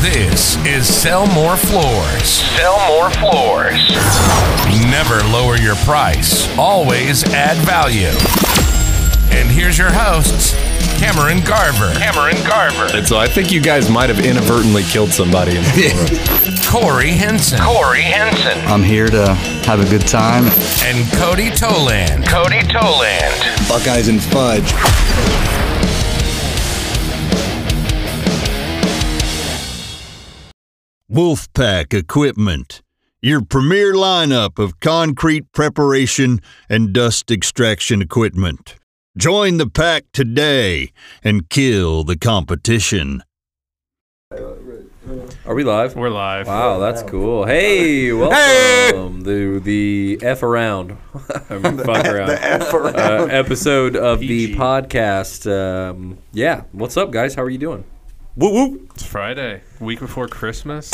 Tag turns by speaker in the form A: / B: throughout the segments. A: This is Sell More Floors. Sell More Floors. Never lower your price, always add value. And here's your hosts, Cameron Garver. Cameron Garver.
B: And so I think you guys might have inadvertently killed somebody. In the front row.
A: Corey Henson. Corey Henson.
C: I'm here to have a good time.
A: And Cody Toland. Cody Toland.
D: Buckeyes and fudge. Wolfpack Equipment, your premier lineup of concrete preparation and dust extraction equipment. Join the pack today and kill the competition.
E: Are we live?
F: We're live.
E: Wow, that's cool. Hey, welcome to the F around, fuck around, Uh, episode of the podcast. Um, yeah, what's up, guys? How are you doing? Woo woo.
F: It's Friday, week before Christmas.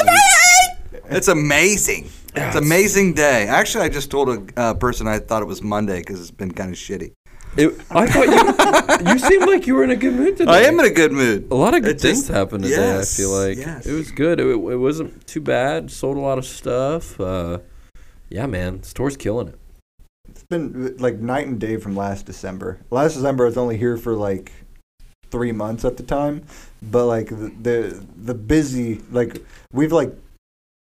G: It's amazing. It's an amazing day. Actually, I just told a uh, person I thought it was Monday because it's been kind of shitty.
E: It- I thought you you seemed like you were in a good mood today.
G: I am in a good mood.
E: A lot of good
G: It
E: things
G: just-
E: happened today. I
G: yes,
E: feel like
G: yes.
E: it was good. It, it wasn't too bad. Sold a lot of stuff. Uh, yeah, man, store's killing it.
H: It's been like night and day from last December. Last December, I was only here for like three months at the time, but like the the, the busy like we've like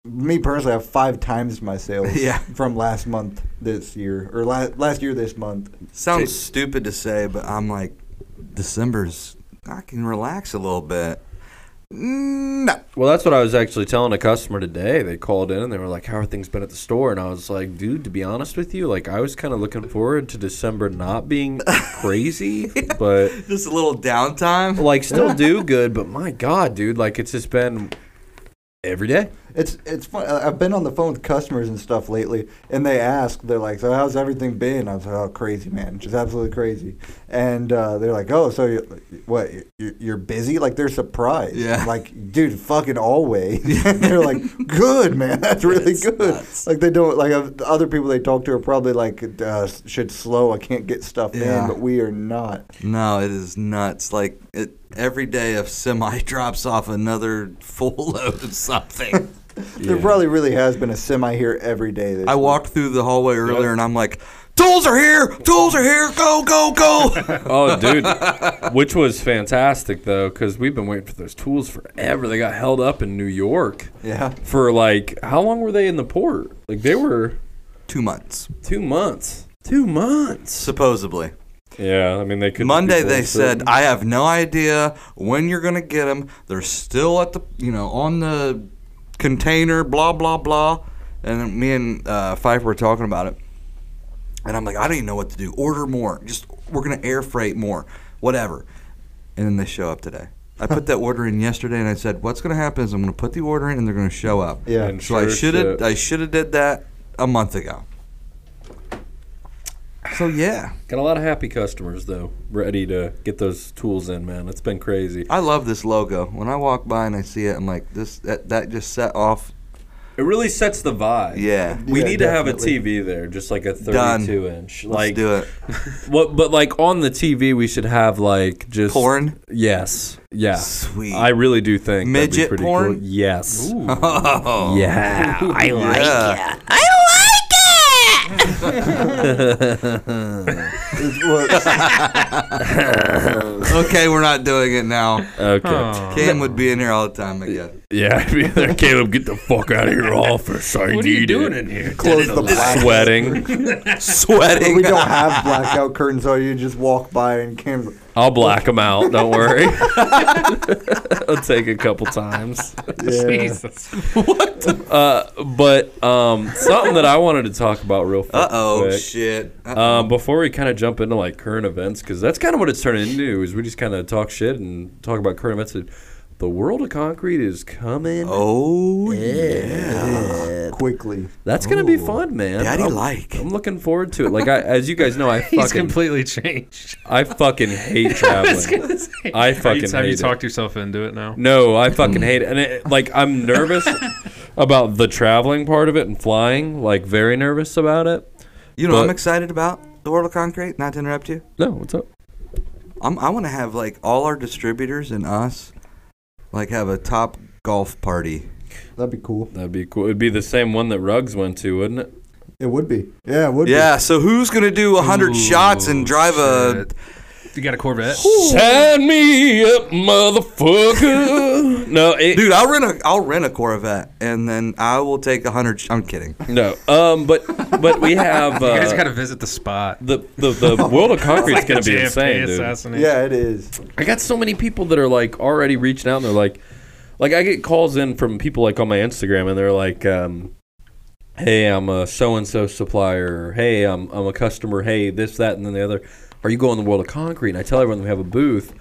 H: me personally, I have five times my sales
G: Yeah.
H: from last month this year or la- last year this month.
G: Sounds stupid to say, but I'm like, December's. I can relax a little bit. Mm, No.
E: Well, that's what I was actually telling a customer today. They called in and they were like, "How are things been at the store?" And I was like, "Dude, to be honest with you, like I was kind of looking forward to December not being crazy, but
G: Just a little downtime.
E: like still do good. But my God, dude, like it's just been every day.
H: It's it's fun. I- I've been on the phone with customers and stuff lately, and they ask, they're like, "So how's everything been?" I was like, "Oh, crazy, man, just absolutely crazy." And uh, they're like, "Oh, so you what? You're, you're busy?" Like they're surprised.
G: Yeah.
H: I'm like, dude, fucking always. and they're like, "Good, man, that's really
G: It's
H: good."
G: nuts.
H: Like they don't like uh, the other people they talk to are probably like uh, should slow. I can't get stuff
G: Yeah.
H: in, but we are not.
G: No, it is nuts. Like it, every day, a semi drops off another full load of something.
H: There probably really has been a semi here every day. This
G: I walked through the hallway earlier, and I'm like, "Tools are here! Tools are here! Go, go, go!"
E: Oh, dude, which was fantastic though, because we've been waiting for those tools forever. They got held up in New York
H: yeah.
E: for like how long were they in the port? Like they were
G: Two months,
E: two months. Two months.
G: supposedly.
E: Yeah, I mean they could.
G: Monday they said, "I have no idea when you're gonna get them. They're still at the, you know, on the container. Blah blah blah." And me and uh, Fife were talking about it, and I'm like, "I don't even know what to do. Order more. Just we're gonna air freight more, whatever." And then they show up today. I put that order in yesterday, and I said, "What's gonna happen is I'm gonna put the order in, and they're gonna show up."
H: Yeah.
E: And
G: So I
E: sure
G: should have
E: shit.
G: I should have did that a month ago. So yeah,
E: got a lot of happy customers though, ready to get those tools in, man. It's been crazy.
G: I love this logo. When I walk by and I see it, I'm like, this that, that just set off.
E: It really sets the vibe.
G: Yeah,
E: We
H: Yeah,
E: need to have a
H: definitely.
E: TV there, just like a
G: Done.
E: 32 inch.
G: let's
E: Like,
G: do it.
E: What, but like on the TV, we should have like just
G: Porn.
E: Yes. Yeah.
G: Sweet.
E: I really do think that'd be
G: Midget
E: pretty
G: porn?
E: Cool. Yes.
G: Oh,
E: Yeah. I like.
G: yeah. okay, we're not doing it now.
E: Okay.
G: Cam would be in here all the time again.
E: Yeah. I'd be there, Caleb, get the fuck out of your office. I
F: What are
E: need
F: you doing
E: it.
F: in here?
H: Close the black.
E: Sweating.
H: But we
G: Sweating.
H: don't have blackout curtains, so you just walk by and can
E: I'll black them out. Don't worry. I'll take a couple times.
H: Yeah.
F: Jesus.
E: Uh, But um, something that I wanted to talk about real quick.
G: Uh oh, shit. Uh,
E: Um, before we kind of jump into like current events, because that's kind of what it's turning into is we just kind of talk shit and talk about current events. The world of concrete is coming.
G: oh yeah.
H: quickly.
E: that's gonna be fun, man.
G: Daddy
E: I'm,
G: like.
E: I'm looking forward to it. Like I, as you guys know, I
F: He's
E: fucking,
F: completely changed.
E: I fucking hate
F: I was
E: traveling.
F: gonna say.
E: I
F: Have
E: fucking
F: you, have
E: hate
F: you
E: it.
F: talked yourself into it now?
E: No, I fucking hate it. And it, like, I'm nervous about the traveling part of it and flying. Like, very nervous about it.
G: You know, what I'm
E: but-
G: excited about the world of concrete. Not to interrupt you.
E: No, what's up?
G: I'm, I want to have like all our distributors and us Like have a top golf party.
H: That'd be cool.
E: That'd be cool. It'd be the same one that Ruggs went to, wouldn't it?
H: It would be. Yeah, it would
G: Yeah. So who's gonna do hundred shots and drive a?
F: shit. You got a Corvette?
E: Sign me up, motherfucker. no, it,
G: Dude, I'll rent a I'll rent a Corvette and then I will take hundred. Sh- I'm kidding.
E: no. Um, but but we have uh,
F: You guys got to visit the spot.
E: the, the the world of concrete's gonna be
F: JFK
E: insane, dude.
H: be.
F: assassination.
H: Yeah, it is.
E: I got so many people that are like already reaching out and they're like, like I get calls in from people like on my Instagram and they're like, um, hey, I'm a so and so supplier. Hey, I'm I'm a customer. Hey, this, that, and then the other. Are you going to the world of concrete? And I tell everyone we have a booth,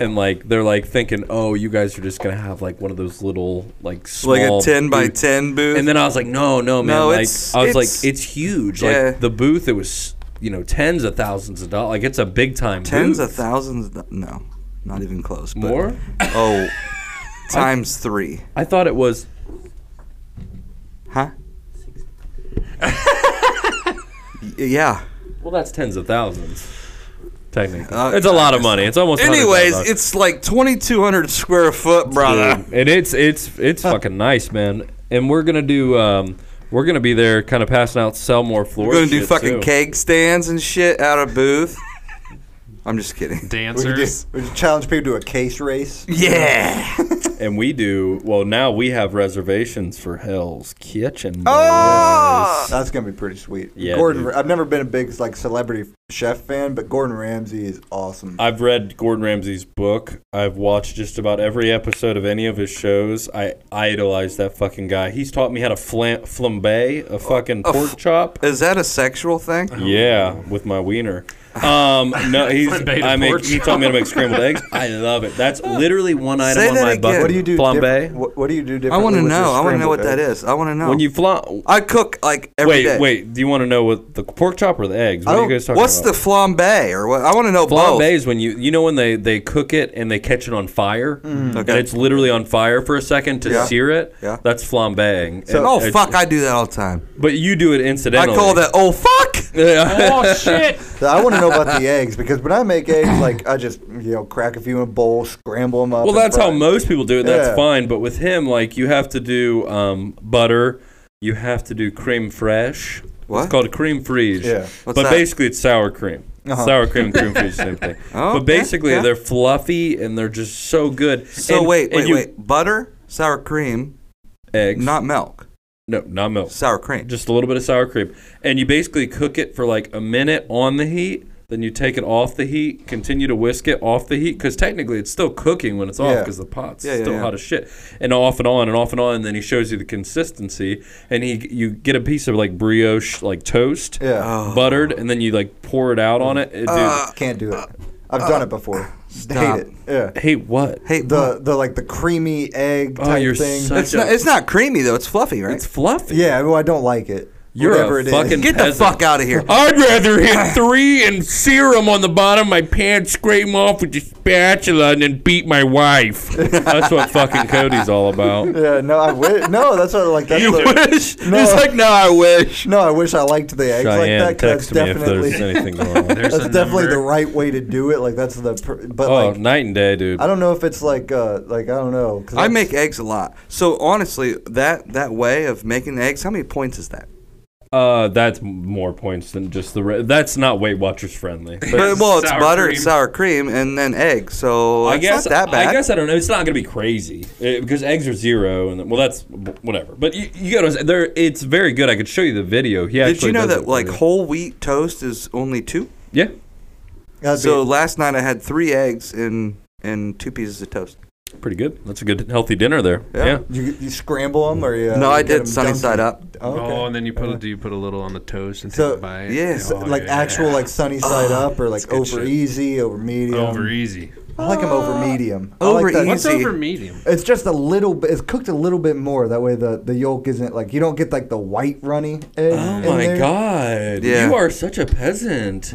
E: and like they're like thinking, oh, you guys are just gonna have like one of those little like small
G: Like a ten by
E: booth."
G: ten booth.
E: And then I was like, no, no, man.
G: No,
E: like
G: it's-
E: I was
G: it's-
E: like, it's huge.
G: Yeah.
E: Like the booth, it was you know tens of thousands of dollars. Like it's a big time.
G: tens
E: booth.
G: of thousands. of- No, not even close. But,
E: more.
G: Oh, times three.
E: I thought it was
G: Huh? Y- yeah.
E: Well, that's tens of thousands. Technically,
G: Uh,
E: it's a lot of money. It's almost.
G: Anyways,
E: 100,000.
G: it's like 2,200 square foot, brother.
E: and it's it's it's fucking nice, man. And we're gonna do um, we're gonna be there, kind of passing out, sell more floors.
G: We're gonna do
E: shit,
G: fucking
E: too.
G: keg stands and shit out of booth. I'm just kidding.
H: We could, do,
F: Dancers.
H: we could challenge people to a case race.
G: Yeah.
E: And we do well now. We have reservations for Hell's Kitchen.
G: Oh!
H: That's gonna be pretty sweet.
E: Yeah,
H: Gordon.
E: dude.
H: I've never been a big like celebrity chef fan, but Gordon Ramsay is awesome.
E: I've read Gordon Ramsay's book. I've watched just about every episode of any of his shows. I idolize that fucking guy. He's taught me how to flam- flambe a fucking
G: A
E: pork
G: f-
E: chop.
G: Is that a sexual thing?
E: Yeah, with my wiener. Um, no, he's
F: Flambe
E: I
F: the
E: make
F: pork
E: he taught me to make scrambled eggs. I love it. That's literally one item
G: Say
E: on
G: that
E: my
G: again.
E: bucket.
H: what do you do?
E: Flambe.
H: different- What, what do you do differently?
G: I want to
H: with your
G: know. I want to know what that
H: scrambled eggs?
G: is. I want to know.
E: When you flan
G: I cook like every
E: Wait,
G: day.
E: wait. Do you want to know what the pork chop or the eggs? What
G: I
E: are you
G: don't-
E: guys talking
G: What's the oh.
E: about?
G: flambe or what? I want to know both.
E: flambe is when you you know when they they cook it and they catch it on fire and
G: Mm. Okay.
E: it's literally on fire for a second to
G: Yeah.
E: sear it.
G: Yeah.
E: That's flambeing. And
G: oh
E: it's-
G: fuck! I do that all the time.
E: But you do it
G: I
E: incidentally.
G: call that oh fuck.
E: Yeah.
F: Oh shit!
H: So I want to know about the eggs because when I make eggs, like I just you know crack a few in a bowl, scramble them up.
E: Well,
H: and
E: that's how
H: fry.
E: most people do it. That's
H: Yeah.
E: fine. But with him, like you have to do um, butter, you have to do cream fraiche.
G: What?
E: It's called cream fraiche.
H: Yeah.
G: What's
E: but
G: that?
E: basically, it's sour cream.
H: Uh-huh.
E: Sour cream and cream fraiche, same thing.
G: Oh,
E: but
G: okay,
E: basically,
G: yeah.
E: they're fluffy and they're just so good.
G: So
E: And-
G: wait,
E: and
G: wait,
E: you-
G: wait. Butter, sour cream,
E: Eggs?
G: not milk.
E: no, not milk.
G: Sour cream.
E: Just a little bit of sour cream, and you basically cook it for like a minute on the heat. Then you take it off the heat, continue to whisk it off the heat, because technically it's still cooking when it's off,
H: Yeah.
E: because the pot's
G: Yeah, yeah,
E: still
G: yeah.
E: hot as shit. And off and on and off and on, and then he shows you the consistency, and he you get a piece of like brioche like toast,
H: Yeah,
E: buttered, and then you like pour it out on it. It- dude,
G: Uh,
H: can't do it. I've done it before.
G: stop.
H: Hate it. Yeah.
E: hey, what?
G: Hey,
H: The the like the creamy egg
E: Oh,
H: type
E: you're
H: thing.
E: such
G: it's not,
E: a
G: it's not creamy though. It's fluffy, right?
E: it's fluffy.
H: yeah, well, I don't like it.
E: You're a
H: Whatever it is.
E: fucking-
G: Get the
E: peasant.
G: fuck out of here.
E: I'd rather hit three and serum on the bottom of my pants, scrape 'em off with a spatula, and then beat my wife. That's what fucking Cody's all about.
H: Yeah, no, I wish. No, that's what like. That's
E: You
H: the-
G: wish.
H: No.
G: It's like no, I wish.
H: No, I wish I liked the eggs like that. 'cause that's definitely
E: anything wrong.
F: There's
H: that's
F: a
H: definitely the
F: number.
H: right way to do it. Like that's the. Per- but
E: oh,
H: like,
E: night and day, dude.
H: I don't know if it's like uh like I don't know. 'cause
G: I
H: that's-
G: make eggs a lot. So honestly, that that way of making eggs, how many points is that?
E: Uh, that's m- more points than just the. Re- that's not Weight Watchers friendly. But
G: But, well, it's
F: sour
G: butter, it's
F: cream.
G: sour cream, and then eggs. So
E: I
G: it's
E: guess
G: not that bad.
E: I guess I don't know. It's not gonna be crazy eh, because eggs are zero, and well, that's whatever. But you, you gotta. There, it's very good. I could show you the video. He
G: Did
E: actually
G: you know
E: does
G: that
E: it for
G: like
E: you.
G: whole wheat toast is only two?
E: yeah.
H: That'd be-
G: So last night I had three eggs and and two pieces of toast.
E: Pretty good. That's a good healthy dinner there.
G: Yeah.
E: Yeah.
H: You, you scramble them or you?
G: no, I
H: you get
G: did
H: 'em
G: sunny
H: dunked
G: side
H: in-
G: up.
H: Oh, okay.
F: Oh, and then you put a, do you put a little on the toast and
H: So,
F: take a bite?
G: yeah, Ah,
H: So,
F: Oh,
H: like
F: yeah.
H: actual like sunny side up or like
F: good
H: over
F: shit.
H: easy, over medium.
F: over easy.
H: I like them over medium. I
G: Ah, over
H: like that-
F: What's
G: Easy.
F: over medium?
H: It's just a little bit. It's cooked a little bit more. That way, the, the yolk isn't like you don't get like the white runny egg.
E: Oh my god.
G: Yeah.
E: You are such a peasant.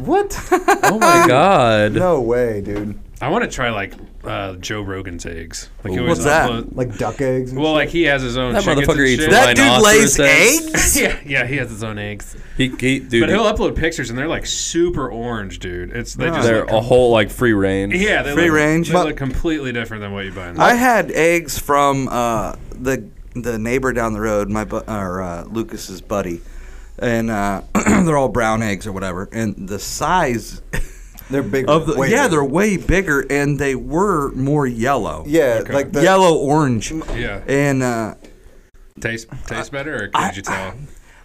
H: What?
E: Oh my god.
H: no way, dude.
F: I want to try like uh, Joe Rogan's eggs. Like
G: Ooh. What's that?
F: upload-
H: Like duck eggs. And
F: well,
H: shit.
F: like he has his own.
E: That
F: chickens
E: motherfucker
F: and
E: eats
F: shit.
E: raw
G: That dude lays
E: Rhinoceros eggs?
G: eggs.
F: yeah, yeah, he has his own eggs.
E: He, he dude,
F: But he'll upload pictures, and they're like super orange, dude. It's they just
E: they're
F: look,
E: a whole like free range.
F: yeah, they
G: free
F: look,
G: range.
F: They
G: But-
F: look completely different than what you buy. In the
G: I had eggs from uh, the the neighbor down the road, my bu- or uh, Lucas's buddy, and uh, they're all brown eggs or whatever. And the size
H: they're big.
G: of the yeah, they're way bigger, and they were more yellow,
H: yeah, like the
G: yellow orange,
F: yeah,
G: and uh,
F: taste taste better, or could you tell?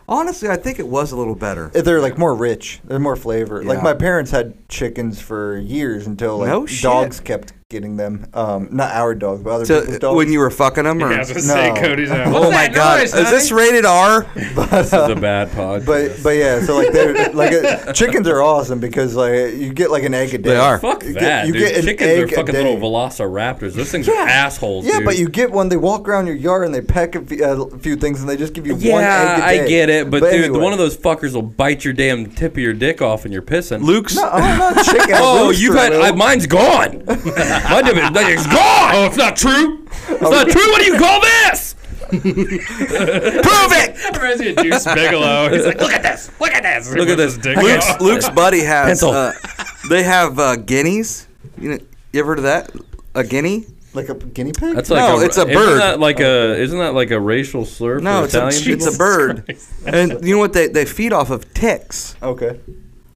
G: honestly, I think it was a little better.
H: They're like more rich. They're more flavor.
G: Yeah.
H: Like my parents had chickens for years until like
G: No shit.
H: dogs kept getting them. Um, not our dogs, but other people's
G: So,
H: dogs.
G: when you were fucking them, or
F: yeah, I was gonna say
H: No.
F: Cody's. Out.
G: oh my god, is this rated R?
E: This is a bad pod.
H: But but yeah, so like they're like uh, chickens are awesome because like you get like an egg a day.
G: They are.
E: fuck
H: You get-
E: that,
H: you
E: dude.
H: get an
E: Chickens are
H: egg a
E: fucking
H: day.
E: little velociraptors. Those things are assholes.
H: Yeah,
E: dude.
H: but you get one. They walk around your yard and they peck a few, a few things and they just give you one
E: Yeah,
H: egg a
E: I
H: day.
E: get it, but, dude,
H: anyway.
E: one of those fuckers will bite your damn tip of your dick off, and you're pissing.
G: Luke's
H: No, I'm not chicken.
E: Oh,
H: rooster,
E: you've had
H: Lou.
E: I, mine's gone. My dip is gone. Oh, it's not true. It's not true. What do you call this?
G: prove it.
F: Reminds me of Deuce Bigelow. He's like, look at this, look at this,
E: Look at this.
F: Dick
G: Luke's,
F: off.
G: Luke's buddy has.
E: Pencil.
G: Uh, they have uh, guineas. You know, you ever heard of that? A guinea?
H: like a guinea pig.
E: That's
G: No,
E: like a,
G: it's a
E: Isn't
G: bird.
E: that like a isn't that like a racial slur?
G: No,
E: for
G: it's a,
E: Italian
G: it's
E: people?
G: a bird. And you know what? They, they feed off of ticks.
H: okay.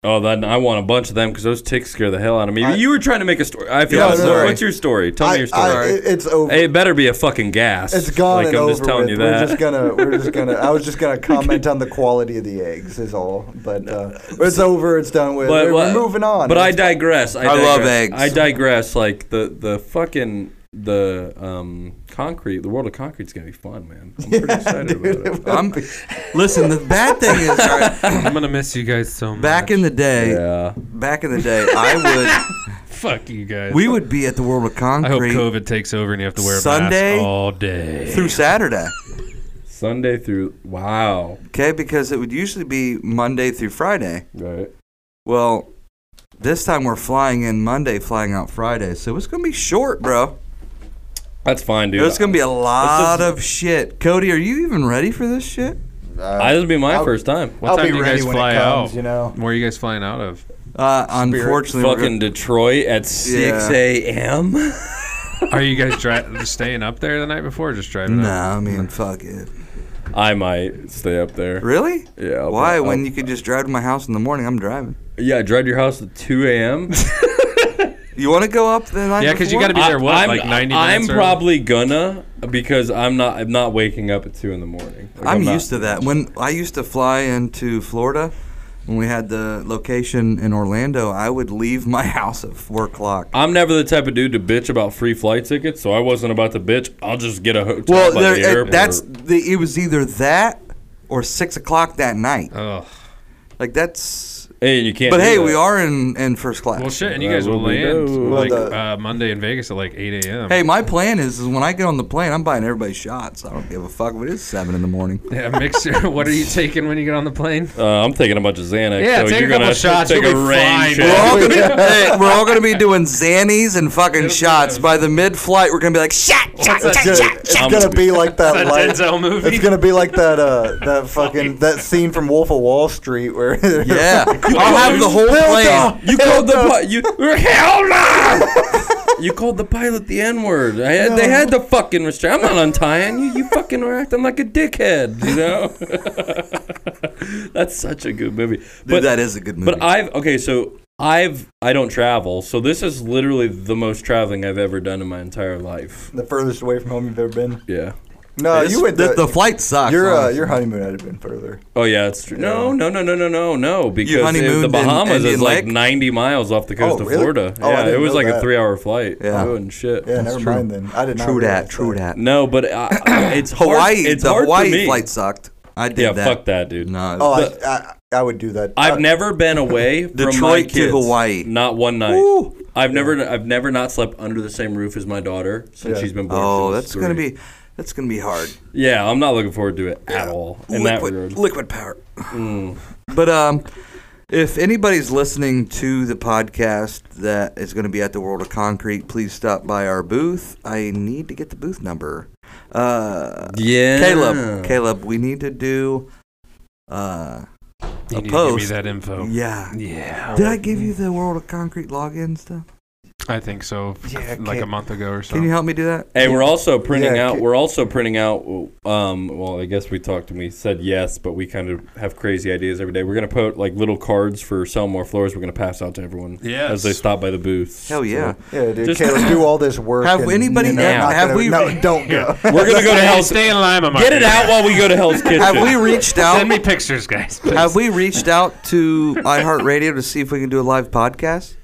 E: Oh, then I want a bunch of them because those ticks scare the hell out of me. you were trying to make a story. I feel
H: Yeah,
E: I'm
H: no,
E: sorry.
H: no.
E: What's your story? Tell
H: I-
E: me your story.
H: I- it- it's over.
E: Hey, it better be a fucking gas.
H: It's gone
E: Like
H: and
E: I'm
H: over
E: just telling
H: with.
E: you
H: We're
E: that.
H: just gonna, we're just gonna. I was just gonna comment on the quality of the eggs is all, but uh, it's over. It's done with.
E: but
H: we're,
E: what-
H: moving on.
E: But I
H: It's-
E: digress. I,
G: I
E: digress.
G: love eggs.
E: I digress. Like the the fucking the um concrete. The world of concrete's gonna be fun, man. I'm pretty excited about it.
G: I'm, listen, the bad thing is, all right,
F: I'm gonna miss you guys so much.
G: back in the day,
E: Yeah.
G: back in the day, I
F: fuck you guys.
G: would, we would be at the World of
F: I hope
G: Concrete
F: COVID takes over and you have to wear a
G: Sunday?
F: mask all day.
G: through Saturday,
E: Sunday through wow.
G: okay? Because it would usually be Monday through Friday.
E: Right.
G: Well, this time we're flying in Monday, flying out Friday, so it's gonna be short, bro.
E: That's fine, dude.
G: It's gonna be a lot of shit. Cody, are you even ready for this shit?
E: I, this will be my first time.
F: What
H: I'll
F: time
H: be
F: do you
H: ready
F: guys
H: when it
F: fly
H: comes,
F: out?
H: you know.
F: Where are you guys flying out of?
G: Uh, unfortunately, we're
E: Fucking Detroit at six
G: Yeah.
E: a.m.
F: Are you guys dri- staying up there the night before or just driving
G: gonna-
F: up?
G: no, I mean, fuck it.
E: I might stay up there.
G: Really?
E: Yeah. I'll-
G: Why?
E: I'll-
G: when you could just drive to my house in the morning, I'm driving.
E: yeah, I drive to your house at two a.m.
G: You want to go up the night?
F: Yeah, 'cause you
G: before?
F: gotta be- there, what,
E: I'm,
F: like 90
E: I'm
F: minutes early?
E: probably gonna because I'm not. I'm not waking up at two in the morning. Like,
G: I'm
E: not-
G: used to that. When I used to fly into Florida, when we had the location in Orlando, I would leave my house at four o'clock.
E: I'm never the type of dude to bitch about free flight tickets, so I wasn't about to bitch. I'll just get a hotel
G: Well,
E: by
G: there,
E: the
G: it-
E: airport.
G: that's the, it was either that or six o'clock that night.
F: Oh
G: Like that's.
E: hey, you can't.
G: But
E: do
G: hey,
E: that.
G: we are in in first class.
F: well, shit, and you
E: That
F: guys will
E: will be
F: land
E: dope.
F: like
H: Well, the-
F: uh, Monday in Vegas at like 8 a.m.
G: Hey, my plan is, is when I get on the plane, I'm buying everybody shots. I don't give a fuck if it is seven in the morning.
F: yeah, mixer. what are you taking when you get on the plane?
E: Uh, I'm taking a bunch of Xanax.
F: Yeah,
E: so
F: take a
E: you're
F: couple
E: gonna
F: shots,
E: Take
F: you'll
E: a
F: be
E: rain
F: fine,
E: check.
G: We're all, gonna, hey, we're all gonna be doing Xannies and fucking shots. By the mid-flight, we're gonna be like, shot, shot, shot,
H: It's gonna,
G: shot,
H: it's
G: shot.
H: gonna be like that. light-
F: Denzel movie.
H: It's gonna be like that. Uh, that fucking that scene from Wolf of Wall Street where.
G: Yeah, I'll have the whole plane.
E: You called the pi- you hell no. You called the pilot the N word. I had, They had the fucking restraint. I'm not untying you. You fucking were acting like a dickhead. You know. That's such a good movie.
G: Dude, that is a good movie.
E: But I've okay, so I've I don't travel, so this is literally the most traveling I've ever done in my entire life.
H: The furthest away from home you've ever been.
E: Yeah.
H: No,
G: This-
H: you went.
G: the,
H: The,
G: the flight sucks.
H: your uh,
G: honestly.
H: your honeymoon had been further.
E: Oh yeah, it's true. No, no, no, no, no, no, no. Because
G: honeymooned
E: the
G: in
E: Bahamas is
G: Indian
E: like
G: Lake?
E: 90 miles off the coast
H: Oh,
E: of
H: really?
E: Florida.
H: Oh, I
E: yeah, it
H: didn't
E: was
H: know
E: like a
H: that.
E: three-hour flight.
G: Yeah.
E: Oh, and shit.
H: Yeah, never mind then. I did not.
G: True
H: realize
G: that. True that.
E: No, but uh, it's hard,
G: Hawaii.
E: it's
G: the
E: hard for
G: Hawaii
E: me.
G: flight sucked. I did
E: Yeah,
G: that.
E: fuck that, dude.
G: No.
H: Oh, I, I I would do that.
E: I've
H: I-
E: never been away from my
G: Detroit to
E: kids.
G: Hawaii.
E: Not one night.
G: Woo.
E: I've never, I've never not slept under the same roof as my daughter since
H: Yeah.
E: she's been born.
G: oh,
E: she was
G: that's gonna
E: three.
G: be that's gonna be hard.
E: Yeah, I'm not looking forward to it at all in that Mm.
G: liquid,
E: regard.
G: liquid power. But um, If anybody's listening to the podcast that is going to be at the World of Concrete, please stop by our booth. I need to get the booth number. Uh,
E: Yeah.
G: Caleb, Caleb, we need to do uh, a
F: You need to give me
G: post.
F: that info.
G: Yeah.
F: Yeah.
G: Did I give you the World of Concrete login stuff?
F: I think so.
G: Yeah,
F: like
G: okay.
F: a month ago or so.
G: Can you help me do that?
E: Hey, we're also printing
H: Yeah,
E: out.
H: ca-
E: We're also printing out. Um, well, I guess we talked and we said yes, but we kind of have crazy ideas every day. We're gonna put like little cards for sell more floors. We're gonna pass out to everyone as they
F: Yes.
E: stop by the booth.
G: Hell yeah.
H: Yeah, dude.
E: Just-
H: Caleb, do all this work.
G: Have
H: and,
G: anybody-
H: you know,
E: Yeah.
H: not
G: Have
H: gonna-
G: we-
H: No, don't go.
E: So We're gonna go to
F: Hey,
E: Hell's.
F: Stay in line, my
E: Get it out while we go to Hell's Kitchen.
G: Have we reached out?
F: Send me pictures, guys. please.
G: Have we reached out to iHeartRadio to see if we can do a live podcast?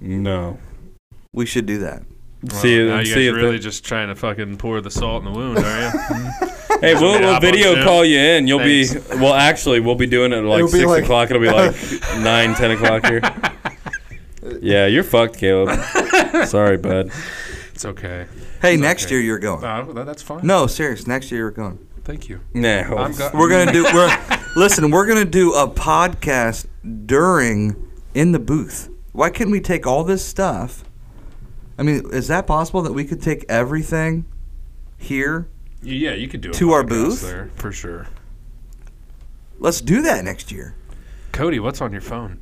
E: No.
G: We should do that.
F: Well,
E: see
F: now
E: it.
F: you
E: See
F: guys
E: it.
F: really just trying to fucking pour the salt in the wound, are you?
E: hey, we'll,
F: Yeah,
E: we'll
F: I'm on
E: video
F: Zoom.
E: call you in. You'll
F: Thanks.
E: be. Well, actually, we'll be doing it at like
H: It'll be
E: six
H: like-
E: o'clock. It'll be like nine, ten o'clock here. Yeah, you're fucked, Caleb. Sorry, bud.
F: it's okay.
G: Hey, next
F: okay.
G: year you're going.
F: Uh, that- that's fine.
G: No, serious. Next year you're going.
F: Thank you.
E: No.
F: I'm go-
G: We're gonna do. We're listen. We're gonna do a podcast during in the booth. Why couldn't we take all this stuff? I mean, is that possible that we could take everything here?
F: Yeah, you could do a
G: To our
F: podcast
G: booth?
F: there for sure.
G: Let's do that next year.
F: Cody, what's on your phone?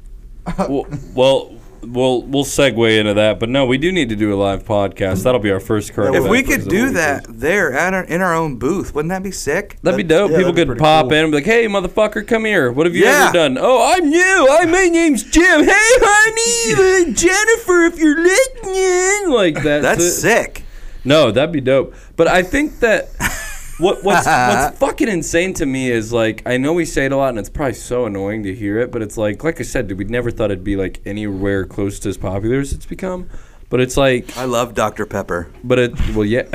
E: well, well, we'll we'll segue into that, but no, we do need to do a live podcast. That'll be our first current.
G: If
E: event
G: we
E: for
G: could
E: the
G: do
E: week.
G: that there at our, in our own booth, wouldn't that be sick?
E: That'd be dope.
H: yeah,
E: People
H: that'd be
E: could
H: pretty
E: pop
H: cool.
E: in and be like, "Hey, motherfucker, come here. What have you
G: Yeah.
E: ever done? Oh, I'm you. I my name's Jim. Hey, honey, uh, Jennifer, if you're listening, like that.
G: That's sick.
E: No, that'd be dope. But I think that what what's what's fucking insane to me is like I know we say it a lot, and it's probably so annoying to hear it. But it's like, like I said, dude, we never thought it'd be like anywhere close to as popular as it's become. But it's like,
G: I love Dr Pepper.
E: but it well, yeah.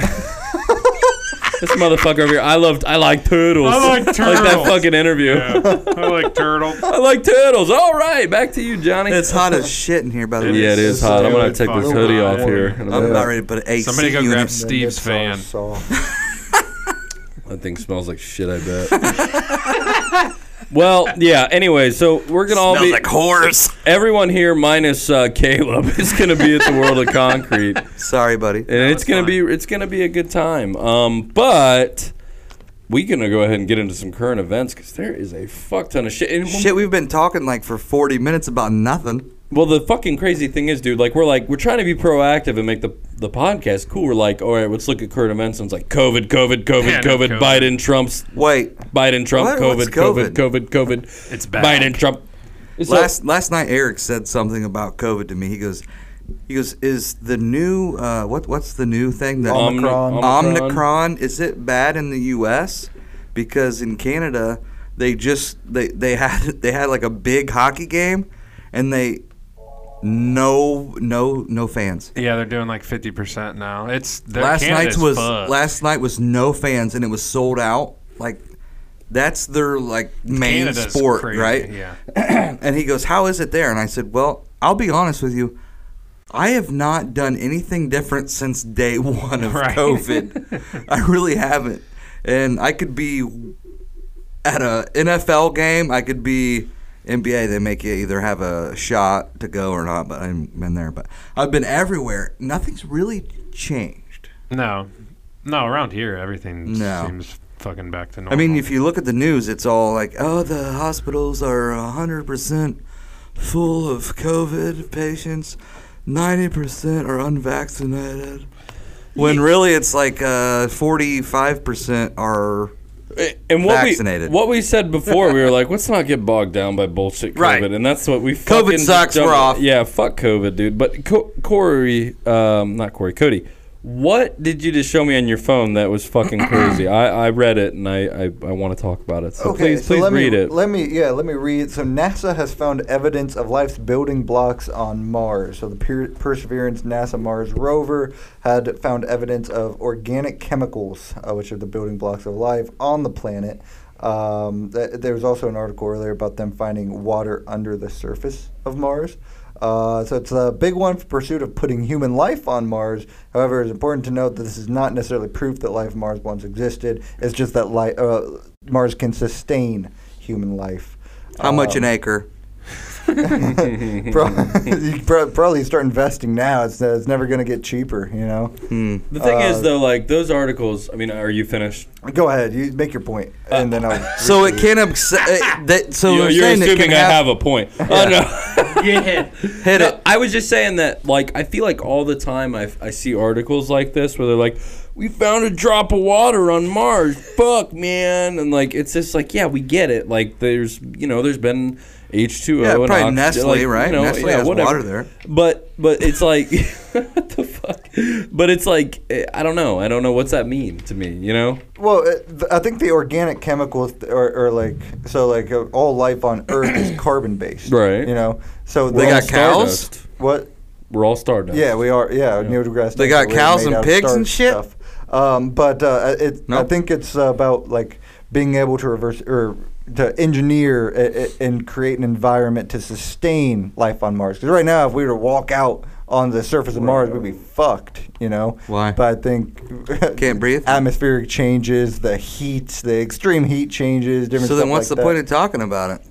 E: this motherfucker over here. I loved. I like turtles.
F: I like
E: that
F: turtles.
E: fucking interview.
F: I like turtle.
E: I like turtles. All right, back to you, Johnny.
G: It's hot as shit in here, by the way.
E: yeah, it is hot. I'm gonna
F: Dude,
E: take this
F: fuck.
E: hoodie off
F: Yeah.
E: here. in a
G: I'm
E: minute.
G: about ready to put an AC
F: Somebody go
G: unit.
F: grab Steve's fan.
H: Saw,
E: That thing smells like shit, I bet. well, yeah, anyway, so we're going to all be.
G: horse.
E: everyone here minus uh, Caleb is going to be at the World of Concrete. And
G: Sorry, buddy.
E: it's going to be it's going to be a good time. Um, but we're going to go ahead and get into some current events because there is a fuck ton of shit. And when-
G: Shit, we've been talking like for 40 minutes about nothing.
E: Well, the fucking crazy thing is, dude, like we're like we're trying to be proactive and make the the podcast cool. We're like, all right, let's look at current events. And it's like COVID, COVID, COVID,
F: Yeah, no
E: COVID,
F: COVID.
E: Biden, Trump's
G: Wait,
E: Biden, Trump,
G: What?
E: COVID,
G: What's
E: COVID,
G: COVID?
E: COVID, COVID.
F: It's back.
E: Biden, Trump. It's
G: last last night Eric said something about COVID to me. He goes, he goes, is the new uh, what what's the new thing that
E: Omni- Omicron.
G: Omicron is it bad in the U.S. because in Canada they just they they had they had like a big hockey game and they no no no fans.
F: Yeah, they're doing like 50% now. It's their
G: last night's
F: Canada's
G: was
F: fucked.
G: last night was no fans and it was sold out. Like that's their like main
F: Canada's
G: sport,
F: crazy,
G: right?
F: Yeah.
G: and he goes, "How is it there?" And I said, "Well, I'll be honest with you. I have not done anything different since day one of
F: Right.
G: COVID. I really haven't. And I could be at a NFL game. I could be NBA. They make you either have a shot to go or not. But I've been there. But I've been everywhere. Nothing's really changed.
F: No. No, around here everything
G: No.
F: seems fucking back to normal.
G: I mean, if you look at the news, it's all like, oh, the hospitals are 100% full of COVID patients, 90% are unvaccinated. When really it's like uh, 45% are.
E: and what
G: vaccinated.
E: We, what we said before, we were like, let's not get bogged down by bullshit COVID,
G: Right.
E: and that's what we. fucking just
G: sucks,
E: jumped-
G: we're off.
E: Yeah, fuck COVID, dude. But Co- Corey, um, not Corey, Cody. What did you just show me on your phone that was fucking crazy? I, I read it and I, I, I want to talk about it. So
H: okay,
E: please
H: so
E: please
H: let
E: read
H: me,
E: it.
H: Let me, yeah, let me read. So NASA has found evidence of life's building blocks on Mars. So the per- Perseverance NASA Mars rover had found evidence of organic chemicals, uh, which are the building blocks of life on the planet. Um, th- there was also an article earlier about them finding water under the surface of Mars. Uh, so it's a big one for pursuit of putting human life on Mars. However, it's important to note that this is not necessarily proof that life on Mars once existed. It's just that li- uh, Mars can sustain human life.
G: How much an
F: Oh.
G: acre?
H: Pro- you pro- probably start investing now. It's, uh, it's never going to get cheaper, you know?
E: The thing is, though, like those articles. I mean, are you finished?
H: Go ahead. You make your point, and then I'll.
G: So it can obs- uh, that so
E: you're,
G: I'm
E: you're
G: saying it
E: assuming
G: can
E: I
G: have-
E: have a point. Oh no.
G: hit
E: No,
G: it.
E: I was just saying that, like, I feel like all the time I, I see articles like this where they're like, we found a drop of water on Mars. Fuck, man. And, like, it's just like, yeah, we get it. Like, there's, you know, there's been H2O.
G: Yeah,
E: and
G: probably
E: oxygen,
G: Nestle,
E: like,
G: right?
E: You know,
G: Nestle
E: yeah,
G: has
E: whatever.
G: water there.
E: But, but it's like, what the fuck? But it's like, eh, I don't know. I don't know. What's that mean to me, you know?
H: Well, it, th- I think the organic chemicals th- are, are like so like uh, all life on Earth is carbon based,
E: Right.
H: You know, so
G: They
H: the-
G: got cows?
E: Stardust.
H: What?
E: We're all stardust.
H: Yeah, we are. Yeah, Neil deGrasse.
G: They
H: Tyson,
G: got
H: we're
G: cows
H: made
G: and
H: out of
G: pigs
H: star
G: and shit?
H: Stuff. Um, but uh, it, I
G: Nope.
H: think it's about like being able to reverse or to engineer a, a- and create an environment to sustain life on Mars. Because right now, if we were to walk out on the surface of Mars, we'd be fucked. You know.
G: Why?
H: But I think
G: Can't breathe?
H: Atmospheric changes, the heat, the extreme heat changes. Different.
G: So then,
H: stuff
G: what's
H: like
G: the
H: that.
G: point of talking about it?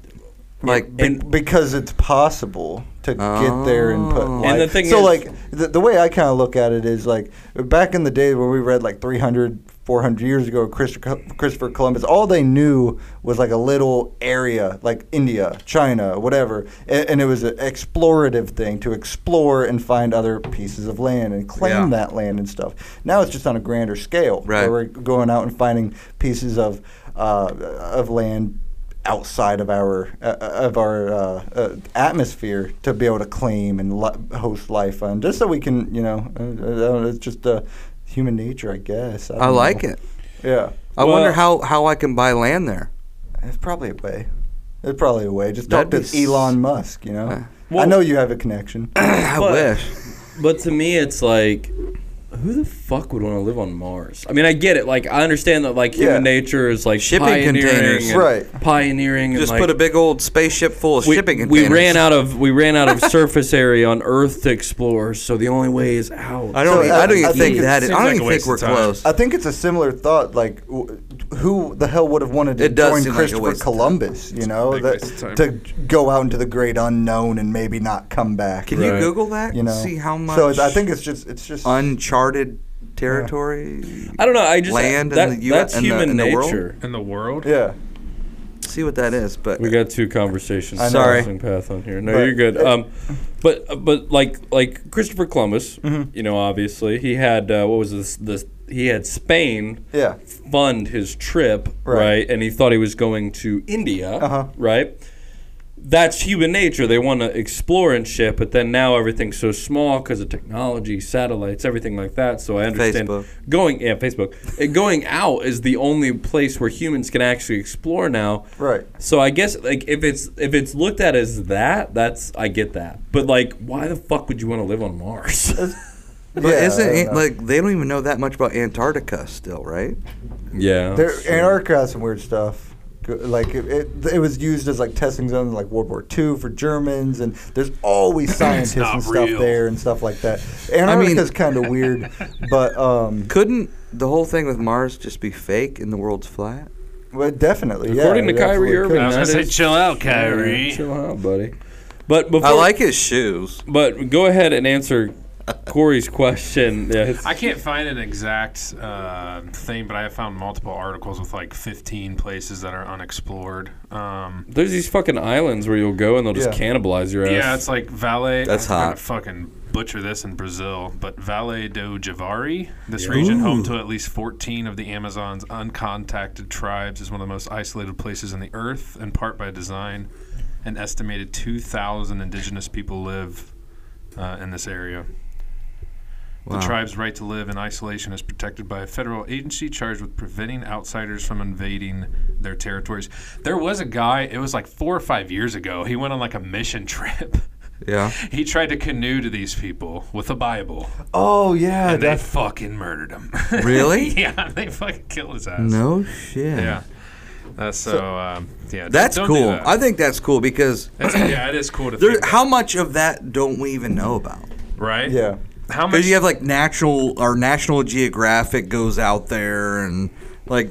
G: Like,
H: Be- because it's possible to get there and put
G: Oh.
H: life.
E: And the thing
H: so
E: is-
H: like the, the way I kind of look at it is like back in the day when we read like 300 400 years ago Christopher, Christopher Columbus all they knew was like a little area like India China whatever and, and it was an explorative thing to explore and find other pieces of land and claim
G: Yeah.
H: that land and stuff now it's just on a grander scale
G: Right.
H: where we're going out and finding pieces of uh, of land outside of our uh, of our uh, uh, atmosphere to be able to claim and li- host life on, just so we can, you know, uh, uh, it's just uh, human nature, I guess.
G: I
H: don't
G: like
H: know.
G: it.
H: Yeah,
G: I
E: Well-
G: wonder how how I can buy land there.
H: it's probably a way. It's probably a way. Just talk to
G: That'd be s-
H: Elon Musk, you know. I
E: Well-
H: know you have a connection.
G: I
E: But-
G: wish.
E: But to me, it's like, who the fuck would want to live on Mars? I mean, I get it. Like, I understand that like human
H: Yeah.
E: nature is like
G: Shipping
E: pioneering
G: containers.
E: and-
H: Right.
E: Pioneering. and,
G: Just
E: like,
G: put a big old spaceship full of
E: we,
G: shipping
E: we
G: containers.
E: ran out of we ran out of surface area on Earth to explore, so the only way is out.
G: I don't. e,
H: So,
G: I
H: I-
G: don't even
H: I think
G: think
H: it
G: that. Is, I
F: seems
G: don't
F: like
G: even think
F: a waste
G: we're
F: of time.
G: close.
H: I think it's a similar thought. Like, w- who the hell would have wanted to
G: It does
H: join
G: seem like a
H: Christopher
G: waste of time.
H: Columbus? You know,
F: big
H: that,
F: waste of time.
H: to go out into the great unknown and maybe not come back.
G: Can you
E: Right.
G: Google that?
H: you know,
G: See how much.
H: So it's, I think it's just it's just
G: uncharted territory.
E: I don't know. I just
G: Land in
E: that,
G: the U-
E: that's
G: in the-
E: human
G: in the world?
E: nature.
F: in the world.
H: yeah.
G: See what that is. But
E: We got two conversations.
H: I know.
G: Sorry.
E: crossing path on here. No,
H: But-
E: you're good. Um, but but like like Christopher Columbus,
G: Mm-hmm.
E: you know, obviously he had uh, what was this? This he had Spain.
H: Yeah.
E: Fund his trip, right.
H: Right.
E: And he thought he was going to India,
H: Uh-huh.
E: right? That's human nature. They want to explore and shit, but then now everything's so small because of technology, satellites, everything like that. So I understand
G: Facebook.
E: going yeah Facebook Uh, going out is the only place where humans can actually explore now.
H: Right.
E: So I guess like if it's if it's looked at as that, that's I get that. But like, why the fuck would you want to live on Mars?
H: Uh,
G: but
H: Yeah,
G: isn't
H: I don't
G: it,
H: know.
G: like they don't even know that much about Antarctica still, right?
E: yeah.
H: There, Antarctica has some weird stuff. Go- Like it, it, it was used as like testing zone, in, like World War II for Germans, and there's always scientists
F: not
H: and stuff
F: real.
H: there and stuff like that. Antarctica's kind of weird, but um,
G: Couldn't the whole thing with Mars just be fake and the world's flat?
H: well, definitely. yeah,
E: According to
H: it
E: Kyrie
H: absolutely could.
E: Irving,
F: I was
E: that
F: gonna say,
E: is-
F: chill out,
E: Yeah,
F: Kyrie.
E: chill out, buddy. But before
G: I like his shoes.
E: But go ahead and answer Corey's question. Yeah, it's-
F: I can't find an exact uh, thing, but I have found multiple articles with like 15 places that are unexplored. Um,
E: there's these fucking islands where you'll go and they'll just
H: Yeah.
E: cannibalize your ass.
F: yeah, it's like Valle.
G: That's
F: I'm
G: hot.
F: Gonna fucking butcher this in Brazil, but Valle do Javari. This region, home to at least 14 of the Amazon's uncontacted tribes, is one of the most isolated places on the earth, in part by design. An estimated 2,000 indigenous people live uh, in this area. The
G: Wow.
F: tribe's right to live in isolation is protected by a federal agency charged with preventing outsiders from invading their territories. There was a guy, it was like four or five years ago, he went on like a mission trip.
G: Yeah.
F: he tried to canoe to these people with a Bible,
H: Oh yeah,
F: and they
H: that's
F: fucking murdered him.
G: Really?
F: yeah, they fucking killed his ass.
G: No shit.
F: Yeah. Uh, so, um, yeah.
G: That's
F: don't do
G: cool.
F: that.
G: I think that's cool because
F: That's- yeah, it is cool to
G: there,
F: think,
G: how much of that don't we even know about?
F: right?
H: yeah.
F: How much?
G: Because you have like natural or National Geographic goes out there and like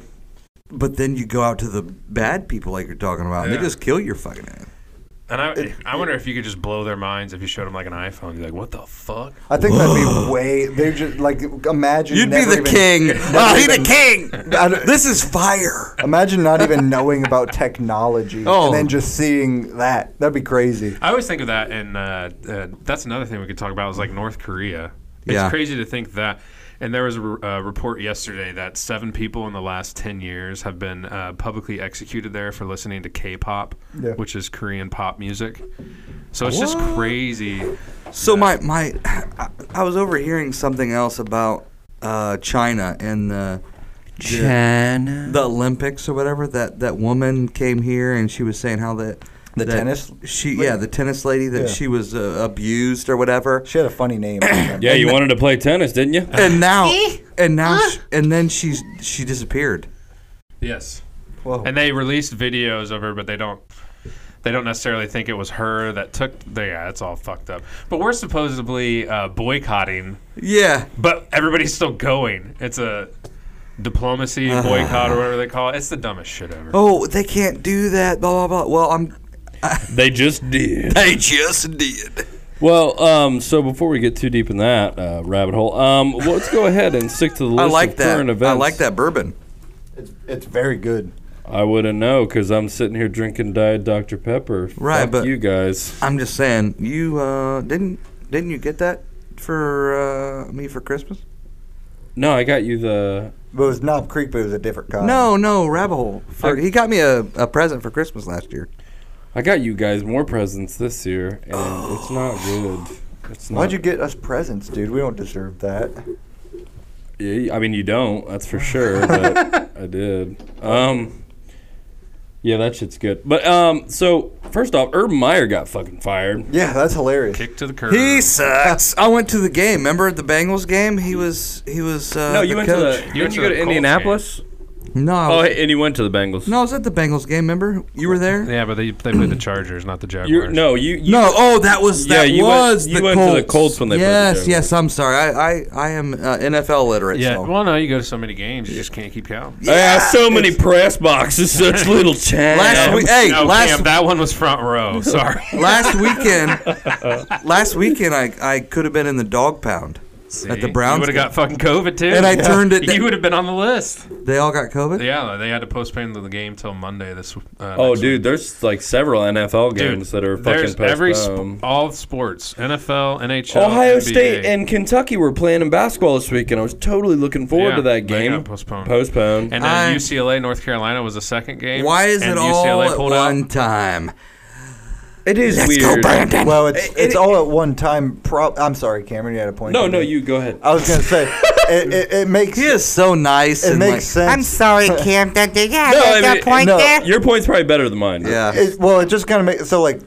G: But then you go out to the bad people like you're talking about, and
F: Yeah.
G: they just kill your fucking ass.
F: And I, I wonder if you could just blow their minds if you showed them like an iPhone. You're like, what the fuck?
H: I think that'd be way. They just like imagine.
G: You'd be
H: never
G: the
H: even-
G: king. Oh, he
H: even-
G: the king.
H: I don't-
G: This is fire.
H: Imagine not even knowing about technology
G: Oh.
H: and then just seeing that. That'd be crazy.
F: I always think of that, and uh, uh, that's another thing we could talk about is like North Korea. It's
G: Yeah.
F: crazy to think that. And there was a re- uh, report yesterday that seven people in the last ten years have been uh, publicly executed there for listening to K-pop,
H: Yeah.
F: which is Korean pop music. So it's just crazy.
G: So my my, I, I was overhearing something else about uh, China and the China the Olympics or whatever. That that woman came here and she was saying how that
H: The
G: that
H: tennis
G: she yeah the tennis lady that
H: Yeah.
G: she was uh, abused or whatever.
H: She had a funny name.
E: Yeah, you wanted to play tennis, didn't you?
G: And now and now sh and then she's she disappeared.
F: Yes.
H: Whoa.
F: And they released videos of her, but they don't. They don't necessarily think it was her that took. They, yeah, it's all fucked up. But we're supposedly uh, boycotting
G: Yeah.
F: But everybody's still going. It's a diplomacy boycott or whatever they call it. It's the dumbest shit ever.
G: Uh-huh. Oh, they can't do that. Blah blah blah. Well, I'm.
E: They just did.
G: They just did.
E: Well, um, so before we get too deep in that uh, rabbit hole, um, well, let's go ahead and stick to the list
G: I like
E: of
G: that.
E: current events.
G: I like that bourbon.
H: It's, it's very good.
E: I wouldn't know because I'm sitting here drinking Diet Dr Pepper.
G: Right,
E: Fuck
G: but-
E: you guys.
G: I'm just saying, you uh, didn't didn't you get that for uh, me for Christmas?
E: No, I got you the.
H: But it was Knob Creek, but it was a different kind.
G: no, no, rabbit hole. For, he got me a, a present for Christmas last year.
E: I got you guys more presents this year, and it's not good. It's not.
H: Why'd you get us presents, dude? We don't deserve that.
E: Yeah, I mean, you don't. That's for sure. But I did. Um, yeah, that shit's good. But um, so first off, Urban Meyer got fucking fired.
H: Yeah, that's hilarious.
F: Kick to the curb.
G: He sucks. I went to the game. Remember the Bengals game? He was he was. Uh,
E: no, you
G: the
E: went
G: coach.
E: to the.
F: You
E: You
F: went
E: didn't you go
F: to the
E: to
F: Colts
E: Indianapolis?
G: No, I
E: Oh,
G: was,
E: hey, and you went to the Bengals.
G: no, I was at the Bengals game. Remember you were there.
F: Yeah, but they they played the Chargers, not the Jaguars.
E: You're, no, you, you.
G: no, oh, that was
E: Yeah,
G: that
E: you went-
G: was
E: you
G: the
E: went to
G: Colts.
E: the Colts when they played the
G: Yes,
E: Jaguars.
G: yes. I'm sorry. I I, I am uh, NFL literate.
F: Yeah.
G: so.
F: Well, no, you go to so many games, you just can't keep count.
E: I have so many press boxes, such little time.
G: Last week, hey,
F: no,
G: last
F: Cam, that one was front row. Sorry.
G: last weekend, last weekend I, I could have been in the dog pound at the
F: You
G: Browns.
F: would have
G: game.
F: got fucking COVID too.
G: And I turned it-
F: You would have been on the list.
G: they all got COVID.
F: Yeah, they had to postpone the game till Monday. This. Uh,
E: Oh,
F: next week.
E: dude, there's like several NFL
F: Dude,
E: games that are
F: there's
E: fucking
F: every
E: postponed.
F: sp- all sports, NFL, NHL,
E: Ohio
F: NBA.
E: State and Kentucky were playing in basketball this week, and I was totally looking forward
F: Yeah,
E: to that
F: they
E: game.
F: got postponed.
E: Postponed.
F: And
G: I-
F: then UCLA, North Carolina was the second game.
G: Why is
F: and
G: it all
F: UCLA
G: at
F: pulled
G: one
F: out.
G: time?
E: it is weird.
H: Well, it's
E: It-
H: it's
E: it-
H: all at one time. Pro- I'm sorry, Cameron. You had a point.
E: No,
H: on
E: no,
H: that.
E: you go ahead.
H: I was gonna say it, it, it makes
G: He is so nice.
H: It
G: and
H: makes
G: like,
H: sense.
I: I'm sorry, Cam. That they yeah,
E: No,
I: there's
E: I
I: that
E: mean,
I: point
H: no.
I: there.
E: Your point's probably better than mine.
G: Yeah.
H: It, well, it just kind of makes so like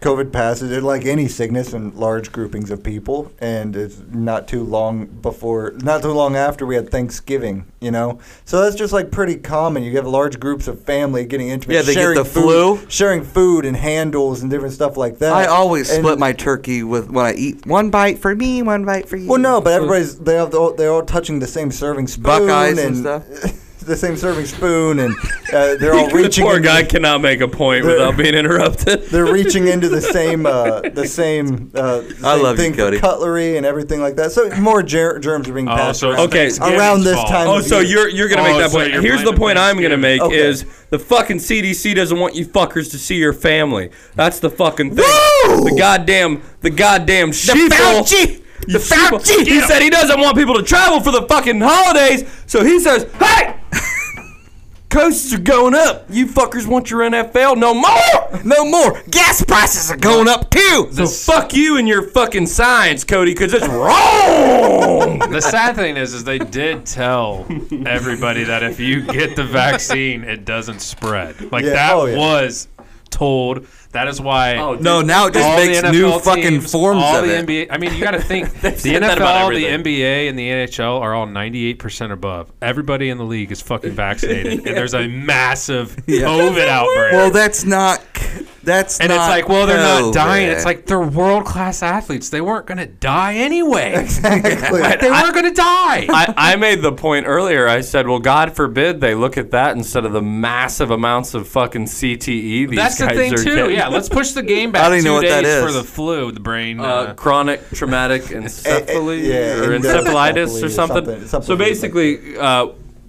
H: COVID passes it like any sickness in large groupings of people, and it's not too long before, not too long after we had Thanksgiving, you know. So that's just like pretty common. You have large groups of family getting intimate,
G: Yeah, they get
H: sharing
G: the
H: food,
G: flu.
H: sharing food and handles and different stuff like that.
G: I always
H: And-
G: split my turkey with when I eat one bite for me, one bite for you.
H: Well, no, but everybody's they have all, they're all touching the same serving spoon
G: Buckeyes and stuff?
H: the same serving spoon, and uh, they're all
E: The
H: reaching.
E: poor
H: in-
E: guy cannot make a point
H: They're-
E: without being interrupted.
H: they're reaching into the same uh, the same, uh, the
G: I
H: same
G: love you,
H: thing
G: Cody.
H: for cutlery and everything like that. So more ger- germs are being
F: Oh,
H: passed.
F: so it's
H: around.
E: Okay.
F: Thanksgiving's
H: Around this
F: fault.
H: time
E: Oh,
H: of
E: so
H: year.
E: you're you're gonna
F: Oh,
E: make that
F: so
E: point.
F: you're
E: Here's the
F: blaming
E: point I'm gonna
F: Thanksgiving.
E: make
H: Okay.
E: is the fucking CDC doesn't want you fuckers to see your family. That's the fucking thing. The goddamn the goddamn sheeple.
I: Fauci!
E: The Fauci. He said he doesn't want people to travel for the fucking holidays, so he says, "Hey, coasts are going up. You fuckers want your NFL no more, no more.
I: Gas prices are going up too.
E: So fuck you and your fucking science, Cody, because it's wrong."
F: The sad thing is, is they did tell everybody that if you get the vaccine, it doesn't spread. Like
H: Yeah,
F: that
H: oh, yeah.
F: was told. That is why.
G: No, now it just
F: all
G: makes
F: the NFL
G: new fucking
F: teams,
G: forms
F: all
G: of
F: the
G: it.
F: NBA, I mean, you got to think the
E: said that about
F: NFL, the
E: everything.
F: NBA, and the NHL are all 98% above. Everybody in the league is fucking vaccinated, and there's a massive COVID outbreak.
G: Well, that's not. That's
F: And it's
G: not
F: like, well, they're not dying.
G: COVID.
F: It's like they're world class athletes. They weren't going to die anyway.
H: Exactly.
F: They weren't going to die.
E: I, I made the point earlier. I said, well, God forbid they look at that instead of the massive amounts of fucking CTE these
F: That's the
E: guys
F: thing
E: are
F: too.
E: getting.
F: Yeah, let's push the game back
G: I don't even
F: two
G: know what
F: days
G: that
F: for
G: is.
F: the flu. The brain. Uh,
E: uh, chronic traumatic encephaly
H: yeah,
E: or encephalitis
H: encephaly
E: or something.
H: or something- something
E: so
H: like
E: basically, uh,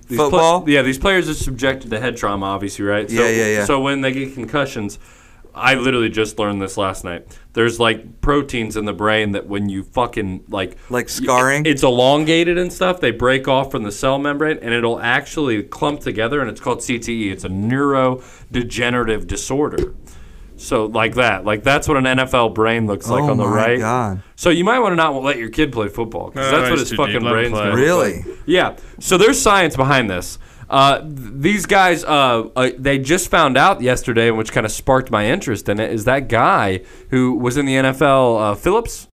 E: these pla-
G: Football?
E: yeah, these players are subjected to head trauma, obviously, right? So,
G: Yeah, yeah, yeah.
E: So when they get concussions, I literally just learned this last night. There's like proteins in the brain that when you fucking like
G: Like scarring?
E: it's elongated and stuff. They break off from the cell membrane and it'll actually clump together, and it's called CTE. It's a neurodegenerative disorder. So like that, like that's what an NFL brain looks like
G: Oh
E: on the
G: my
E: right.
G: God.
E: So you might want to not let your kid play football because
F: No,
E: that's what his
F: it's too
E: fucking
F: deep. Let
E: brain's
F: him play.
E: gonna look
G: Really?
E: like. Yeah. So there's science behind this. Uh, th- these guys, uh, uh, they just found out yesterday, which kind of sparked my interest in it, is that guy who was in the NFL, uh, Phillips.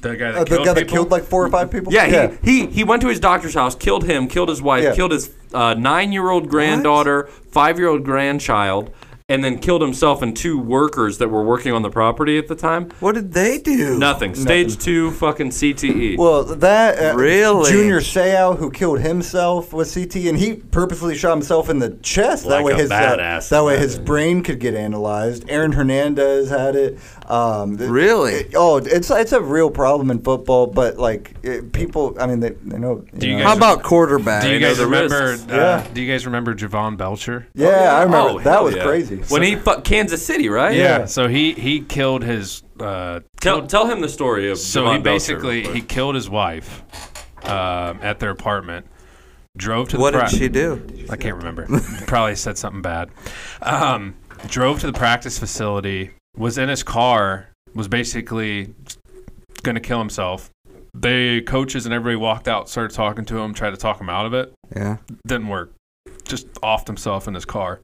F: the guy
H: Uh,
F: that
H: the
F: killed
H: guy that
F: people?
H: killed like four or five people.
E: Yeah, He, he he went to his doctor's house, killed him, killed his wife,
H: Yeah.
E: killed his uh, nine-year-old granddaughter, five-year-old grandchild, and then killed himself and two workers that were working on the property at the time.
G: What did they do?
E: Nothing. Stage two, fucking E. CTE.
H: Well, that uh,
G: Really?
H: Junior Seau who killed himself with CT, and he purposely shot himself in the chest. that
E: Like
H: way
E: a
H: his uh,
E: badass.
H: that way his brain could get analyzed. Aaron Hernandez had it. Um, th-
G: Really?
H: it- oh, it's it's a real problem in football, but like it, people, I mean, they, they know.
F: Do you
H: know.
F: guys-
G: How about quarterback?
F: Do you
E: know
F: guys
E: the
F: remember?
E: risks.
F: Uh, Do you guys remember Javon Belcher?
H: Yeah, I remember
E: Oh,
H: that
E: hell
H: was
E: yeah.
H: crazy.
E: When he fucked Kansas City, right?
F: So he he killed his. Uh,
E: Tell, tell him the story of
F: so
E: Devon
F: he
E: Belcher.
F: basically he killed his wife um, at their apartment. Drove to the
G: What did
F: pra-
G: she do?
F: I can't remember. Probably said something bad. Um, drove to the practice facility. Was in his car. Was basically going to kill himself. The coaches and everybody walked out, started talking to him, tried to talk him out of it.
G: Yeah.
F: Didn't work. Just offed himself in his car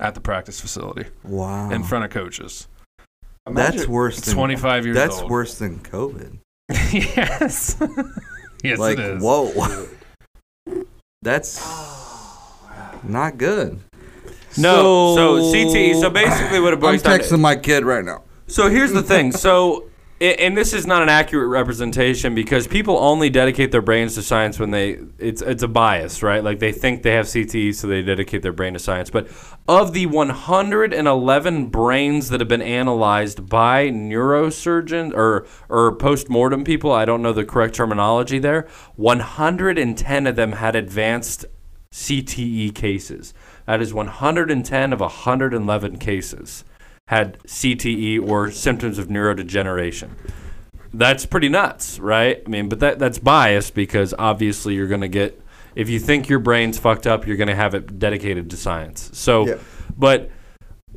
F: at the practice facility
G: Wow.
F: in front of coaches.
G: that's worse than
F: 25 years
G: That's
F: old.
G: worse than COVID.
F: yes. yes,
G: like
F: it is.
G: whoa. that's Oh, not good.
E: No, so CTE. So basically, what it
G: I'm
E: breaks down.
G: texting my kid right now.
E: So here's the thing. So, a- and this is not an accurate representation because people only dedicate their brains to science when they it's it's a bias, right? Like they think they have CTE, so they dedicate their brain to science. But of the 111 brains that have been analyzed by neurosurgeons or or postmortem people, I don't know the correct terminology there. 110 of them had advanced CTE cases. That is 110 of 111 cases had CTE or symptoms of neurodegeneration. That's pretty nuts, right? I mean, but that that's biased because obviously you're going to get if you think your brain's fucked up, you're going to have it dedicated to science. So,
H: Yeah.
E: but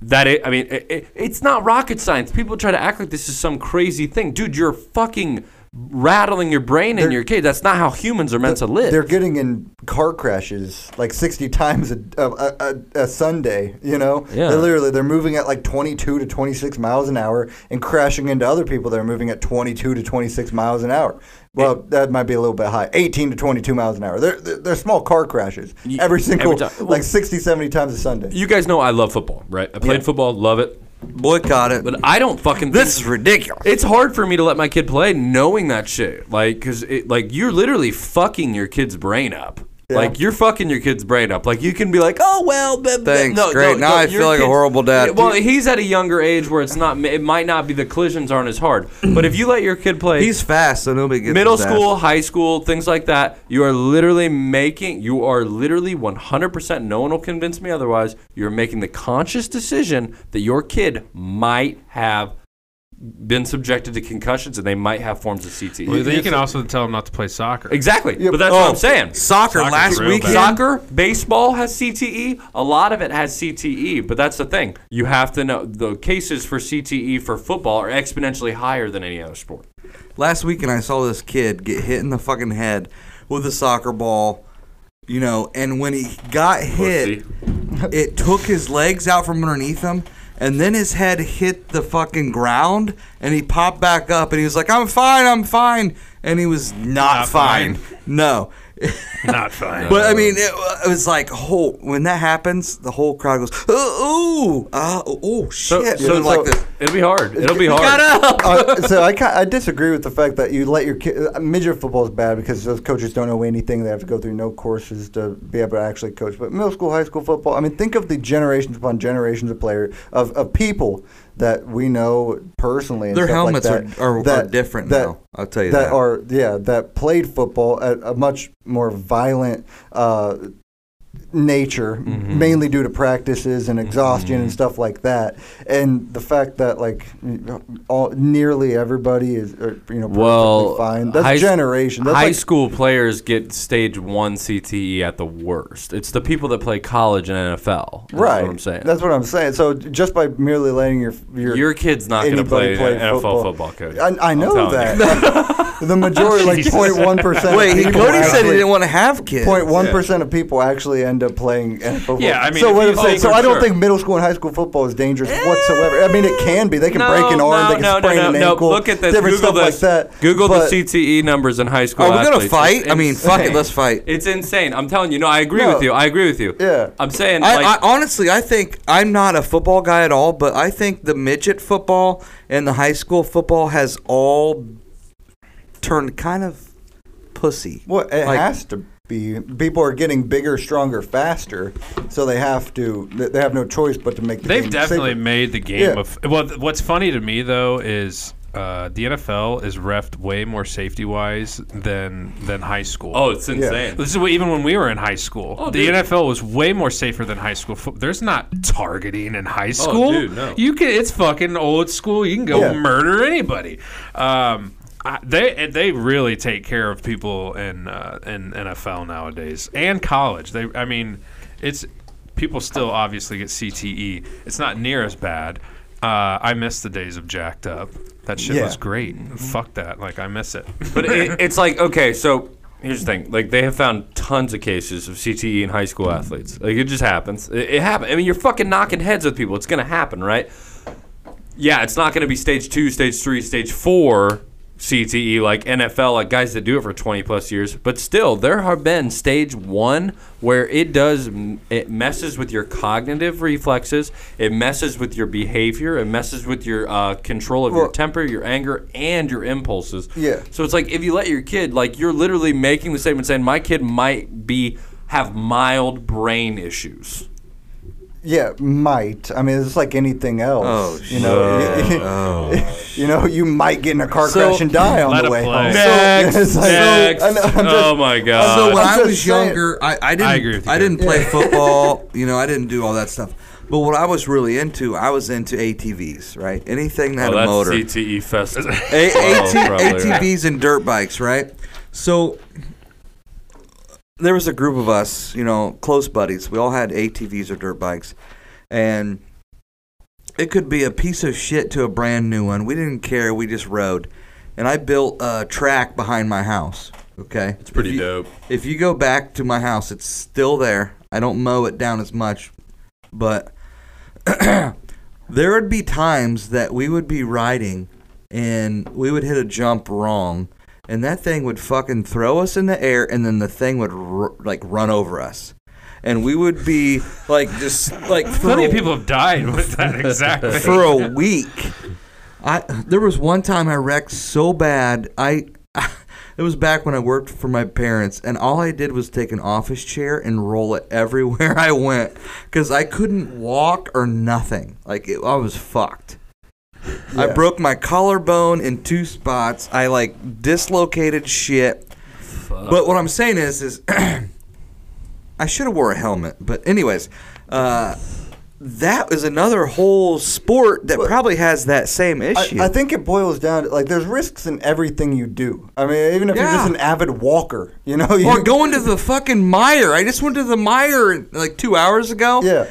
E: that i I mean, i i it's not rocket science. People try to act like this is some crazy thing, dude. You're fucking rattling your brain in your kid. That's not how humans are meant to live.
H: They're getting in car crashes like 60 times a, a, a, a Sunday, you know?
E: Yeah.
H: They're literally, they're moving at like 22 to 26 miles an hour and crashing into other people that are moving at 22 to 26 miles an hour. Well, that might be a little bit high. 18 to 22 miles an hour. They're, they're, they're small car crashes. every single,
E: ti- well-
H: like 60, 70 times a Sunday.
E: you guys know I love football, right? I played football, love it,
G: Boycott it.
E: but I don't fucking.
G: this
E: think-
G: is ridiculous.
E: It's hard for me to let my kid play knowing that shit. Like, cause it, like you're literally fucking your kid's brain up. Like you're fucking your kid's brain up. Like you can be like, oh well, blah, blah,
G: Thanks, great. Now I
E: your
G: feel like a horrible dad.
E: Yeah, Well, he's at a younger age where it's not. It might not be the collisions aren't as hard. But if you let your kid play,
G: He's fast, so nobody gets
E: middle
G: his ass.
E: school, high school, things like that. You are literally making, you are literally 100%, no one will convince me otherwise, you're making the conscious decision that your kid might have been subjected to concussions and they might have forms of CTE.
F: Well, you can also tell him not to play soccer.
E: Exactly. But that's what I'm saying.
G: Soccer
F: Soccer's
G: last
F: oh, real
G: weekend.
F: bad.
E: Soccer, baseball has CTE. A lot of it has CTE, but that's the thing. You have to know the cases for CTE for football are exponentially higher than any other sport.
G: Last weekend, I saw this kid get hit in the fucking head with a soccer ball, you know, and when he got hit, it took his legs out from underneath him, and then his head hit the fucking ground, and he popped back up, and he was like, I'm fine, I'm fine. And he was not,
F: Not
G: fine.
F: fine.
G: No.
F: Not fine.
G: But I mean, it, wa- it was like whole when that happens, the whole crowd goes, "Oh, ooh, ah, oh, oh,
E: So,
G: shit!"
E: so
G: it was like this.
E: it'll be hard. It'll be hard.
G: Got up.
H: uh, so I, ca- I disagree with the fact that you let your kid uh, midget football is bad because those coaches don't know anything. They have to go through no courses to be able to actually coach. But middle school, high school football. I mean, think of the generations upon generations of player of, of people that we know personally. And
G: Their
H: stuff
G: helmets
H: like
G: are-
H: that,
G: are- are
H: that,
G: different now, I'll tell you that.
H: are yeah that played football at a much more violent. Uh, nature,
E: Mm-hmm.
H: mainly due to practices and exhaustion and stuff like that. And the fact that like all, nearly everybody is or, you know perfectly
E: Well,
H: fine. That's
E: high, s-
H: generation. That's
E: high
H: like,
E: school players get stage one CTE at the worst. It's the people that play college and NFL. That's
H: right.
E: What I'm saying.
H: That's what I'm saying. So just by merely letting your your
E: Your kid's not going to
H: anybody
E: play,
H: play
E: NFL
H: football.
E: football, coach.
H: I, I
E: I'm
H: know
E: telling
H: that.
E: you.
H: the majority, like 0.1 percent.
G: Wait, he- Cody said he didn't want to have kids.
H: Point one percent of people actually end up playing NFL.
F: Yeah, I mean,
H: so,
F: if
H: what
F: you
H: I'm saying-
F: think-
H: so I don't
F: sure. Eh,
H: think middle school and high school football is dangerous whatsoever. I mean, it can be. They can break an arm, they can sprain an ankle.
E: Look at this.
H: Different
E: Google
H: stuff
E: this.
H: like that.
E: Google
H: But-
E: the CTE numbers in high school.
G: Are we gonna
E: athletes.
G: fight?
E: It's
G: I mean, fuck it,
E: insane.
G: let's fight.
E: It's insane. I'm telling you. No, I agree
H: No.
E: with you. I agree with you.
H: Yeah.
E: I'm saying.
G: I,
E: like,
G: I honestly, I think I'm not a football guy at all, but I think the midget football and the high school football has all turned kind of pussy.
H: Well, it
G: Like-
H: has to be. People are getting bigger, stronger, faster, so they have to. They they have no choice but to make the
F: They've
H: game
F: definitely
H: safer.
F: made the game
H: Yeah.
F: of. Well, th- what's funny to me though is uh, the NFL is refed way more safety wise than than high school.
E: oh, it's insane.
F: This is what, even when we were in high school. the
E: Oh, dude.
F: NFL was way more safer than high school. fo- There's not targeting in high school.
E: Oh, dude, no.
F: You can. It's fucking old school. You can go
H: Yeah.
F: murder anybody. Um, I, they they really take care of people in uh, in NFL nowadays and college. They. I mean, it's people still obviously get CTE. It's not near as bad. Uh, I miss the days of jacked up. That shit
H: Yeah.
F: was great. Fuck that. Like I miss it.
E: But it, it's like okay, so here's the thing: like they have found tons of cases of CTE in high school athletes. Like it just happens. It, it happens. I mean, you're fucking knocking heads with people. It's gonna happen, right? Yeah, it's not gonna be stage two, stage three, stage four CTE like NFL, like guys that do it for 20 plus years. But still, there have been stage one where it does it messes with your cognitive reflexes, it messes with your behavior, it messes with your uh, control of your
H: Well-
E: temper, your anger, and your impulses.
H: Yeah.
E: So it's like if you let your kid, like you're literally making the statement saying my kid might be have mild brain issues.
H: Yeah, might. I mean, it's like anything else.
G: Oh,
H: you know, you,
E: Oh.
H: you know, you might get in a car crash and die on
F: Let
H: the
F: it
H: way
F: play.
H: home.
E: Next,
H: it's like-
E: next.
H: I know, I'm just-
E: oh my god.
G: So when
H: Uh, I'm
G: I
H: just
G: was
H: saying.
G: younger, I, I didn't I,
F: agree with you,
G: didn't play football. You know, I didn't do all that stuff. But what I was really into, I was into ATVs, right? Anything that had
E: oh,
G: a
E: that's
G: motor.
E: CTE festival.
G: A-
E: Oh,
G: AT-
E: probably, right.
G: ATVs and dirt bikes, right? So there was a group of us, you know, close buddies. We all had ATVs or dirt bikes, and it could be a piece of shit to a brand new one. We didn't care. We just rode, and I built a track behind my house. Okay, it's
E: pretty dope.
G: If you go back to my house, it's still there. I don't mow it down as much, but there would be times that we would be riding and we would hit a jump wrong and that thing would fucking throw us in the air and then the thing would r- like run over us and we would be like just like for
F: Plenty
G: a,
F: of people have died with that exact thing.
G: for a week i there was one time i wrecked so bad i it was back when i worked for my parents and all i did was take an office chair and roll it everywhere i went because i couldn't walk or nothing like it, i was fucked I broke my collarbone in two spots. I like dislocated shit. But what I'm saying is, is I should have wore a helmet. But anyways, uh, that is another whole sport that probably has that same issue.
H: I, I think it boils down to like there's risks in everything you do. I mean, even if you're
G: Yeah.
H: just an avid walker, you know, you,
G: or going to the fucking mire. I just went to the mire like two hours ago.
H: yeah.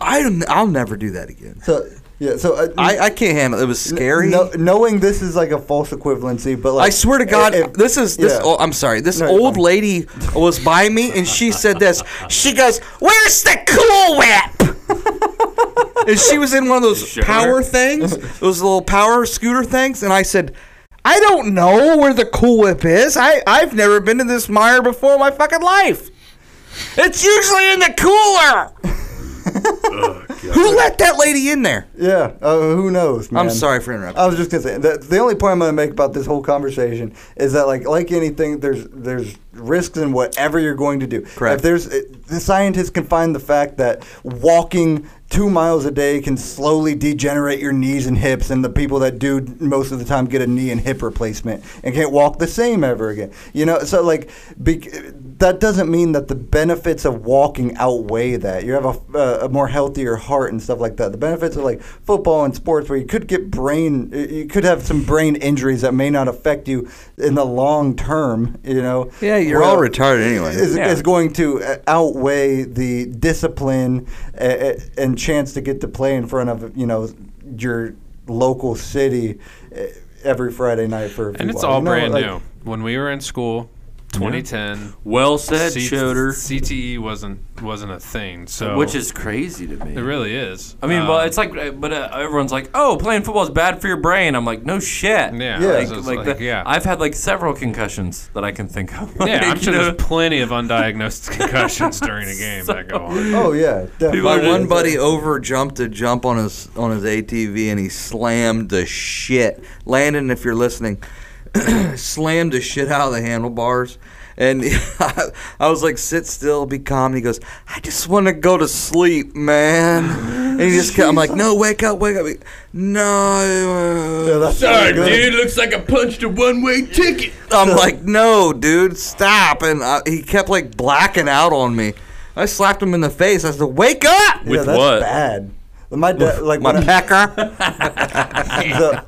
G: I don't, I'll never do that again.
H: So yeah, so uh,
G: I, I can't handle it. It was scary.
H: Kno- knowing this is like a false equivalency, but like
G: I swear to God,
H: it- it-
G: this is this.
H: yeah.
G: Oh, I'm sorry. This
H: No, you're
G: old
H: fine.
G: lady was by me, and she said this. She goes, "Where's the Cool Whip?" and she was in one of those power things, those little power scooter things, and I said.
J: I don't know where the Cool Whip is. I, I've never been to this mire before in my fucking life. It's usually in the cooler. Who let that lady in there?
H: Yeah, uh, who knows? Man.
J: I'm sorry for interrupting.
H: I was just gonna say the, the only point I'm gonna make about this whole conversation is that like like anything, there's there's risks in whatever you're going to do.
G: Correct.
H: If there's it, the scientists can find the fact that walking two miles a day can slowly degenerate your knees and hips, and the people that do most of the time get a knee and hip replacement and can't walk the same ever again. You know, so like bec- that doesn't mean that the benefits of walking outweigh that. You have a, uh, a more healthier heart and stuff like that. The benefits of like football and sports, where you could get brain, you could have some brain injuries that may not affect you in the long term. You know,
G: Yeah, you're all retarded anyway.
H: Is,
G: Yeah.
H: is going to uh, outweigh the discipline uh, uh, and chance to get to play in front of you know your local city uh, every Friday night for. a few
F: And it's
H: hours.
F: all
H: You know,
F: brand
H: like-
F: new. When we were in school, 2010.
K: Well said, Schroeder.
F: CTE E wasn't wasn't a thing. So
K: Which is crazy to me.
F: It really is.
K: I mean,
F: Um,
K: well, it's like, uh, but uh, everyone's like, "Oh, playing football is bad for your brain." I'm like, "No shit."
F: Yeah,
K: Like,
F: so it's
K: like
F: like,
K: the-
F: yeah.
K: I've had like several concussions that I can think of.
F: yeah, I'm
K: Like,
F: sure
K: you know,
F: there's plenty of undiagnosed concussions during a game that go on.
H: Oh yeah, definitely.
G: My one buddy over jumped a jump on his on his ATV and he slammed the shit. Landon, if you're listening, slammed the shit out of the handlebars. And I, was like, sit still, be calm. And he goes, I just want to go to sleep, man. And he just, kept, I'm like, no, wake up, wake up. He- No.
H: Yeah, that's Sorry, good. dude,
G: Looks like I punched a one way ticket. I'm like, no, dude, stop. And I, he kept like blacking out on me. I slapped him in the face. I said, wake up.
H: yeah, that's bad. My dad, like
G: My
H: when I-
G: pecker.
H: the,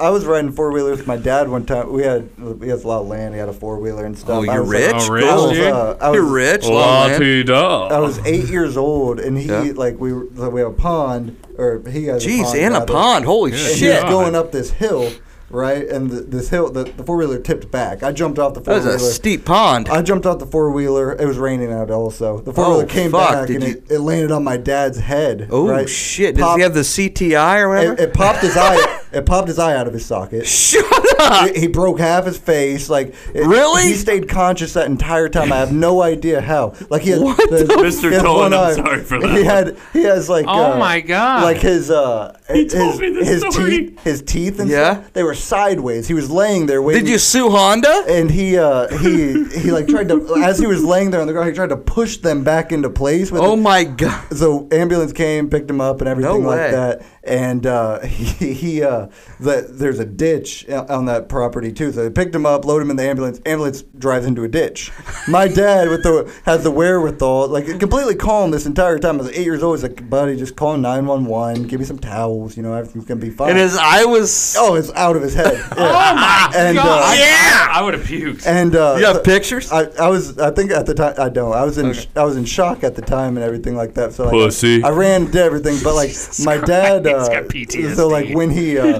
H: I, I was riding four wheeler with my dad one time. We had we had a lot of land. He had a four wheeler and stuff.
G: Oh,
H: I
G: you're
H: was like-
G: rich?
F: oh, really,
H: I was,
F: dude?
H: uh, I
G: You're
H: was-
G: rich. lot of land.
H: I was eight years old, and he
G: Yeah.
H: like we were- like, we have a pond, or he has. a
G: Jeez,
H: pond,
G: and a
H: rather.
G: pond. Holy
H: And he was
G: shit.
H: going up this hill, right? And the, this hill, the, the four wheeler tipped back. I jumped off the
G: That
H: four
G: was
H: wheeler.
G: a steep pond.
H: I jumped off the four wheeler. It was raining out also. The four wheeler came
G: Oh, fuck,
H: back
G: did
H: and
G: you-
H: it, it landed on my dad's head.
G: Oh
H: right?
G: shit! Does
H: Popped-
G: he have the CTI or whatever?
H: it, it popped his eye. It popped his eye out of his socket.
G: Shut up!
H: He- he broke half his face. Like it-
G: Really?
H: he stayed conscious that entire time. I have no idea how. Like he had
G: What
H: the-
G: the-
H: he
K: Mr.
H: has
K: Dolan,
H: one
K: I'm
H: eye.
K: sorry for that.
H: He had he has like
F: Oh
H: uh,
F: my God.
H: like his uh his
K: told me this
H: his
K: story.
H: teeth his teeth and
G: Yeah?
H: stuff, they were sideways. He was laying there waiting.
G: Did you sue Honda?
H: And he uh he he like tried to as he was laying there on the ground he tried to push them back into place. With
G: Oh my god!
H: so ambulance came, picked him up, and everything
G: No way.
H: like that. And uh, he, he uh, the, there's a ditch o- on that property too. So they picked him up, load him in the ambulance. Ambulance drives into a ditch. My dad with the has the wherewithal, like completely calm this entire time. I was eight years old. He's like, buddy, just call nine one one. Give me some towels. You know, everything's gonna be fine.
G: And his eye was.
H: oh, it's out of his head. oh my and,
F: God.
H: Uh,
F: Yeah, I would have puked.
H: and uh,
G: you have
H: so-
G: pictures?
H: I, I was I think at the time I don't I was in sh- I was in shock at the time and everything like that. So like
K: Pussy.
H: I, ran to everything, but like my dad. Uh,
F: Christ, got PTSD.
H: So like when he uh,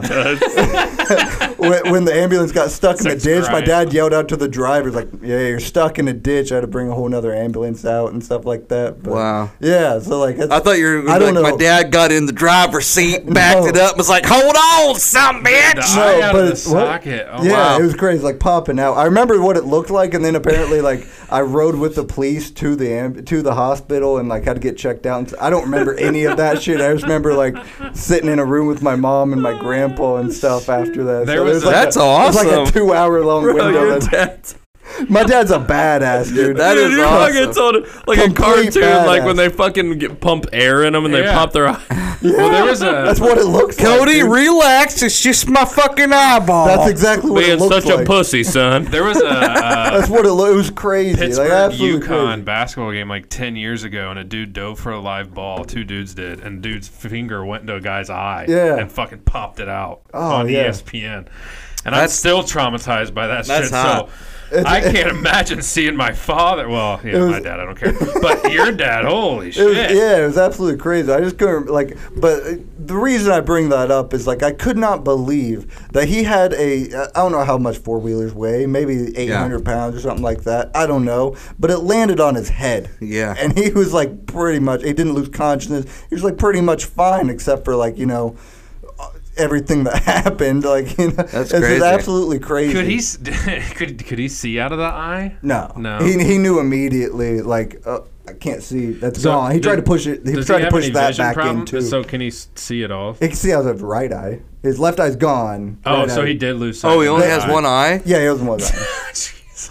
H: when, when the ambulance got stuck in the
F: Sex
H: ditch, my
F: crime.
H: dad yelled out to the driver like, "Yeah, you're stuck in a ditch. I had to bring a whole nother ambulance out and stuff like that." But,
G: Wow.
H: Yeah. So like that's,
G: I thought you were gonna
H: I
G: be
H: don't
G: like, my
H: know.
G: dad got in the driver's seat, backed
H: No.
G: it up, and was like, "Hold on, some
F: The
G: bitch."
F: eye
H: No,
F: out
H: but
F: of the
H: it's- what?
F: socket. Oh,
H: yeah,
F: wow.
H: it was crazy, like popping out. I remember what it looked like, and then apparently, like I rode with the police to the amb- to the hospital, and like had to get checked out. And s- I don't remember any of that shit. I just remember like sitting in a room with my mom and my grandpa and stuff after that.
F: There was
H: there's,
F: a-
H: like
G: That's
H: a, there's, like
G: awesome.
H: a two hour long window. that- my dad's a badass dude.
G: That
K: Dude,
G: is
K: you're
G: awesome.
K: fucking told like a
H: Complete
K: cartoon, like when
H: badass.
K: they fucking get, pump air in them and they
F: Yeah.
K: pop their eye.
F: Well, there was a
H: That's what it looks
J: Cody,
H: like. dude.
J: relax. It's just my fucking eyeball.
H: That's exactly what
K: Being
H: it looked
K: such
H: like.
K: a pussy, son.
F: there was a uh,
H: That's what it looked. It was crazy.
F: Pittsburgh
H: like absolutely
F: Yukon
H: crazy.
F: basketball game like ten years ago, and a dude dove for a live ball. Two dudes did, and dude's finger went into a guy's eye,
H: Yeah.
F: and fucking popped it out
H: Oh,
F: on E
H: yeah.
F: ESPN. And I'm
G: That's-
F: still traumatized by that
G: That's
F: shit.
G: hot.
F: So I can't imagine seeing my father. Well, yeah, my
H: was-
F: dad, I don't care, but your dad, holy
H: It
F: shit!
H: was, yeah, it was absolutely crazy. I just couldn't like, but uh, the reason I bring that up is like I could not believe that he had a. I don't know how much four wheelers weigh, maybe eight hundred pounds or something like that. I don't know, but it landed on his head.
G: Yeah.
H: and he was like pretty much. He didn't lose consciousness. He was like pretty much fine, except for like you know. uh, everything that happened. Like you know,
G: that's
H: this is
G: crazy.
H: absolutely crazy.
F: Could he s- could could he see out of the eye?
H: No,
F: No.
H: He, he knew immediately. Like uh, I can't see. That's
F: So,
H: gone. He tried to
F: did-
H: push it. He
F: does
H: tried to
F: have
H: push
F: any
H: that
F: vision
H: back
F: problem?
H: into.
F: So can he s- see at all?
H: he could see out of his right eye. His left eye's gone.
F: Oh,
H: Right
F: so
H: eye-
F: he did lose. sight
G: Oh, he
F: of
G: only
F: that
G: has one eye.
H: Yeah, he was one eye.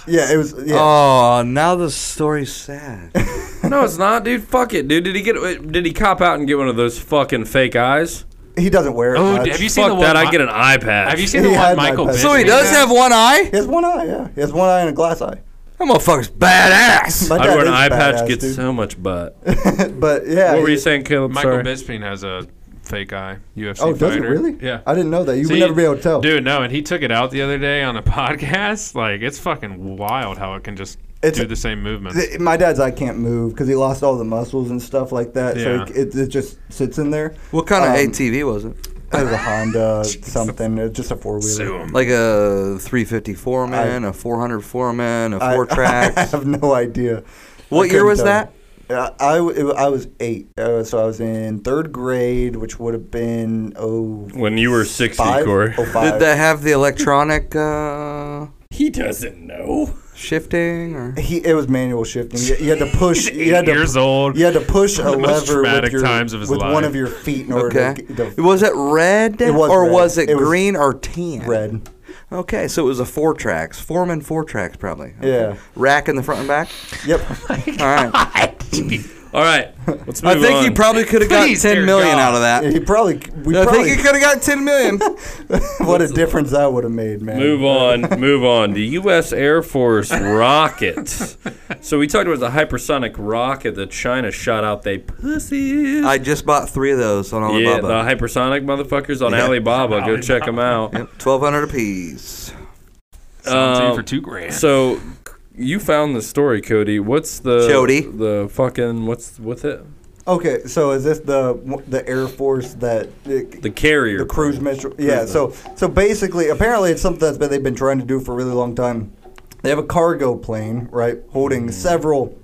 H: yeah, it was. Yeah.
G: Oh, now the story's sad.
K: No, it's not, dude. Fuck it, dude. Did he get? Did he cop out and get one of those fucking fake eyes?
H: He doesn't wear it.
F: Oh,
H: much.
F: have you seen
K: Fuck
F: the one?
K: that. I
F: Mi-
K: get an eye patch.
F: Have you seen
H: He
F: the one
H: had my
F: Michael?
H: best
F: Bisping
G: so he does
F: had?
G: have one eye.
H: He has one eye. Yeah, he has one eye and a glass eye.
G: That motherfucker's badass.
H: My
K: I'd
H: dad
K: wear an
H: is
K: eye patch.
H: badass,
K: Gets
H: dude.
K: so much butt.
H: but yeah.
K: what were
H: he-
K: you saying, Caleb?
F: Michael
K: Sorry.
F: Bisping has a fake eye. UFC
H: Oh, does it
F: fighter.
H: really?
F: Yeah.
H: I didn't know that. You
F: So
H: would never be able to tell.
F: Dude, no, and he took it out the other day on a podcast. Like, it's fucking wild how it can just
H: It's-
F: do the same movement.
H: Th- My dad's eye can't move because he lost all the muscles and stuff like that.
F: Yeah.
H: So it, it, it just sits in there.
G: What kind
H: Um,
G: of ATV was it?
H: It was a Honda something. It was just a four wheeler.
G: Like a 350 Foreman, a 400 Foreman, a four
H: I
G: track.
H: have no idea.
G: What
H: I
G: year
H: couldn't
G: was
H: tell you.
G: that?
H: Uh, I, w- it wa- I was eight, uh, so I was in third grade, which would have been oh
K: When you were 60,
H: five,
K: Corey.
H: oh five.
G: Did that have the electronic uh,
K: He doesn't know.
G: shifting or?
H: He, it was manual shifting. You, you had to push. you had to,
F: years old.
H: You had to push a
F: One of the most
H: lever
F: traumatic
H: with, your,
F: times of his
H: with
F: life.
H: one of your feet in order
G: Okay.
H: to, get- to
G: Was it red
H: It was
G: or
H: red.
G: was it,
H: It was
G: green or tan?
H: red.
G: Okay, so it was a four tracks, Foreman four tracks probably. Okay.
H: Yeah.
G: Rack in the front and back.
H: Yep.
G: All right.
K: All right, let's move
G: I think
K: on.
G: you probably could have got
F: Please,
G: 10
F: dear
G: million
F: God.
G: out of that.
H: He probably. We
G: I
H: probably
G: think you could have got 10 million.
H: what a difference that would have made, man.
K: Move on, move on. The U.S. Air Force rocket. so we talked about the hypersonic rocket that China shot out. They pussies.
G: I just bought three of those on
K: yeah,
G: Alibaba.
K: the hypersonic motherfuckers on Alibaba. Go check them out.
G: Yep, 1200 apiece.
F: Seventeen
K: Um,
F: for two grand.
K: So you found the story, Cody. What's the
G: Jody.
K: The fucking what's with it?
H: Okay, so is this the the Air Force that
K: The carrier.
H: the cruise missile? Yeah. So so basically, apparently, it's something that's been, they've been trying to do for a really long time. They have a cargo plane, right, holding
K: Mm.
H: several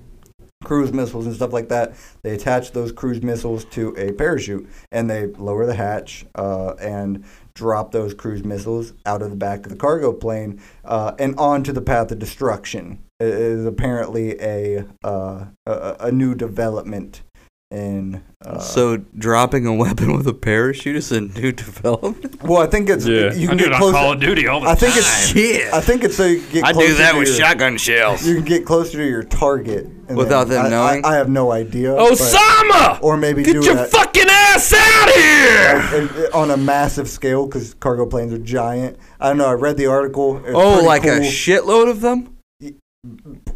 H: cruise missiles and stuff like that. They attach those cruise missiles to a parachute, and they lower the hatch uh, and drop those cruise missiles out of the back of the cargo plane uh, and onto the path of destruction. It is apparently a uh, a, a new development in. Uh,
G: so dropping a weapon with a parachute is a new development.
H: well, I think it's
K: Yeah.
H: you
F: I
H: can
F: do
H: get
F: it on
H: closer.
F: Call of Duty all the
H: I
F: time.
H: think it's I think it's so you can get.
G: I do
H: closer
G: that
H: to
G: with
H: your-
G: shotgun shells.
H: You can get closer to your target and
G: Without
H: then-
G: them
H: I-
G: knowing?
H: I, I have no idea. but-
K: Osama,
H: or maybe
K: get
H: do
K: your
H: that-
K: fucking ass out here!
H: and- and uh, on a massive scale because cargo planes are giant. I don't know. I read the article. It's
G: Oh,
H: pretty
G: like a
H: cool.
G: shitload of them,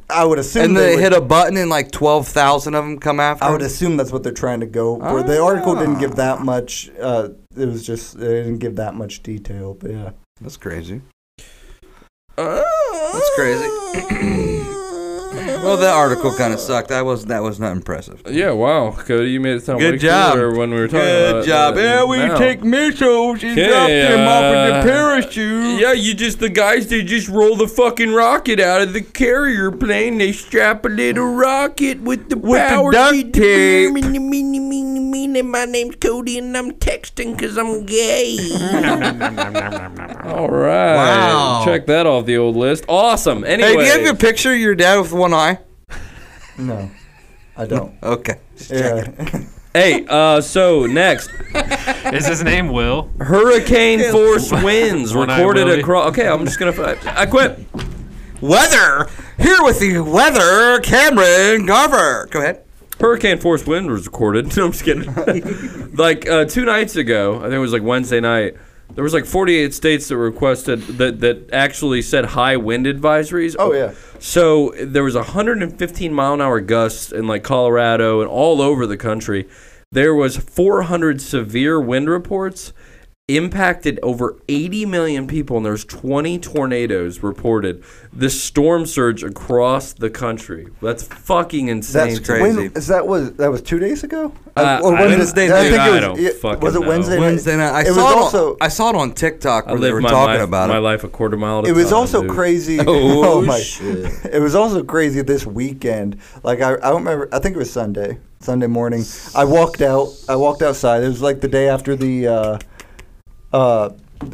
H: I would assume
G: and
H: they
G: they
H: would-
G: hit a button, and like twelve thousand of them come after.
H: I would
G: them?
H: assume that's what they're trying to go for. The
G: Ah.
H: article didn't give that much. Uh, it was just they didn't give that much detail. But yeah,
G: That's crazy.
K: Uh,
G: That's crazy. well, that article kind of sucked. That was that was not impressive.
K: Yeah, wow, Cody, you made it sound
G: Good
K: way
G: job.
K: cooler when we were talking about
G: Good
K: it
G: job.
K: than
G: Yeah, we
K: now.
G: take missiles and
K: Okay,
G: drop them off in the
K: uh,
G: parachute.
K: Yeah, you just the guys they just roll the fucking rocket out of the carrier plane. They strap a little rocket with the
G: the
K: power
G: duct
K: to the
G: tape.
K: beam, and the meeny, meeny, meeny, and My name's Cody, and I'm texting because I'm gay. All right,
G: Wow.
K: check that off the old list. Awesome. Anyway,
G: Hey, do you have your picture of your dad with one eye?
H: no, I don't.
G: Okay. Just checking.
H: yeah,
K: Hey, uh, so next,
F: Is his name Will?
K: hurricane force winds
F: One eye,
K: recorded
F: Willie.
K: across. Okay, I'm just gonna. I quit.
G: Weather here with the weather, Cameron Garver. Go ahead.
K: Hurricane force wind was recorded. No, I'm just kidding. like uh, two nights ago, I think it was like Wednesday night. There was like 48 states that requested that that actually said high wind advisories.
H: Oh, yeah.
K: So there was 115 mile an hour gusts in like Colorado and all over the country. There was 400 severe wind reports impacted over 80 million people and there's 20 tornadoes reported this storm surge across the country that's fucking insane
H: that's
K: to me.
H: crazy. When, is that was that was two days ago?
K: Uh, I don't-
G: Wednesday
H: I
G: night.
H: think it
K: I
H: was,
K: don't
H: yeah,
K: fucking
H: was it
K: know.
H: Wednesday night?
G: Wednesday night. I
H: it was
G: saw it.
H: also
G: on, I saw it on
K: I
G: TikTok where they
K: live
G: were
K: my
G: talking
K: life,
G: about
K: my
G: it.
K: life a quarter mile at a
H: It was
K: time,
H: also
K: dude.
H: crazy.
G: Oh, shit.
H: It was also crazy this weekend. Like I, I don't remember. I think it was Sunday. Sunday morning. I walked out. I walked outside. It was like the day after the. Uh, Uh,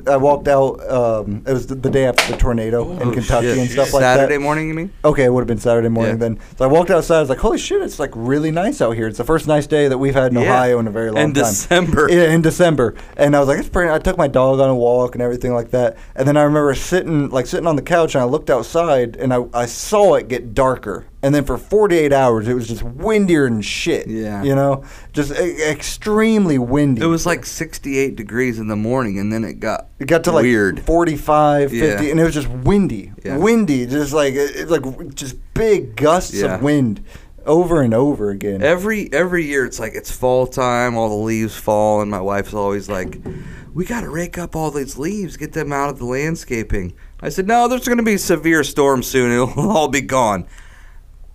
H: I walked out. Um, it was the, the day after the tornado in Kentucky
G: Oh, shit.
H: and stuff like that.
G: Saturday morning, you mean?
H: Okay, it would have been Saturday morning
G: Yeah.
H: then. So I walked outside. I was like, "Holy shit! It's like really nice out here. It's the first nice day that we've had in
G: Yeah.
H: Ohio in a very long
G: In
H: time."
G: December.
H: Yeah, in December. And I was like, "It's pretty." I took my dog on a walk and everything like that. And then I remember sitting, like sitting on the couch, and I looked outside, and I, I saw it get darker. And then for 48 hours, it was just windier and shit.
G: Yeah.
H: You know, just e- extremely windy.
G: It was like 68 degrees in the morning, and then it got
H: It got to like
G: weird.
H: 45,
G: Yeah.
H: 50, and it was just windy,
G: Yeah.
H: windy, just like it, it- like just big gusts
G: Yeah.
H: of wind over and over again.
G: Every every year, it's like it's fall time. All the leaves fall, and my wife's always like, "We got to rake up all these leaves, get them out of the landscaping." I said, "No, there's going to be a severe storm soon. It'll all be gone."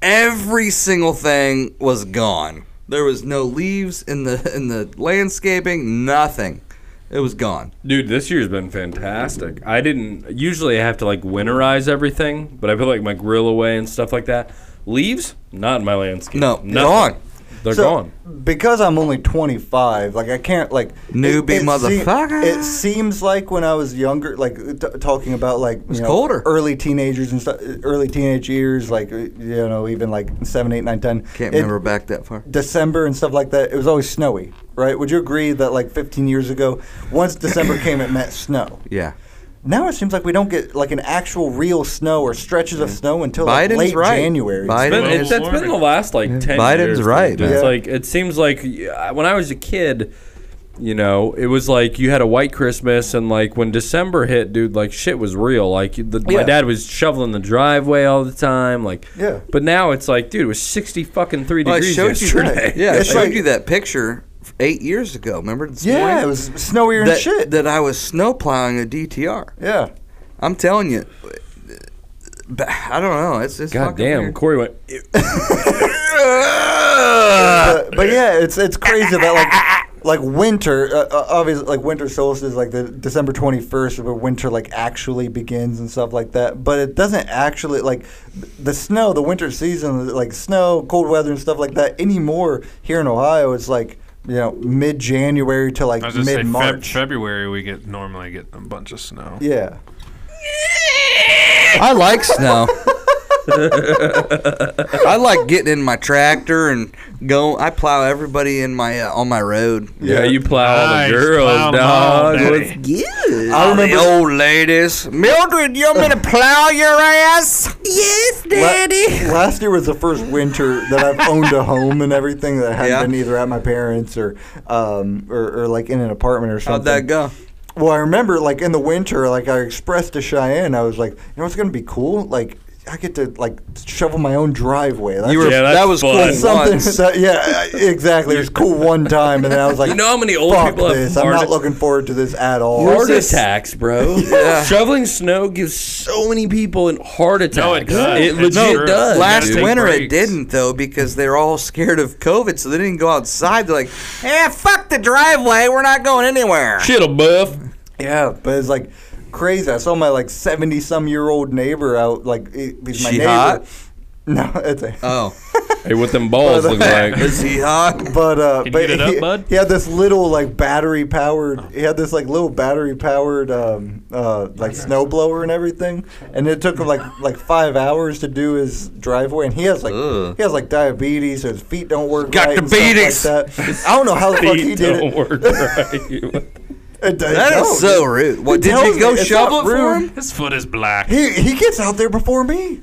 G: Every single thing was gone. There was no leaves in the in the landscaping. Nothing. It was gone.
E: Dude, this year's been fantastic. I didn't usually I have to like winterize everything, but I put like my grill away and stuff like that. Leaves, not in my landscape.
G: No,
E: Nothing.
G: gone.
E: They're
H: So,
E: gone.
H: Because I'm only 25, like I can't like
G: Newbie
H: se-
G: motherfucker.
H: it seems like when I was younger, like t- talking about like you know,
G: colder.
H: early teenagers and stuff, early teenage years, like uh, you know, even like seven, eight, nine, ten.
G: Can't
H: It-
G: remember back that far.
H: December and stuff like that, it was always snowy, right? Would you agree that like 15 years ago, once December came, it meant snow?
G: Yeah.
H: Now it seems like we don't get like an actual real snow or stretches of snow until like,
G: Biden's
H: late
G: right.
H: January.
G: Biden-
E: Been-
G: Well,
E: it, that's been the last like ten.
G: Biden's
E: years,
G: right,
E: dude. It's
H: man.
E: like it seems like uh, when I was a kid, you know, it was like you had a white Christmas, and like when December hit, dude, like shit was real. Like the, my
H: Yeah.
E: dad was shoveling the driveway all the time. Like
H: Yeah.
E: But now it's like, dude, it was sixty fucking three
G: Well, I
E: degrees
G: showed you
E: yesterday.
G: that. Yeah, I
H: It's
G: showed
H: like-
G: you that picture eight years ago. Remember? This
H: Yeah,
G: morning?
H: it was snowier and
G: that,
H: shit.
G: that I was snowplowing a DTR.
H: yeah.
G: I'm telling you, but I don't know. It's, it's
E: God
G: fucking
E: damn,
G: weird.
E: Corey went.
G: Uh.
H: but, but yeah, it's it's crazy that like like winter, uh, uh, obviously like winter solstice, like the December twenty first, where winter like actually begins and stuff like that. But it doesn't actually like th- the snow, the winter season, like snow, cold weather, and stuff like that anymore here in Ohio. It's like you know mid January to like
F: I was just
H: mid
F: saying, Feb-
H: March.
F: February we get normally get a bunch of snow.
H: yeah.
G: I like snow. I like getting in my tractor and go. I plow everybody in my uh, on my road.
E: Yeah, you plow all
F: Nice,
E: the girls,
F: plow 'em all,
E: dog.
F: daddy.
E: What's-
G: Yeah, I
H: remember-
G: the old ladies. Mildred, you want me to plow your ass? Yes,
H: La- last year was the first winter that I've owned a home and everything that I hadn't
G: Yeah.
H: been either at my parents or, um, or or like in an apartment or
G: How'd
H: something.
G: that go?
H: Well, I remember like in the winter, like I expressed to Cheyenne, I was like, you know what's gonna be cool? Like I get to like shovel my own driveway. That's
G: You were
E: Yeah, that's
G: that was
E: fun.
G: cool.
H: something.
G: once.
H: that- yeah, I- exactly. It was cool one time, and then I was like,
E: You know how many old
H: fuck
E: people have
H: this. I'm not
E: heart-
H: looking forward to this at all.
E: Heart attacks, bro.
G: Yeah.
E: Shoveling snow gives so many people an heart attack.
F: No, it does.
E: It
F: It's
E: legit
F: true.
E: does.
F: You
G: Last
F: gotta take
G: winter it
F: breaks.
G: didn't though because they're all scared of COVID, so they didn't go outside. They're like, "Eh, fuck the driveway. We're not going anywhere."
E: Shit'll buff.
H: Yeah, but it's like crazy. I saw my like seventy some year old neighbor out like he- he's my
G: She
H: neighbor.
G: hot?
H: No, it's a,
G: Oh,
E: Hey, what them balls look like?
G: is he hot?
H: but uh,
F: Can you
H: but
F: get it up,
H: he,
F: bud? Oh.
H: he had this little like battery powered. He had this like little battery powered um, uh, like snowblower and everything, and it took him like like five hours to do his driveway. And he has like
G: Ugh.
H: he has like diabetes, so his feet don't work
G: Got
H: right. and
G: diabetes.
H: stuff like that. I don't know how the fuck he
E: Feet
H: did
E: don't
H: it.
E: work right.
H: It- it
G: That is
H: don't.
G: so rude. What did
H: He tells
G: you go
H: me it's
G: shovel it
H: not
G: for
H: rude.
G: him?
F: His foot is black.
H: He he gets out there before me.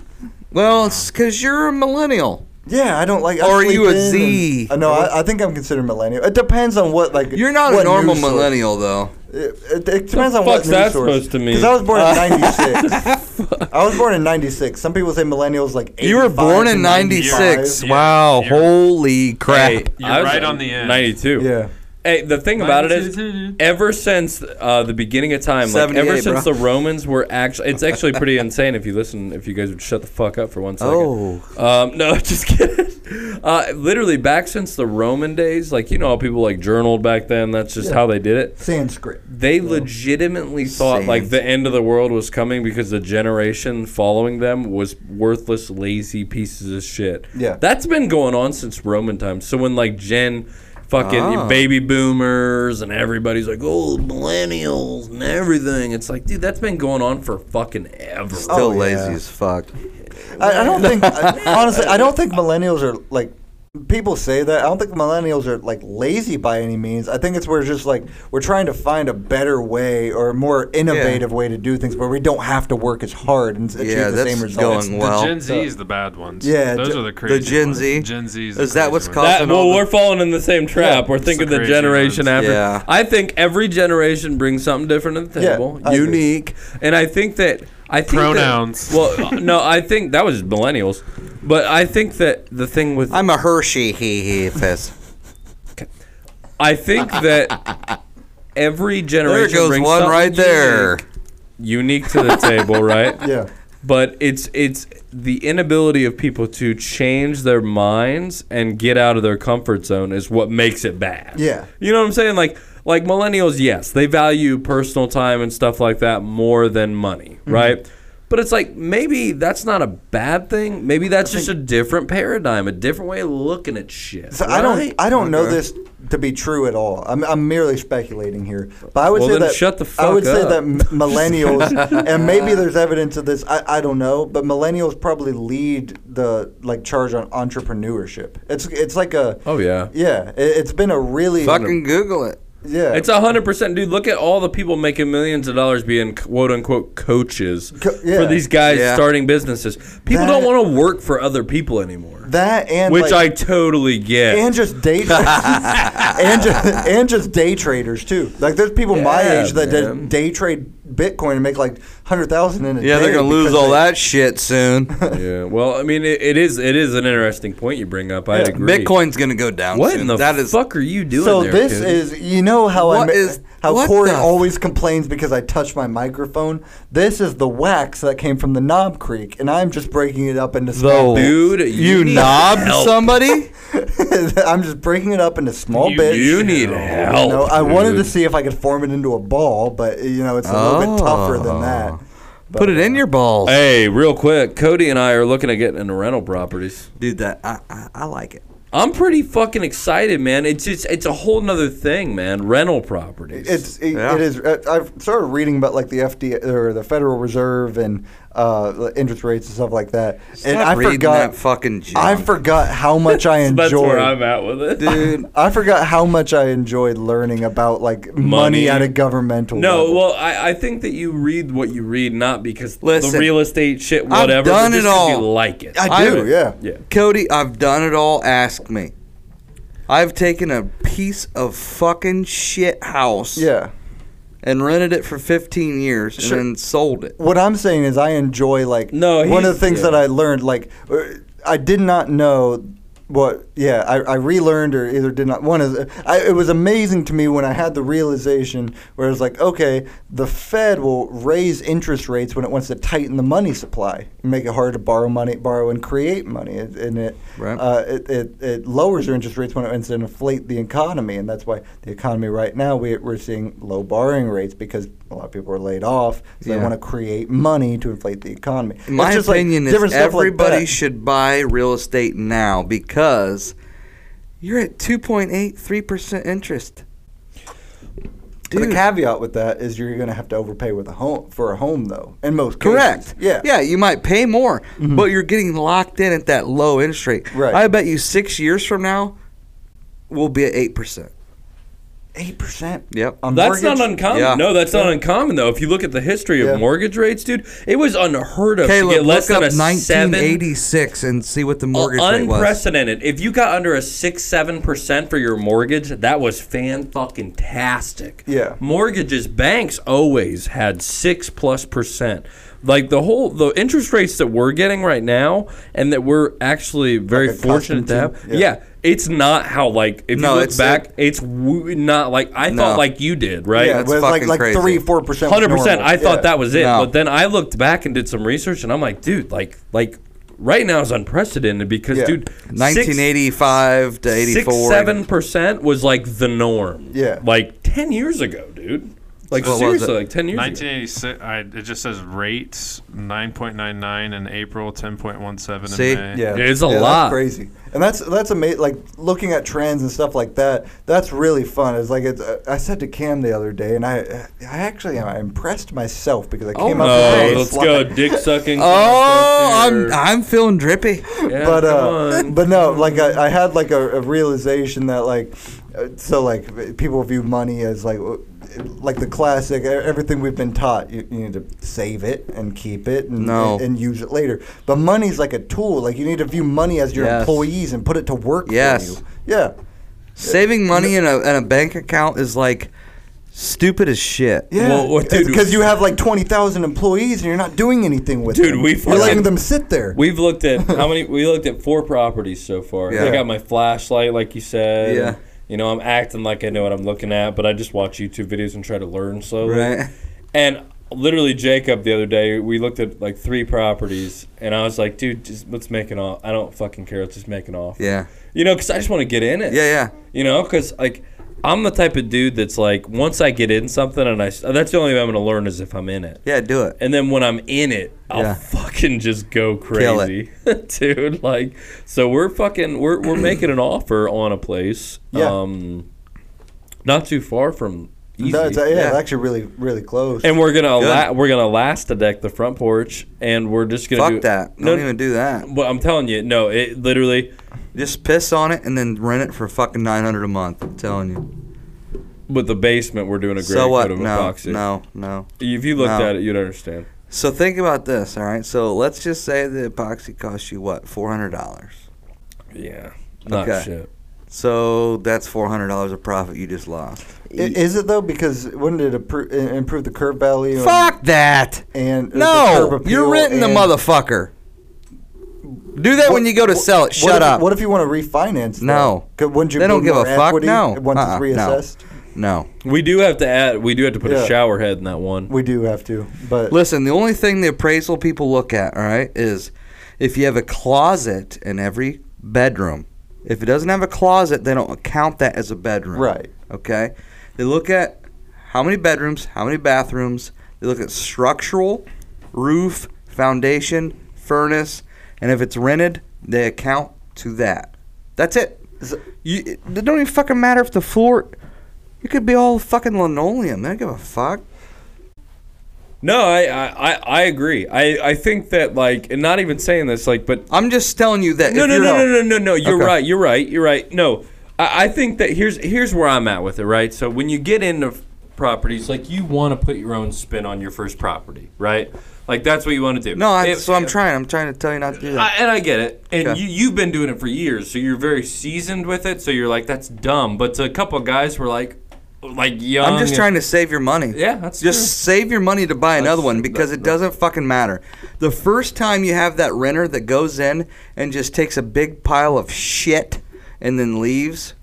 G: Well, it's because you're a millennial.
H: Yeah, I don't like. I
G: Or are
H: sleep
G: you a
H: in and-
G: Z?
H: uh, no, I, I think I'm considered millennial. It depends on what like.
G: You're not a
H: what
G: normal
H: news source-
G: millennial though.
H: It, it, it depends on
E: fuck's
H: what news
E: that
H: source.
E: supposed to mean?
H: Because I was born in '96. I was born in '96. Some people say millennials like.
G: You were
H: 85
G: born
H: to
G: in 96.
F: Yeah,
G: Wow,
F: yeah.
G: holy crap.
E: Hey,
F: You're
E: I was
F: right on the end.
E: 92.
H: Yeah.
E: Hey, the thing about it is,
F: 92.
E: ever since uh, the beginning of time, like
G: 78,
E: ever since
G: bro.
E: the Romans were actually, it's actually pretty insane if you listen, if you guys would shut the fuck up for one second.
G: Oh.
E: Um, no, just kidding. Uh, literally, back since the Roman days, like, you know how people like journaled back then, that's just how they did it.
H: Sanskrit.
E: They legitimately thought
G: Sands.
E: like the end of the world was coming because the generation following them was worthless, lazy pieces of shit.
H: Yeah.
E: That's been going on since Roman times. So when like Gen fucking
G: Ah.
E: baby boomers and everybody's like, oh, millennials and everything. It's like, dude, that's been going on for fucking ever.
F: Oh,
G: Still lazy as fuck.
H: I, I don't think honestly, I don't think millennials are like people say that. I don't think millennials are like lazy by any means. I think it's we're just like we're trying to find a better way or a more innovative way to do things where we don't have to work as hard and s- achieve
G: Yeah,
H: the
G: that's
H: same results.
G: going well.
F: the Gen Z is the bad ones.
H: Yeah,
F: those
H: Gen-
F: are the crazy.
G: the Gen
F: ones.
G: Z?
F: Gen Z is,
G: Is
F: the
G: that
F: crazy
G: what's
F: ones.
G: causing
E: That, well,
G: all the-
E: we're falling in the same trap. we're
F: it's the
E: thinking the,
F: crazy
E: generation
F: ones.
E: after.
G: Yeah.
E: I think every generation brings something different to the
H: Yeah,
E: table,
H: I agree.
E: unique, and I think that I think that-
F: Pronouns.
E: well, no, I think that was millennials, but I think that the thing with
I: I'm a Hershey hee hee fist.
E: I think that every
G: There
E: generation
G: goes
E: brings
G: one
E: something
G: right there.
E: unique, unique to the table, right?
H: Yeah.
E: But it's it's the inability of people to change their minds and get out of their comfort zone is what makes it bad.
H: Yeah.
E: You know what I'm saying? Like like millennials, yes, they value personal time and stuff like that more than money,
H: Mm-hmm.
E: right? But it's like maybe that's not a bad thing. Maybe that's just a different paradigm, a different way of looking at shit.
H: So I don't
E: right?
H: I don't know this to be true at all. I'm, I'm merely speculating here, but I would
E: Well,
H: say
E: then
H: that
E: shut the
H: I would
E: fuck
H: say
E: up.
H: that m- millennials and maybe there's evidence of this. I, I don't know, but millennials probably lead the like charge on entrepreneurship. It's it's like a
E: Oh yeah.
H: yeah. It, it's been a really
G: Fucking Google it.
H: yeah.
E: It's a hundred percent, dude. Look at all the people making millions of dollars being quote unquote coaches
H: Co- yeah.
E: for these guys
G: Yeah.
E: starting businesses. People
H: That-
E: don't want to work for other people anymore,
H: that and
E: which
H: like,
E: I totally get.
H: and just day tra- and just, and just day traders too. Like there's people my
E: Yeah,
H: age that
E: man.
H: did day trade Bitcoin and make like hundred thousand in a day.
G: Yeah, they're gonna lose
H: because
G: all
H: they-
G: that shit soon.
E: yeah, well, I mean, it, it is it is an interesting point you bring up. I would agree.
G: Bitcoin's gonna go down.
E: What
G: soon.
E: in the
G: That is-
E: fuck are you doing?
H: So
E: there,
H: this
E: kid?
H: is you know how I
G: What
H: ma-
G: is-
H: how
G: what
H: Corey
G: the-
H: always complains because I touch my microphone. This is the wax that came from the knob creek, and I'm just breaking it up into small. bits.
E: dude. You,
G: You
E: need
G: knob
E: help.
G: somebody?
H: I'm just breaking it up into small
F: You-
H: bits.
E: You need
H: You
E: help.
H: know, I wanted to
E: dude.
H: see if I could form it into a ball, but you know it's a little bit tougher than
E: Oh.
H: that. But,
G: Put it in your balls,
E: Hey, real quick, Cody and I are looking at getting into rental properties.
G: dude. That I, I, I like it.
E: I'm pretty fucking excited, man. It's just it's a whole nother thing, man. Rental properties.
H: It's it,
G: Yeah.
H: it is. uh, I've started reading about like the FDA or the Federal Reserve and uh, the interest rates and stuff like that. and
G: Stop
H: I
G: reading
H: forgot.
G: that fucking junk.
H: I forgot how much I enjoyed.
E: That's where I'm at with it.
G: dude.
H: I forgot how much I enjoyed learning about like money,
E: Money.
H: at a governmental.
E: No,
H: level.
E: well, I, I think that you read what you read, not because the
G: Listen,
E: real estate shit,
G: I've
E: whatever.
G: done
E: but just
G: it
E: 'cause You
G: all.
E: like it.
H: I do, yeah.
E: Yeah.
G: Cody, I've done it all. Ask me. I've taken a piece of fucking shit house
H: yeah.
G: and rented it for 15 years
H: Sure.
G: and then sold it.
H: What I'm saying is, I enjoy like
E: No,
H: one of
E: he's-
H: the things
E: yeah.
H: that I learned. Like, uh, I did not know what. Yeah, I, I relearned or either did not. One is, I, it was amazing to me when I had the realization where it's like, okay, the Fed will raise interest rates when it wants to tighten the money supply, and make it hard to borrow money, borrow and create money, and and it
G: Right.
H: uh, it, it, it lowers your interest rates when it wants to inflate the economy, and that's why the economy right now we, we're seeing low borrowing rates because a lot of people are laid off, so they
G: Yeah.
H: want to create money to inflate the economy.
G: In my
H: It's just like
G: opinion is
H: different stuff like
G: everybody
H: that.
G: should buy real estate now because you're at 2.83% interest.
H: the
G: Dude.
H: caveat with that is you're going to have to overpay with a home for a home though. In most cases.
G: Correct.
H: Yeah. Mm-hmm.
G: Yeah, you might pay more, but you're getting locked in at that low interest rate.
H: Right.
G: I bet you six years from now, we'll be at 8%.
H: Eight percent.
G: Yep.
H: On
E: That's
H: mortgage?
E: not uncommon.
G: Yeah.
E: No, that's not uncommon though. If you look at the history of
H: Yeah.
E: mortgage rates, dude, it was unheard of
G: Caleb,
E: to get less
G: look
E: than
G: up
E: a seven.
G: 1986 and see what the mortgage rate was.
E: Unprecedented. If you got under a six, seven percent for your mortgage, that was fan fucking tastic.
H: Yeah.
E: Mortgages, banks always had six plus percent. Like the whole the interest rates that we're getting right now, and that we're actually very
H: Like
E: fortunate
H: accustomed
E: to have.
H: to,
E: Yeah.
H: yeah.
E: it's not how like if
G: No,
E: you look
G: it's-
E: back, it's w- not like I
G: No.
E: thought like you did, right?
H: Yeah,
G: That's
H: but it's
G: fucking
H: like like
G: crazy.
H: three, four percent.
E: Hundred percent. I thought that was it,
G: No.
E: but then I looked back and did some research, and I'm like, dude, like, like, right now is unprecedented because,
H: Yeah.
E: dude,
G: 1985 to 84.
E: six, seven percent was like the norm.
H: Yeah.
E: like ten years ago, dude. Like
G: What was
E: seriously,
G: it?
E: like ten years ago.
F: 1986. I, it just says rates 9.99 in April, 10.17
G: See?
F: in May.
H: Yeah,
E: It's a
H: Yeah, that's
E: lot.
H: crazy, and that's that's amazing. Like looking at trends and stuff like that, that's really fun. It's like it's. Uh, I said to Cam the other day, and I I actually am I impressed myself because I came up with
E: Oh,
H: a
E: let's
H: slide.
E: go, dick sucking.
J: Oh, I'm I'm feeling drippy.
E: Yeah,
H: but
E: come
H: uh,
E: on.
H: but no, like I, I had like a, a realization that like, uh, so like people view money as like w- like the classic e- everything we've been taught you, you need to save it and keep it and,
G: No.
H: and, and use it later. But money's like a tool. Like you need to view money as your
G: Yes.
H: employees and put it to work
G: Yes.
H: for you. Yeah.
G: Saving money in a, in a bank account is like stupid as shit.
H: Yeah,
E: Well, what- dude-
H: because you have like twenty thousand employees and you're not doing anything with
E: Dude,
H: them.
E: we've
H: you're letting
E: fucking-
H: them sit there.
E: We've looked at how many? We looked at four properties so far. I
G: Yeah.
E: got my flashlight, like you said.
G: Yeah.
E: You know, I'm acting like I know what I'm looking at, but I just watch YouTube videos and try to learn slowly.
G: Right.
E: And literally, Jacob the other day, we looked at like three properties, and I was like, "Dude, just let's make an off. I don't fucking care. Let's just make an off."
G: Yeah.
E: You know, because I just want to get in it.
G: Yeah, yeah.
E: You know, because like I'm the type of dude that's like, once I get in something, and I s- that's the only way I'm going to learn is if I'm in it.
G: Yeah, do it.
E: And then when I'm in it, I'll
G: Yeah.
E: fucking just go
G: Kill
E: crazy, dude. Like, so we're fucking we're we're making an offer on a place,
H: Yeah.
E: um, not too far from easy,
H: No, it's, uh, yeah, it's
G: Yeah.
H: actually really really close.
E: and we're gonna la-
G: Good.
E: we're gonna last deck the front porch, and we're just gonna
G: Fuck
E: do,
G: that.
E: No,
G: Don't even do that.
E: But I'm telling you, no, it literally.
G: Just piss on it and then rent it for fucking 900 a month. I'm telling you.
E: With the basement, we're doing a great
G: So what?
E: coat of
G: No,
E: epoxy.
G: no, no.
E: If you looked
G: No.
E: at it, you'd understand.
G: So think about this, all right? So let's just say the epoxy costs you what? $400.
E: Yeah, not
G: Okay.
E: shit.
G: So that's $400 of profit you just lost.
H: I- Is it though? Because wouldn't it appro- i- improve the curb value? and-
J: Fuck that.
H: And the
J: No,
H: curb
J: you're
H: appeal
J: renting the
H: and-
J: motherfucker. Do that when you go to sell it.
H: What
J: Shut
H: if-
J: up.
H: What if you want to refinance? though?
G: No.
H: Could- Wouldn't you?
G: They don't
H: put
G: give a
H: more
G: fuck.
H: equity
G: No.
H: Once
G: Uh-uh.
H: it's
G: No.
H: reassessed,
G: No.
E: We do have to add. We do have to put
H: Yeah.
E: a shower head in that one.
H: we do have to. But
G: Listen, the only thing the appraisal people look at, all right, is if you have a closet in every bedroom. If it doesn't have a closet, they don't count that as a bedroom.
H: Right.
G: Okay. They look at how many bedrooms, how many bathrooms. They look at structural, roof, foundation, furnace, and if it's rented, they account to that. That's it. You, it it don't even fucking matter if the floor. It could be all fucking linoleum. They don't give a fuck.
E: No, I, I, I- I agree. I, I think that like, and not even saying this, like, but
G: I'm just telling you that.
E: no,
G: if
E: no,
G: you're
E: no,
G: a-
E: no, no, no, no. You're
G: Okay.
E: right. You're right. You're right. No, I, I think that here's here's where I'm at with it. Right. So when you get into f- properties, like you want to put your own spin on your first property, right? Like that's what you want to do.
G: No, that's
E: If-
G: what I'm trying. I'm trying to tell you not to do
E: I,
G: that.
E: and I get it. And
G: Okay.
E: you, you've been doing it for years, so you're very seasoned with it. So you're like, that's dumb. But to a couple of guys, were like, like young.
G: I'm just trying to save your money.
E: Yeah, that's
G: just save your money to buy another
E: That's-
G: one because it doesn't fucking matter. The first time you have that renter that goes in and just takes a big pile of shit and then leaves,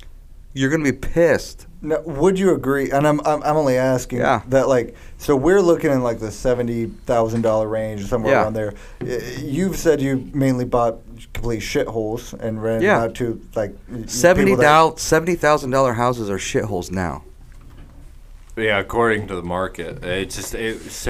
G: you're gonna be pissed.
H: now, would you agree? And I'm, I'm I'm only asking
G: Yeah.
H: that like so we're looking in like the seventy thousand dollar range somewhere
G: Yeah.
H: around there. Y- You've said you mainly bought complete shitholes and rented
G: Yeah.
H: out to like people
G: Seventy
H: that-
G: thousand dollar houses are shitholes now.
K: Yeah, according to the market, it's just it's,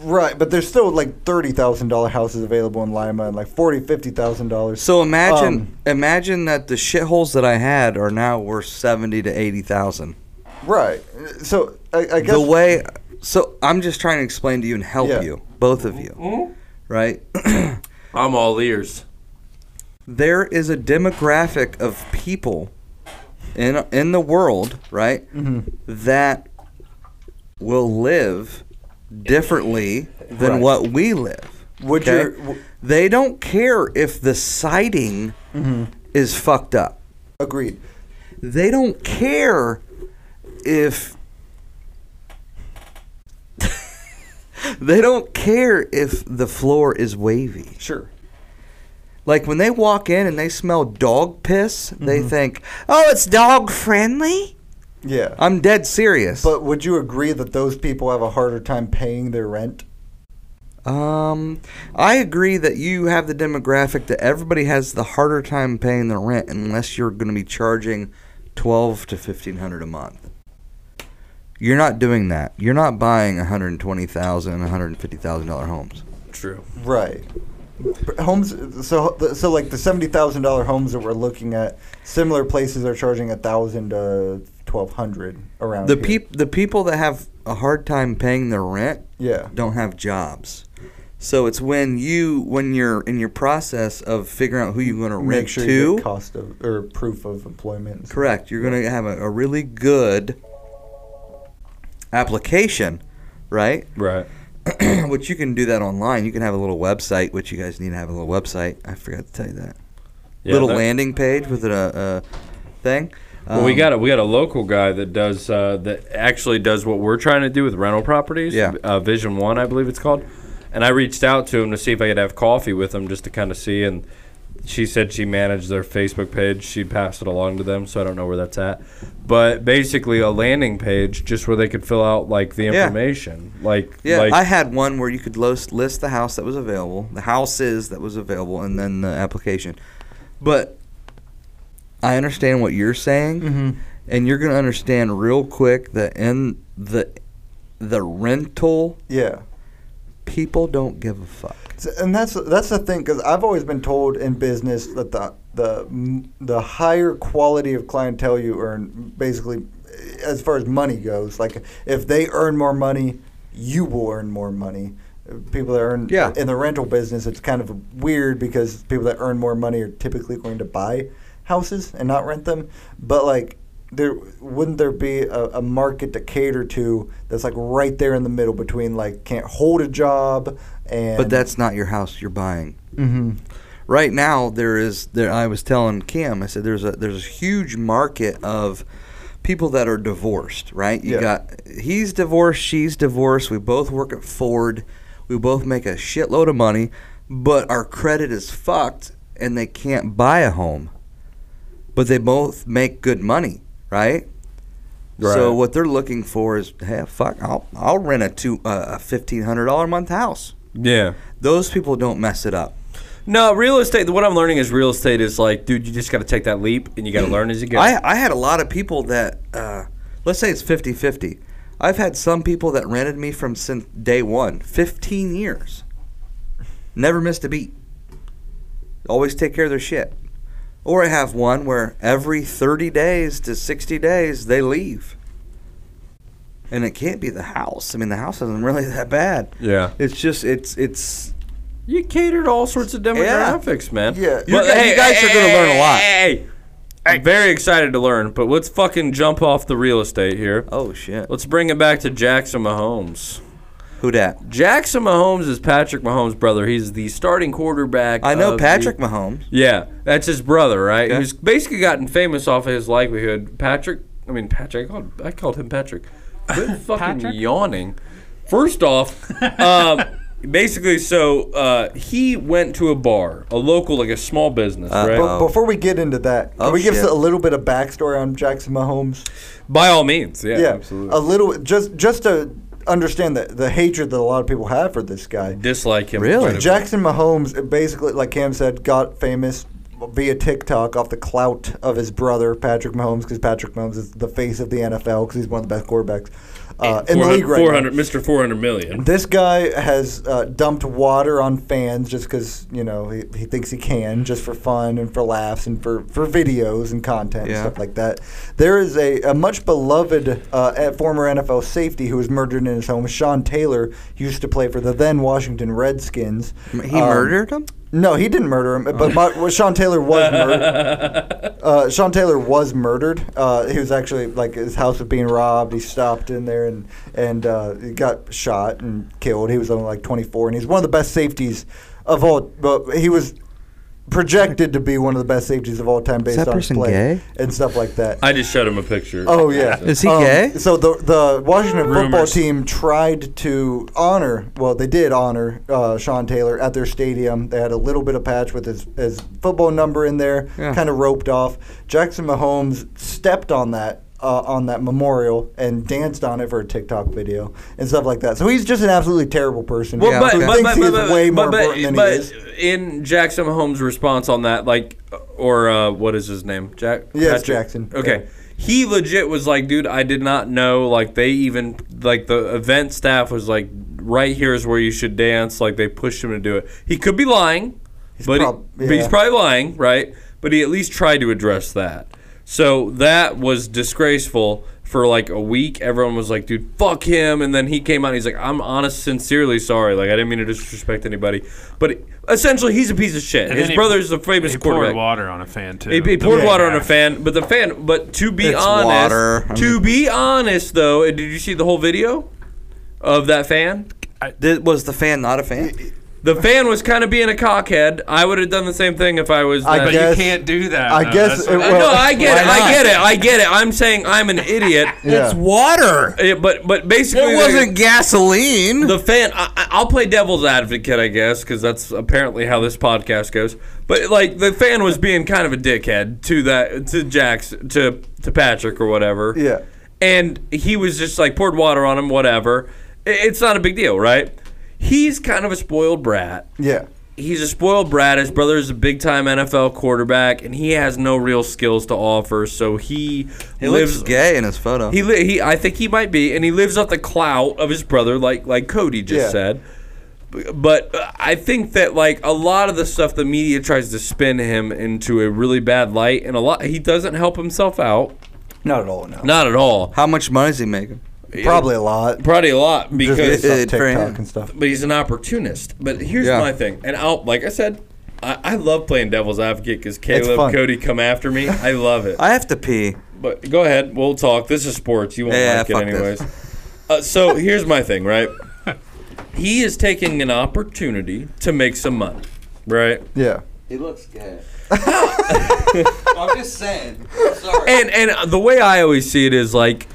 H: Right, but there's still like thirty thousand dollar houses available in Lima and like forty, fifty thousand dollars.
G: So imagine
H: Um,
G: imagine that the shitholes that I had are now worth seventy to eighty thousand.
H: right. So I, I guess
G: the way so i'm just trying to explain to you and help
H: Yeah.
G: you both of you right
E: Mm-hmm. I'm all ears.
G: there is a demographic of people in in the world right
H: Mm-hmm.
G: that will live differently than
H: Right.
G: what we live
H: Would
G: okay?
H: your- w-
G: they don't care if the siding
H: Mm-hmm.
G: is fucked up
H: agreed.
G: they don't care if they don't care if the floor is wavy.
H: Sure.
G: Like when they walk in and they smell dog piss,
H: Mm-hmm.
G: they think, "Oh, it's dog friendly."
H: Yeah.
G: I'm dead serious.
H: But would you agree that those people have a harder time paying their rent?
G: um, I agree that you have the demographic that everybody has the harder time paying their rent unless you're going to be charging twelve to fifteen hundred a month. You're not doing that. You're not buying 120,000, 150,000 dollar homes.
E: True.
H: Right. But Homes, so so like the seventy thousand dollar homes that we're looking at, similar places are charging a thousand to twelve hundred around.
G: The
H: here.
G: peop- the people that have a hard time paying their rent
H: Yeah.
G: don't have jobs. So it's when you when you're in your process of figuring out who you're going to
H: make
G: rent
H: sure
G: to.
H: you get cost of or proof of employment.
G: Correct. You're going to have a, a really good application, right?
E: Right.
G: which you can do that online. You can have a little website, which you guys need to have a little website. I forgot to tell you that.
E: Yeah,
G: little
E: that-
G: landing page with a, a thing.
E: well, we
G: Um,
E: got a, we got a local guy that does uh, that actually does what we're trying to do with rental properties.
G: Yeah.
E: uh, Vision One, I believe it's called. And I reached out to him to see if I could have coffee with him just to kind of see. And she said she managed their Facebook page. She passed it along to them, so I don't know where that's at. But basically, a landing page just where they could fill out like the
G: Yeah.
E: information, like
G: Yeah,
E: like,
G: I had one where you could list, list the house that was available, the houses that was available, and then the application. But I understand what you're saying, and you're going to understand real quick that in the the rental
H: Yeah.
G: people don't give a fuck.
H: So- and that's that's the thing because I've always been told in business that the the m- the higher quality of clientele you earn, basically, as far as money goes, like if they earn more money, you will earn more money. People that earn
G: Yeah.
H: in the rental business, it's kind of weird because people that earn more money are typically going to buy houses and not rent them. But like, there wouldn't there be a, a market to cater to that's like right there in the middle between like can't hold a job and
G: But that's not your house you're buying.
H: hmm
G: right now there is there I was telling Kim I said there's a there's a huge market of people that are divorced right you
H: Yeah.
G: got he's divorced she's divorced we both work at Ford we both make a shitload of money but our credit is fucked and they can't buy a home but they both make good money right so
E: Right.
G: what they're looking for is hey fuck I'll I'll rent a two uh, a fifteen hundred dollar a month house
E: yeah.
G: those people don't mess it up
E: No, real estate. What I'm learning is real estate is like, dude, you just got to take that leap and you got to learn as you go.
G: I, I had a lot of people that, uh, let's say it's 50 50. I've had some people that rented me from since day one, 15 years. Never missed a beat. Always take care of their shit. Or I have one where every 30 days to 60 days, they leave. And it can't be the house. I mean, the house isn't really that bad.
E: yeah.
G: It's just, it's, it's,
E: You catered all sorts of demographics, man.
H: Yeah.
G: You guys- you guys are gonna learn a lot.
E: Hey, I'm very excited to learn, but let's fucking jump off the real estate here.
G: oh shit.
E: Let's bring it back to Jackson Mahomes.
G: Who dat?
E: Jackson Mahomes is Patrick Mahomes' brother. He's the starting quarterback.
G: I know
E: of the-
G: Patrick Mahomes.
E: yeah, that's his brother, right?
G: Okay.
E: Who's basically gotten famous off of his livelihood. Patrick, I mean Patrick. I called, I called him Patrick. Quit fucking yawning. First off, um, basically, so uh, he went to a bar, a local, like a small business,
G: Uh.
E: right?
H: But before we get into that, can
G: Oh,
H: we give us
G: shit.
H: a little bit of backstory on Jackson Mahomes?
E: By all means, yeah, absolutely.
H: a little, just just to understand the the hatred that a lot of people have for this guy.
E: Dislike him.
G: Really?
E: quite a bit.
H: Jackson Mahomes uh, basically, like Cam said, got famous via TikTok off the clout of his brother Patrick Mahomes because Patrick Mahomes is the face of the NFL because he's one of the best quarterbacks uh, in the
E: 400
H: league right now.
E: 400 Mr. 400 million.
H: This guy has uh, dumped water on fans just because you know he, he thinks he can, just for fun and for laughs and for, for videos and content
G: Yeah.
H: and stuff like that. There is a, a much beloved uh, at former NFL safety who was murdered in his home. Sean Taylor he used to play for the then Washington Redskins.
G: He
H: Um,
G: murdered him?
H: No, he didn't murder him, but my, well, Sean Taylor was murdered. Uh, Sean Taylor was murdered. Uh, he was actually like his house was being robbed. He stopped in there and and uh, he got shot and killed. He was only like 24, and he's one of the best safeties of all. But he was projected to be one of the best safeties of all time based
G: that
H: on his
G: person
H: play
G: gay?
H: and stuff like that.
E: I just showed him a picture.
H: Oh yeah,
G: Is he gay?
H: So the the Washington football
F: Rumors.
H: team tried to honor. Well, they did honor uh, Sean Taylor at their stadium. They had a little bit of patch with his his football number in there,
G: Yeah.
H: kind of roped off. Jackson Mahomes stepped on that. Uh, on that memorial and danced on it for a TikTok video and stuff like that. So he's just an absolutely terrible person.
E: Well,
G: Yeah,
E: but,
G: okay.
H: who
E: but,
H: thinks
E: but,
H: he
E: but,
H: is
E: but,
H: way more
E: but- but-
H: important than
E: but
H: he is.
E: in Jackson Mahomes' response on that, like, or uh, what is his name? Jack?
H: Yes,
E: Patrick?
H: Jackson.
E: Okay. he legit was like, dude, I did not know. Like they even like the event staff was like, right here is where you should dance. Like they pushed him to do it. He could be lying, but, he-
H: prob-
E: but he's
H: yeah.
E: probably lying, right? But he at least tried to address that. So that was disgraceful for like a week. Everyone was like, dude, fuck him. And then he came out and he's like, I'm honest, sincerely sorry. Like, I didn't mean to disrespect anybody. But essentially, he's a piece of shit.
F: And
E: His
F: then he-
E: brother's a famous
F: He poured
E: quarterback.
F: water on a fan too.
E: He, he
F: The
E: poured
F: big
E: water on a
F: guy.
E: fan, but the fan. But to be
G: It's
E: honest,
G: water. I
E: to be honest though, and did you see the whole video of that fan?
G: Did, was the fan not a fan?
E: The fan was kind of being a cockhead. I would have done the same thing if I was.
H: I
E: that-
F: But
H: guess-
F: you can't do that.
H: I
F: though.
H: guess
F: That's
H: it
F: what-
H: was-
E: Uh, no, I get it.
G: Why
E: I
G: not?
E: get it. I get it. I'm saying I'm an idiot.
J: It's water.
E: Uh, but but basically,
J: It wasn't gasoline.
E: the fan. I, I- I'll play devil's advocate, I guess, because that's apparently how this podcast goes. But like the fan was being kind of a dickhead to that to Jax to to Patrick or whatever.
H: Yeah.
E: and he was just like poured water on him, whatever. I- It's not a big deal, right? He's kind of a spoiled brat
H: Yeah.
E: he's a spoiled brat. His brother is a big time NFL quarterback, and he has no real skills to offer. So he,
G: He
E: lives.
G: looks gay in his photo.
E: He, li- he, I think he might be, and he lives off the clout of his brother, like like Cody just
H: Yeah.
E: said. B- But uh, I think that like a lot of the stuff the media tries to spin him into a really bad light, and a lot he doesn't help himself out,
H: Not at all. No.
E: not at all.
G: How much money is he making?
H: Probably a lot.
E: Probably a lot because
H: Just based
G: Good
H: off
G: for
H: TikTok
G: him.
H: and stuff.
E: but he's an opportunist. But here's
G: Yeah.
E: my thing, and I'll like I said, I, I love playing devil's advocate because Caleb,
H: fun.
E: Cody come after me. I love it.
G: I have to pee.
E: but go ahead, we'll talk. This is sports. You won't
G: Yeah,
E: like it
G: fuck
E: anyways. Uh, so here's my thing, right? He is taking an opportunity to make some money, right?
H: Yeah.
G: He looks gay. I'm just saying. Sorry.
E: And and the way I always see it is like,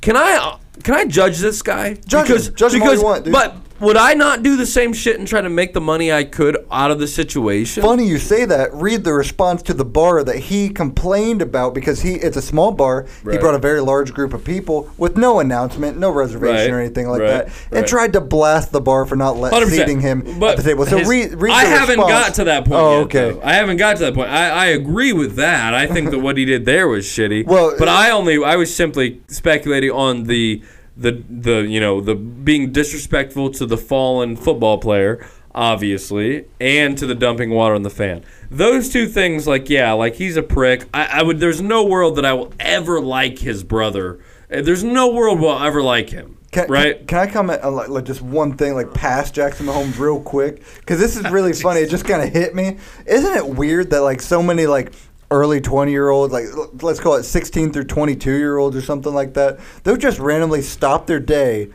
E: can I can I judge this guy?
H: Judge him. Judge him all you want, dude.
E: But would I not do the same shit and try to make the money I could out of the situation?
H: Funny you say that. Read the response to the bar that he complained about because he it's a small bar.
E: Right.
H: He brought a very large group of people with no announcement, no reservation or
E: Right,
H: anything like
E: right,
H: that, and
E: right.
H: tried to blast the bar for not let,
E: 100%.
H: seating him
E: But
H: at the table. So
E: his-
H: read, read
E: I
H: the
E: haven't
H: response.
E: got to that point.
H: Oh,
E: yet,
H: okay.
E: though. I haven't got to that point. I, I agree with that. I think that what he did there was shitty.
H: Well,
E: but
H: it-
E: I only I was simply speculating on the the the you know the being disrespectful to the fallen football player. Obviously, and to the dumping water on the fan. Those two things, like yeah, like he's a prick. I, I would. There's no world that I will ever like his brother. Uh, There's no world we'll ever like him.
H: Can,
E: right?
H: Can, can I comment on like, like just one thing, like past Jackson Mahomes, real quick? Because this is really funny. It just kind of hit me. Isn't it weird that like so many like early twenty year olds, like l- let's call it sixteen through twenty two year olds or something like that, they'll just randomly stop their day,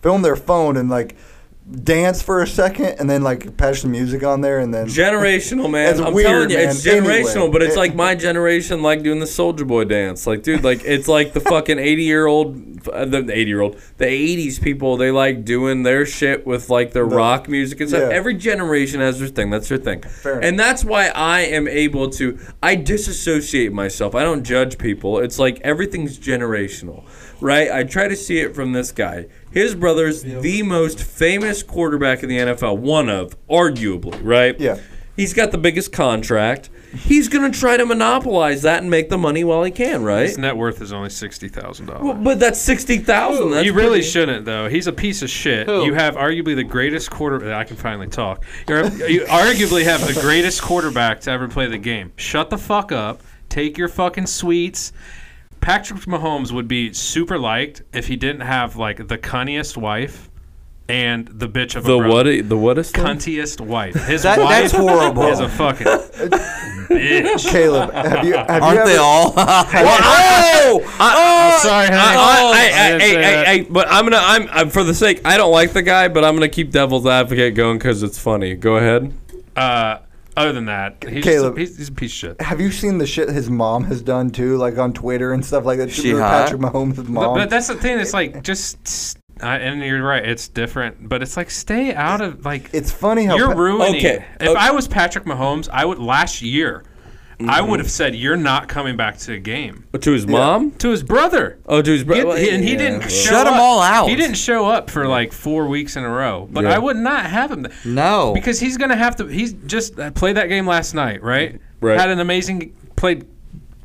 H: film their phone, and like dance for a second, and then like patch the music on there, and then
E: Generational, man.
H: It's
E: I'm
H: weird,
E: telling you, it's
H: man.
E: generational,
H: Anyway.
E: but it's
H: It-
E: like my generation like doing the Soldier Boy dance. Like, dude, like it's like the fucking 80 year old, uh, the 80 year old, the 80s people, they like doing their shit with like their rock music and stuff.
H: yeah.
E: Every generation has their thing. That's their thing. and that's why I am able to, I disassociate myself. I don't judge people. It's like everything's generational, right? I try to see it from this guy. His brother's the most famous quarterback in the NFL, one of, arguably, right?
H: Yeah.
E: He's got the biggest contract. He's going to try to monopolize that and make the money while he can, right?
F: His net worth is only sixty thousand dollars.
E: Well, but that's 60,000. That's
F: you really
E: pretty-
F: shouldn't, though. He's a piece of shit. You have arguably the greatest quarter. uh, I can finally talk. You're, you arguably have the greatest quarterback to ever play the game. Shut the fuck up. Take your fucking sweets. Patrick Mahomes would be super liked if he didn't have like the cunniest wife and the bitch of
E: The
F: a brother.
E: what? The whatest? thing?
F: Cuntiest wife. His
H: That- that's
F: wife
H: horrible.
F: is a fucking bitch.
H: Caleb, have you? Have you
G: Aren't they
H: ever-
G: all?
E: oh, I, am sorry,
F: honey.
E: Oh, I,
F: I
E: I,
F: didn't say
E: I-
F: that.
E: I- but I'm gonna, I'm, I'm for the sake, I don't like the guy, but I'm gonna keep devil's advocate going because it's funny. Go ahead.
F: Uh, other than that,
H: Caleb.
F: he's, Caleb. he's, he's a piece of shit.
H: Have you seen the shit his mom has done too, like on Twitter and stuff like that?
G: She hot?
H: Patrick Mahomes' mom.
F: But, but that's the thing. It's like just, I, and you're right. It's different, but it's like stay out of like.
H: it's funny how
F: you're
H: Pa-
F: ruining.
E: Okay,
F: If
E: okay.
F: I was Patrick Mahomes, I would last year. I would have said you're not coming back to the game
E: Oh, To his mom?
F: to his brother.
E: Oh, to his brother.
F: Get- and he didn't show
G: Shut 'em
F: up.
G: all out.
F: He didn't show up for like four weeks in a row. But I would not have him. th-
G: no.
F: because he's gonna have to. He's just uh, played that game last night, right?
E: Right.
F: Had an amazing played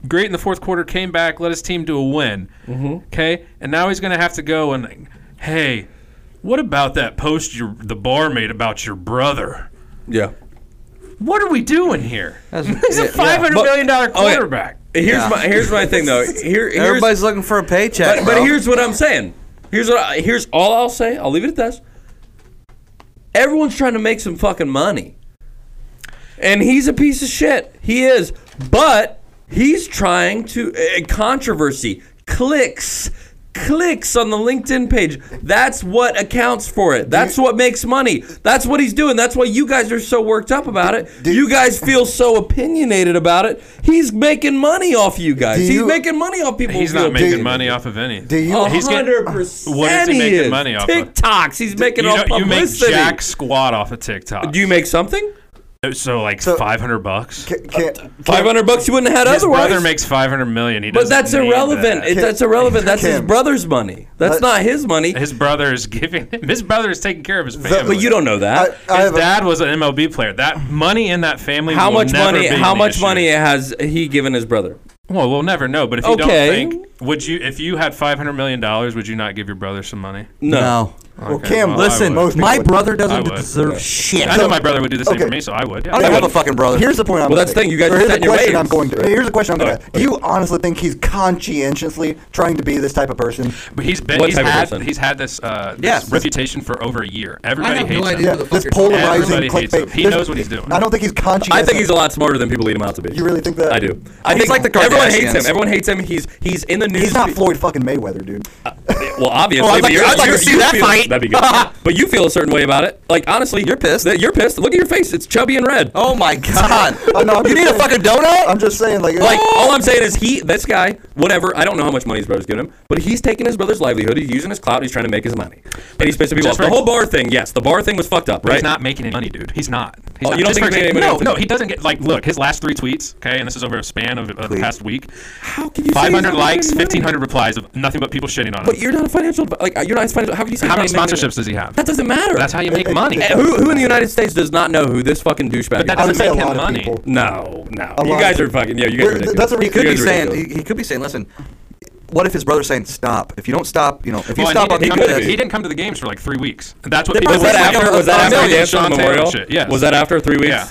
F: great in the fourth quarter, came back, led his team to a win. Okay, and now he's going to have to go and, hey, what about that post your the bar made about your brother?
E: Yeah.
F: What are we doing here? He's a
G: yeah.
F: five hundred million dollar
E: But- okay.
F: quarterback.
E: Here's
G: Yeah.
E: my here's my thing though. Here, here's,
G: Everybody's looking for a paycheck.
E: But, but
G: bro.
E: here's what I'm saying. Here's what I, here's all I'll say. I'll leave it at this. Everyone's trying to make some fucking money, and he's a piece of shit. He is, but he's trying to eh, controversy clicks. Clicks on the LinkedIn page. That's what accounts for it. That's what makes money. That's what he's doing. That's why you guys are so worked up about it. you guys feel so opinionated about it. He's making money off you guys.
H: Do
E: He's
H: you-
E: making money off people.
F: He's
E: who feel
F: not making
E: opinionated.
F: money off of any.
H: Do you?
E: A
F: He's getting-
E: hundred percent.
F: What is he making money off of?
E: TikToks. He's
F: You,
E: making off
F: don't- you make
E: publicity.
F: jack squat off of TikTok.
E: Do you make something?
F: so like
H: So-
F: five hundred bucks.
H: Ca- can't-
E: Five hundred bucks you wouldn't have had
F: His
E: otherwise.
F: brother makes five hundred million. He
E: but
F: doesn't
E: that's
F: need
E: irrelevant.
F: that.
E: It- that's irrelevant. That's his
H: Kim.
E: brother's money. That's
H: Let-
E: not his money.
F: His brother is giving him. His brother is taking care of his family.
E: but you don't know
H: I,
E: that.
H: I
F: His
H: have a-
F: dad was an MLB player. That money in that family.
E: how
F: will
E: much
F: never
E: money?
F: be
E: How
F: an
E: much
F: issue.
E: money has he given his brother?
F: Well, we'll never know. But if you
E: Okay.
F: don't think, would you? If you had five hundred million dollars, would you not give your brother some money?
E: No.
G: no.
H: well, Cam,
F: well, I
G: Listen,
F: would.
H: most
G: my
H: people-
G: brother
F: I
G: doesn't
F: would.
G: deserve shit.
F: I know my brother would do the same
H: okay.
F: for me, so I would.
G: I
F: Yeah.
G: don't have a fucking brother.
H: Here's the point. I'm
E: Well,
H: gonna
E: that's the
H: make.
E: thing, you guys
H: Or
E: are
H: here's
E: set in
H: the
E: your
H: question
E: ways.
H: I'm going to. Here's the question I'm going to. Do you honestly think he's conscientiously trying to be this type of person?
F: But he's been.
E: What
F: He's
E: type of
F: had.
E: person?
F: He's had this, uh, this
G: Yes.
F: reputation for over a year. Everybody
L: have
F: hates
L: no
F: him.
L: idea.
H: Yeah,
L: Who the fuck
H: this
L: you're talking about?
H: polarizing
F: Everybody hates him.
H: clickbait.
F: He
H: There's-
F: knows what he's doing.
H: I don't think he's conscientious.
E: I think he's a lot smarter than people lead him out to be.
H: You really think that?
E: I do. I think
G: like the
E: everyone hates him.
G: Kardashians.
E: Everyone hates him. He's he's in the news.
H: He's not Floyd fucking Mayweather, dude.
E: Well, obviously,
G: Oh, I'd like
E: but
G: to-
E: you're-
G: I'd like to
E: you're-
G: see
E: you
G: that
E: feel-
G: fight.
E: That'd be good. but you feel a certain way about it. Like honestly,
G: You're pissed.
E: That you're pissed. Look at your face. It's chubby and red.
G: Oh my god.
H: I know, I'm
G: you
H: just
G: need a
H: saying-
G: fucking donut?
H: I'm just saying, like,
E: Like all I'm saying is he, this guy, whatever. I don't know how much money his brother's giving him, but he's taking his brother's livelihood. He's using his clout. He's trying to make his money, and he's pissing people off.
F: Just
E: The
F: for-
E: whole bar thing, yes, the bar thing was fucked up,
F: But
E: right?
F: He's not making any money, dude. He's not. He's
E: Oh,
F: not.
E: you don't
F: Just
E: think
F: for
E: he's making any
F: example-
E: money
F: No,
E: off
F: no, he doesn't get like look his last three tweets. Okay, and this is over a span of, of the past week.
E: How can you say he's
F: 500
E: not making
F: likes,
E: any money?
F: 1,500 replies of nothing but people shitting on
E: But
F: him.
E: you're not a financial, like you're not a financial. How can you say
F: How many
E: he's not making any-
F: sponsorships does he have?
E: That doesn't matter.
F: That's how you make money.
E: Uh, Who, who in the United States does not know who this fucking douchebag?
F: But that
E: is?
H: would
F: doesn't
H: say
F: make
H: a lot
F: him
H: of
F: money.
H: people.
E: No, no. You
H: lot.
E: guys are fucking. Yeah, you guys are
H: We're-
E: ridiculous.
H: that's a
G: He
H: reason-
G: could
E: You
G: be
E: guys are
G: saying
E: ridiculous.
G: he, he could be saying, listen, what if his brother's saying stop? If you don't stop, you know, if you
F: Well, and
G: stop on the
F: he, didn't come to,
E: could
F: the-
E: be.
F: he didn't come to the games for like three weeks. And that's what
G: They
F: people
E: Was that
G: It's like
E: after?
G: a-
E: Was that
G: a
E: after
G: million
E: the Anthem
F: Sean Taylor
E: Memorial?
F: shit, yes.
E: Was that after three weeks?
F: Yeah.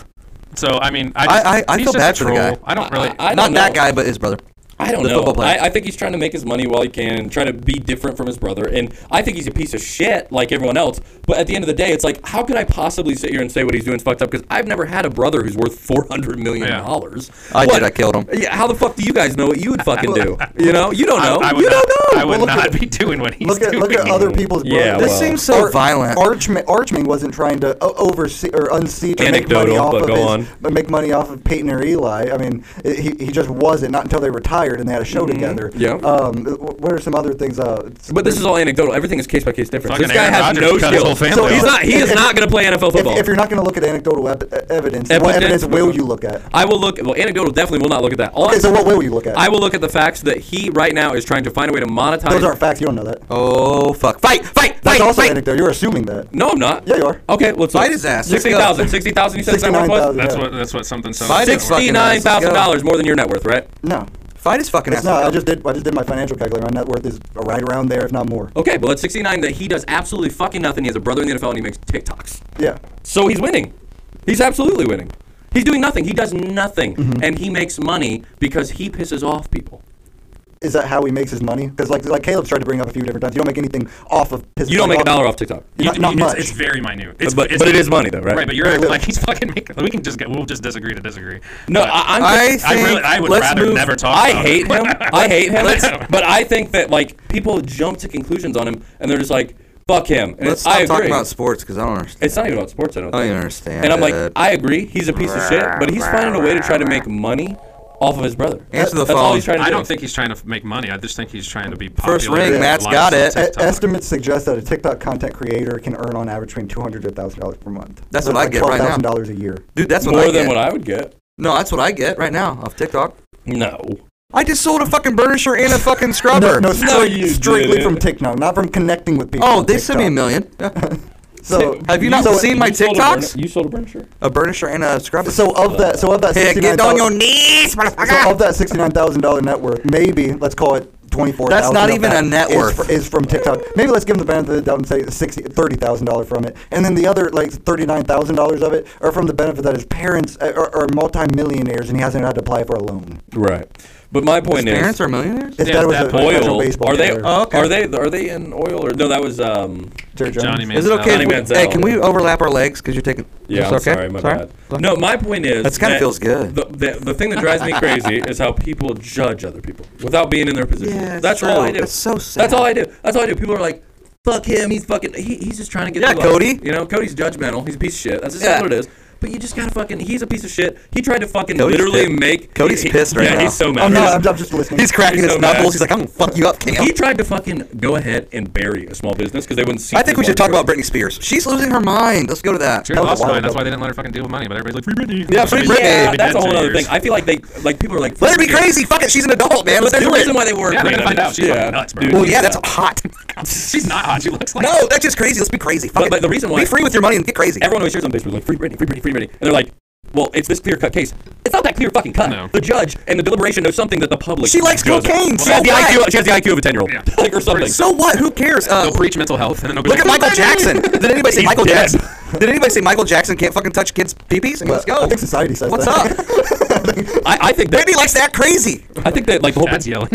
F: So I mean, I
G: I-
F: just,
G: I- I
F: he's
G: feel
F: just
G: bad
F: a
G: for the
F: troll.
G: guy.
F: I don't really.
E: I- I
G: Not
E: don't
G: that
E: know.
G: guy, but his brother.
E: I don't
G: The
E: know.
G: football player.
E: I, I think he's trying to make his money while he can and trying to be different from his brother. And I think he's a piece of shit like everyone else. But at the end of the day, it's like, how can I possibly sit here and say what he's doing is fucked up? Because I've never had a brother who's worth four hundred million
F: Yeah.
E: dollars.
G: I
E: What-
G: did. I killed him.
E: Yeah, how the fuck do you guys know what you would fucking do? You know, you don't
F: I,
E: know.
F: I would
E: you
F: not,
E: don't know.
F: I would
H: Well, look
F: not
H: at-
F: be doing what he's
H: look at
F: doing.
H: look at other people's.
E: Yeah,
H: brothers.
G: This
E: well.
G: seems so violent.
H: Archman, Archman wasn't trying to o- oversee or unseat or make money
E: Anecdotal,
H: off
E: but
H: of
E: go
H: his,
E: on.
H: but make money off of Peyton or Eli. I mean, it, he, he just wasn't not until they retired and they had a show together.
E: Yeah.
H: Um, wh- what are some other things? Uh, it's-
E: But this is all anecdotal. Everything is case by case difference.
F: Fucking
E: This guy
F: Aaron
E: has
F: Rodgers
E: no
F: cut his
E: skills.
F: whole family
E: he's
F: off.
E: not. He is not going to play NFL
H: if,
E: football.
H: if you're not going to look at anecdotal ep- e, evidence, what
E: Evidence-
H: evidence will you look at?
E: I will look. Well, anecdotal definitely will not look at that. All
H: Okay,
E: I'm
H: so what will you look at?
E: I will look at the facts that he right now is trying to find a way to monetize.
H: Those aren't facts. You don't know that.
G: Oh fuck! Fight! Fight!
H: That's
G: fight!
H: also
G: fight.
H: anecdotal. You're assuming that.
E: no, I'm not.
H: Yeah, you are.
E: Okay, let's
G: Fight his ass. Let's
E: Sixty thousand. Sixty thousand. You said that number was
H: 69,000.
F: That's
H: Yeah.
F: what that's what something sounds
G: Fight
F: like.
G: his fucking
E: sixty-nine thousand dollars more than your net worth, right?
H: No.
G: Fight his fucking ass.
H: No, I just did. I just did my financial calculator. My net worth is right around there, if not more.
E: Okay, but let's sixty-nine that he does absolutely fucking nothing. He has a brother in the NFL and he makes TikToks.
H: Yeah.
E: So he's winning. He's absolutely winning. He's doing nothing. He does nothing, and he makes money because he pisses off people.
H: Is that how he makes his money? Because like like Caleb's tried to bring up a few different times. You don't make anything off of. Pissing
E: You don't make a
H: off-
E: dollar off TikTok.
F: You-
H: Not, not
F: it's,
H: much.
F: It's very minute. It's,
E: But-
F: it's,
E: but it is money though, right?
F: Right, but you're acting like he's fucking making. We can just get. We'll just disagree to disagree.
E: No,
F: But-
E: I, I'm
G: I
E: just-
F: I
G: think
F: really, I would
G: let's
F: rather
G: move-
F: never talk.
E: I
F: about
E: hate
F: it.
E: him. I hate him.
F: Let's-
E: but I think that like people jump to conclusions on him and they're just like, "Fuck him." And
G: Let's
E: I
G: stop
E: agree.
G: talking about Oh, sports because I don't understand.
E: it's not even about sports. I don't.
G: I don't
E: think.
G: even understand.
E: And I'm like,
G: it.
E: I agree. He's a piece of shit, but he's finding a way to try to make money off of his brother.
G: Answer the
E: That's all
G: phone.
E: he's trying to
F: I
E: do.
F: don't think he's trying to make money. I just think he's trying to be popular.
G: First ring,
F: and
G: Matt's
F: launched
G: got
F: on
G: it.
H: E-
F: TikTok.
H: estimates suggest that a TikTok content creator can earn on average between two hundred to thousand dollars per month.
G: That's
H: So
G: what I
H: it's
G: get
H: like
G: right now.
H: dollars a year.
G: dude, that's what
E: more
G: I
E: than
G: get.
E: what I would get.
G: no, that's what I get right now off TikTok.
E: No.
G: I just sold a fucking burnisher and a fucking scrubber.
H: No, no, straight-
E: you
H: strictly
E: didn't.
H: from TikTok, not from connecting with people.
G: oh,
H: on
G: they sent me a
H: TikTok.
G: million. Yeah.
H: So
G: Have you not
H: so-
G: seen my
E: sold a burn-
G: TikToks?
E: You sold a burnisher?
G: A burnisher and a scrubber.
H: So of that, so of that,
G: Hey, get on your
H: 69,000
G: knees,
H: so
G: motherfucker.
H: of that sixty-nine thousand dollar network, maybe let's call it twenty-four.
G: That's not even a net worth.
H: Is, from TikTok. Maybe let's give them the benefit of the doubt and say sixty, thirty thousand dollars from it, and then the other like thirty-nine thousand dollars of it are from the benefit that his parents are, are- are multimillionaires and he hasn't had to apply for a loan.
E: Right. But my point is,
G: Parents are millionaires.
H: His
F: Yeah,
H: dad was
F: that
H: a
F: point.
H: professional
E: oil.
H: baseball
E: Are they?
H: player.
G: Oh,
H: Mm.
E: Are they? Are they in oil? Or no? That was um.
H: Jerry Jones.
F: Johnny
G: Is it
F: Manziel.
G: okay? if
E: Johnny
G: we-
E: Manziel.
G: hey, can we overlap our legs? Because you're taking.
E: Yeah,
G: It's
E: I'm
G: okay?
E: sorry, my bad. No, my point is
G: That's kinda feels good.
E: The, the, the thing that drives me crazy is how people judge other people without being in their position.
G: Yeah, it's
E: that's all
G: true.
E: I do.
G: That's so
E: That's
G: sad.
E: all I do. That's all I do. People are like, "Fuck him. He's fucking. He, he's just trying to get."
G: Yeah,
E: through life."
G: Cody.
E: You know, Cody's judgmental. He's a piece of shit. That's just
G: Yeah.
E: what it is. But you just gotta fucking. He's a piece of shit. He tried to fucking
G: Cody's
E: literally
G: pissed.
E: make.
G: Cody's
E: he-
G: pissed right
E: yeah,
G: now.
E: he's so mad.
H: Oh no,
E: He's-
H: I'm, I'm just listening.
G: He's cracking
E: He's
G: his
E: so mad.
G: knuckles. He's like, I'm gonna fuck you up, Cam.
E: He tried to fucking go ahead and bury a small business because they wouldn't see.
G: I think we should talk about Britney Spears. She's losing her mind. Let's go to that.
F: She already
H: That was
F: lost
H: a while
F: mine. That's
H: ago.
F: why they didn't let her fucking deal with money. But everybody's like, free Britney.
G: Yeah, free Britney.
E: Yeah,
F: They've
E: that's a
F: been
E: whole
F: two
E: other
F: years.
E: thing. I feel like they like people are like.
G: Let her be
E: "Fuck you."
G: crazy. Fuck it. She's an adult, man. Let's
E: That's the
G: do
E: reason
G: it.
E: why they were.
F: Yeah, they're
E: agreeing
F: gonna find
E: on
F: out.
E: it.
F: She's fucking nuts, bro.
G: Well, yeah, that's hot.
F: She's not hot. She looks like.
G: No, that's just crazy. Let's be crazy. Fuck
E: But-
G: it.
E: but the reason why-
G: be free with your money and get crazy.
E: Everyone always shares on Facebook like free Britney, free Britney, free Britney, and they're like, "Well, it's this clear cut case. It's not that clear fucking cut.
F: No.
E: The judge and the deliberation know something that the public.
G: She likes
E: doesn't.
G: cocaine,
E: She has,
G: so
E: the
G: what?
E: IQ, she has the IQ of a ten year old,
F: Yeah.
E: like or something.
G: so what? Who cares? Uh,
F: They'll preach mental health and then
G: look at Michael Jackson. Did anybody say
E: He's
G: Michael
E: dead.
G: Jackson? Did anybody say Michael Jackson can't fucking touch kids' peepees? I mean, let's go.
H: I think society says
G: What's
H: that.
G: up?
E: I, I think that
G: Britney likes to act crazy.
E: I think that like the whole
F: That's yelling.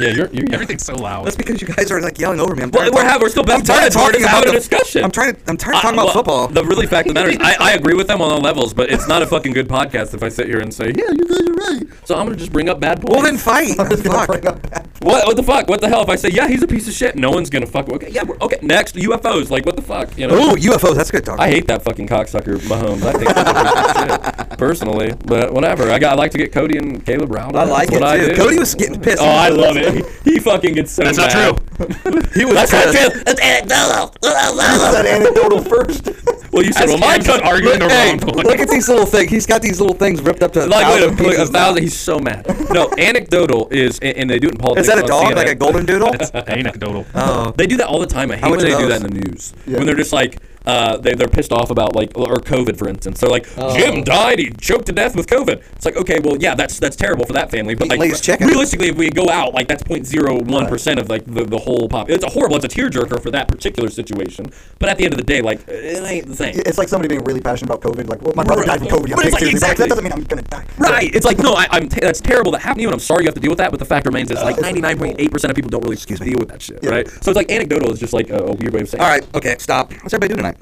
E: yeah, you're, you're
F: Everything's so loud.
G: That's because you guys are like yelling over me. I'm tired
E: Well,
G: of
E: we're
G: talking-
E: ha- we're still best
G: I'm tired
E: friends.
G: of
E: We're
G: talking
E: just
G: about
E: having
G: the-
E: a discussion.
G: I'm trying to. I'm tired of talking
E: I-
G: about
E: well,
G: football.
E: The really fact of the matter is, I, I agree with them on all levels, but it's not a fucking good podcast if I sit here and say, yeah, you guys are right. So I'm gonna just bring up bad boys.
G: Well, then fight. Fuck.
E: What, what the fuck? What the hell? If I say, yeah, he's a piece of shit, no one's gonna fuck. with- Okay, yeah, we're, okay. Next, UFOs. Like, what the fuck? You know?
G: Ooh, UFOs. That's good talk.
E: I hate that fucking cocksucker Mahomes. I think that's a piece of shit, personally, but whatever. I got. I like to get Cody and Caleb riled.
G: I
E: up.
G: like
E: That's what
G: it
E: I
G: too.
E: do.
G: Cody was getting pissed.
E: Oh, I love it. He, he fucking gets so.
F: That's not
E: mad.
F: true.
G: He was
E: That's not
G: pissed.
E: true. That's anecdotal.
H: Is that anecdotal first?
E: well, you said, well, my
F: Cam's
E: country.
F: arguing the
G: Hey,
F: wrong point.
G: look at these little things. He's got these little things ripped up to a
E: Like, wait a,
G: thousand
E: look, a
G: pieces. now.
E: thousand. He's so mad. No, anecdotal is, and, and they do it in
G: Is
E: politics.
G: that a
E: on
G: dog,
E: CNN.
G: like a golden doodle?
F: Anecdotal.
G: Oh,
E: They do that all the time. I hate when
G: much
E: they
G: are
E: do
G: those?
E: that in the news.
H: Yeah.
E: When they're just like, uh, they, they're pissed off about like, or COVID, for instance. They're like,
G: Oh.
E: Jim died. He choked to death with COVID. It's like, okay, well, yeah, that's that's terrible for that family. But
G: Eat
E: like,
G: Lay's chicken.
E: realistically, if we go out, like that's 0.01 percent of like the, the whole pop. It's a horrible. It's a tearjerker for that particular situation. But at the end of the day, like, it ain't the same.
H: It's like somebody being really passionate about COVID. Like, well, my brother died from COVID. I'm
E: But it's
H: taking
E: like
H: it
E: exactly-
H: seriously. But That doesn't mean I'm gonna die.
E: Right. It's like no, I, I'm t- that's terrible that happened to you, and I'm sorry you have to deal with that. But the fact remains, it's like 99.8 percent of people don't really Excuse deal with that shit, right? So it's like anecdotal is just like a, a weird way of saying.
G: all right. Okay, stop. What's everybody doing tonight?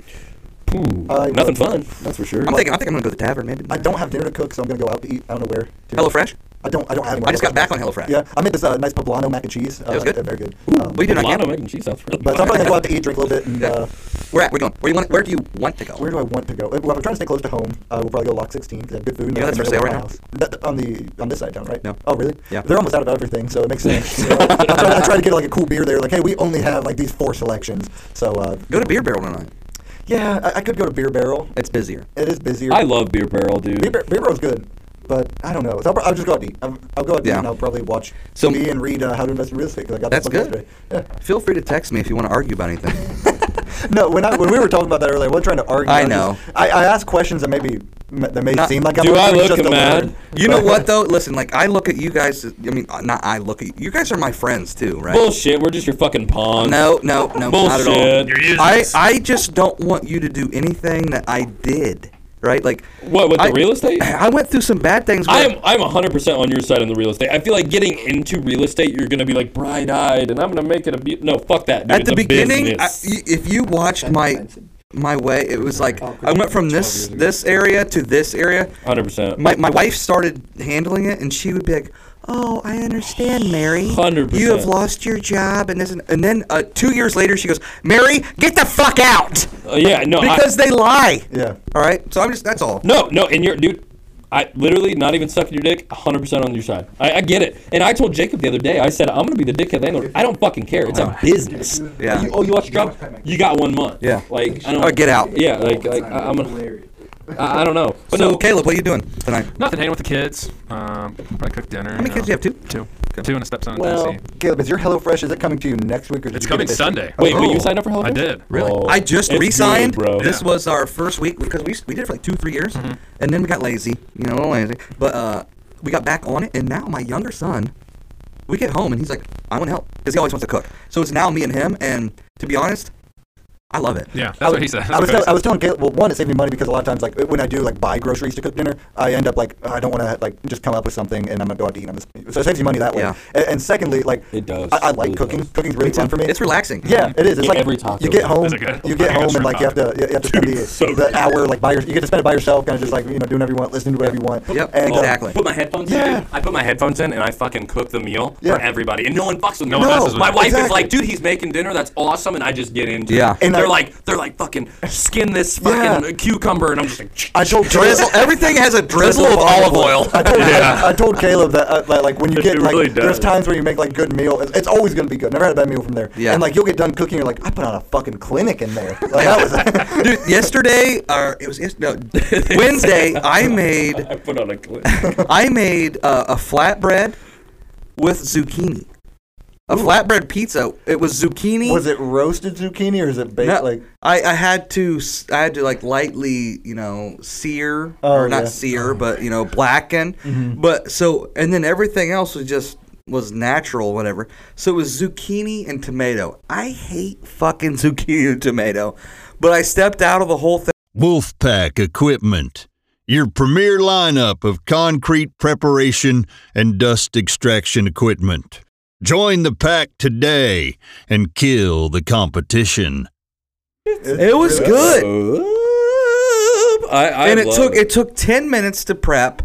E: Ooh,
H: I-
E: nothing fun. That's for sure.
G: I'm thinking. I think I'm gonna go to the tavern. Maybe.
H: Uh, I don't have dinner to cook, so I'm gonna go out to eat. I don't know where. to.
G: Hello Fresh.
H: I don't. I don't have. any
G: I just got back on
H: Hello
G: HelloFresh.
H: Yeah, I made this uh, nice poblano mac and cheese. Uh,
G: was good?
H: they're Very good. Um,
G: What are you doing?
E: Lana
G: Again?
E: mac and cheese. That's really
H: but so I'm probably gonna go out to eat, drink a little bit, and uh,
G: Where at? Where you going? Where do you want? Where do you want to go?
H: where do I want to go? Uh, Well, I'm trying to stay close to home. Uh, we'll probably go Lock 16 because they have good food. and
G: You know
H: they're
G: that's
H: right
G: for
H: near
G: sale
H: my
G: right
H: That- on the on this side down, right?
G: No.
H: Oh, really?
G: Yeah.
H: They're almost out of everything, so it makes sense. so, I, try, I try to get like a cool beer there. Like, hey, we only have like these four selections. So uh,
G: Go to Beer Barrel tonight.
H: yeah, I, I could go to Beer Barrel.
G: It's busier.
H: It is busier.
E: I love Beer Barrel, dude.
H: Beer, Bar- Beer Barrel's good, but I don't know. So I'll, pro- I'll just go out to eat. I'll, I'll go out to eat
G: Yeah.
H: and I'll probably watch
G: So-
H: TV and read uh, How to Invest in Real Estate because I got
G: That's
H: that book
G: good.
H: yesterday. Yeah.
G: Feel free to text me if you want to argue about anything.
H: No, when I, when we were talking about that earlier, we're trying to argue.
G: I
H: I'm just-
G: know.
H: I, I ask questions that maybe that may
G: Not-
H: seem like I'm
E: Do I
H: arguing
E: look
H: just to
E: mad?
H: learn,
G: You know
H: but-
G: what though? Listen, like I look at you guys. I mean, uh, not I look at you. You guys are my friends too, right?
E: Bullshit. We're just your fucking pawns.
G: No, no, no, not at all.
E: Bullshit.
F: You're using
G: I
F: this.
G: I just don't want you to do anything that I did, right? Like
E: What with the
G: I-
E: real estate?
G: I went through some bad things.
E: I
G: where-
E: am I'm 100% on your side on the real estate. I feel like getting into real estate, you're gonna be like bright-eyed, and I'm gonna make it a be- no. Fuck that. Dude.
G: at
E: It's
G: the
E: a
G: beginning, I,
E: business.
G: y- if you watched my my way, it was like I went from this this area to this area.
E: 100%.
G: My my wife started handling it, and she would be like. Oh, I understand, Mary.
E: 100%.
G: You have lost your job, and this, and, and then uh, two years later, she goes, "Mary, get the fuck out!"
E: Uh, yeah, no. I-
G: because they lie.
H: Yeah.
G: All right. So I'm just that's all.
E: No, no, and you're dude. I literally not even sucking your dick. 100 percent on your side. I, I get it. And I told Jacob the other day. I said I'm gonna be the dickhead landlord. I don't fucking care. It's a business.
G: Yeah.
E: You, oh, you lost your job. You got one month.
G: Yeah.
E: Like I don't.
G: Or get out.
E: Yeah. Like, like I, I'm gonna. I, I don't know. But
G: so,
E: no,
G: Caleb, what are you doing tonight?
F: Nothing. Hanging with the kids. Um, probably cook dinner. How
G: many kids do you have, two?
F: Two. Two and a stepson in
H: Well,
F: Tennessee.
H: Caleb, is your HelloFresh is it coming to you next week or? did
F: It's
H: you get it
F: coming
H: this
F: Sunday.
E: Wait,
H: week?
E: will
H: Oh.
E: you sign up for HelloFresh?
F: I did.
G: Really?
E: Oh,
G: I just
E: it's
G: re-signed.
E: good, bro.
G: This
F: Yeah.
G: was our first week because we we did it for like two, three years, and then we got lazy. You know, we're lazy. But uh, we got back on it, and now my younger son, we get home and he's like, "I want to help," because he always wants to cook. So it's now me and him, and to be honest, I love it.
F: Yeah, that's
H: I was,
F: what he said. That's
H: I was,
F: what he
H: tell, I
F: said.
H: was telling Caleb, well, one, it saved me money because a lot of times, like when I do like buy groceries to cook dinner, I end up like I don't want to like just come up with something and I'm gonna go out to eat. I'm just, so it saves you money that way.
G: Yeah.
H: And, and secondly, like
E: It does.
H: I, I
E: It
H: like
E: really
H: cooking.
E: does.
H: Cooking's really fun for me.
G: It's relaxing.
H: yeah, it is. It's
E: Yeah,
H: like
E: every taco
H: you get
E: is-
H: home,
F: Is it good?
H: you
F: I
H: get
F: gotta
H: home,
F: try
H: and like you have to you have to spend the,
E: so
H: the
E: good.
H: hour like by your, you get to spend it by yourself, kind of just like you know doing whatever you want, listening to whatever you want.
G: Yep,
H: And, uh,
G: exactly.
E: Put my headphones
H: Yeah.
E: in. dude. I put my headphones in and I fucking cook the meal
H: Yeah.
E: for everybody, and no one fucks with me.
F: No one messes with
E: my
F: me.
E: wife is
H: Exactly.
E: like, dude, he's making dinner. That's awesome, and I just get into it.
G: Yeah.
E: And
H: And
E: they're
H: I-
E: like, they're like, fucking skin this fucking
H: Yeah.
E: cucumber, and I'm just like,
H: I told
G: Drizzle. Everything has a drizzle of olive oil.
H: I told, I, I told Caleb that, uh, that like when you get like
M: really does.
H: there's times where you make like good meal, it's, it's always gonna be good. Never had a bad meal from there.
G: Yeah.
H: And like you'll get done cooking, you're like I put on a fucking clinic in there. Like that was
G: Dude, yesterday, or it was yes- no, Wednesday, I made
E: I put on a clip.
G: I made uh, a flatbread with zucchini. A flatbread pizza. It was zucchini.
H: was it roasted zucchini or is it baked
G: No,
H: like?
G: I, I had to s- I had to like lightly you know sear
H: Oh,
G: or not
H: yeah. Mm-hmm.
G: sear but you know blacken but so and then everything else was just was natural whatever so it was zucchini and tomato I hate fucking zucchini and tomato but I stepped out of the whole thing
D: Wolfpack Equipment, your premier lineup of concrete preparation and dust extraction equipment. Join the pack today and kill the competition.
G: it was good
E: I, I
G: and it
E: love
G: took it took 10 minutes to prep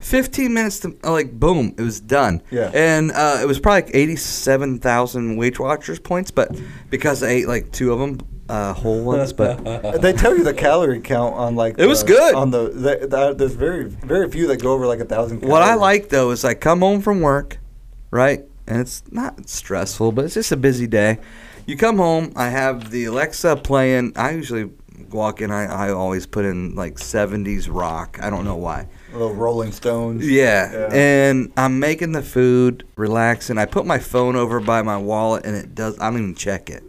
G: 15 minutes to uh, like boom it was done
H: Yeah.
G: and uh, it was probably like 87,000 Weight Watchers points but because I ate like two of them uh, whole ones but
H: They tell you the calorie count on like
G: It was good.
H: on the, the, the there's very very few that go over like a thousand.
G: what I
H: calories.
G: like though is I come home from work right and it's not stressful but it's just a busy day you come home I have the Alexa playing I usually walk in I, I always put in like 70s rock I don't know why
H: little Rolling Stones.
G: Yeah.
H: Yeah.
G: And I'm making the food, relaxing. I put my phone over by my wallet and it does I don't even check it.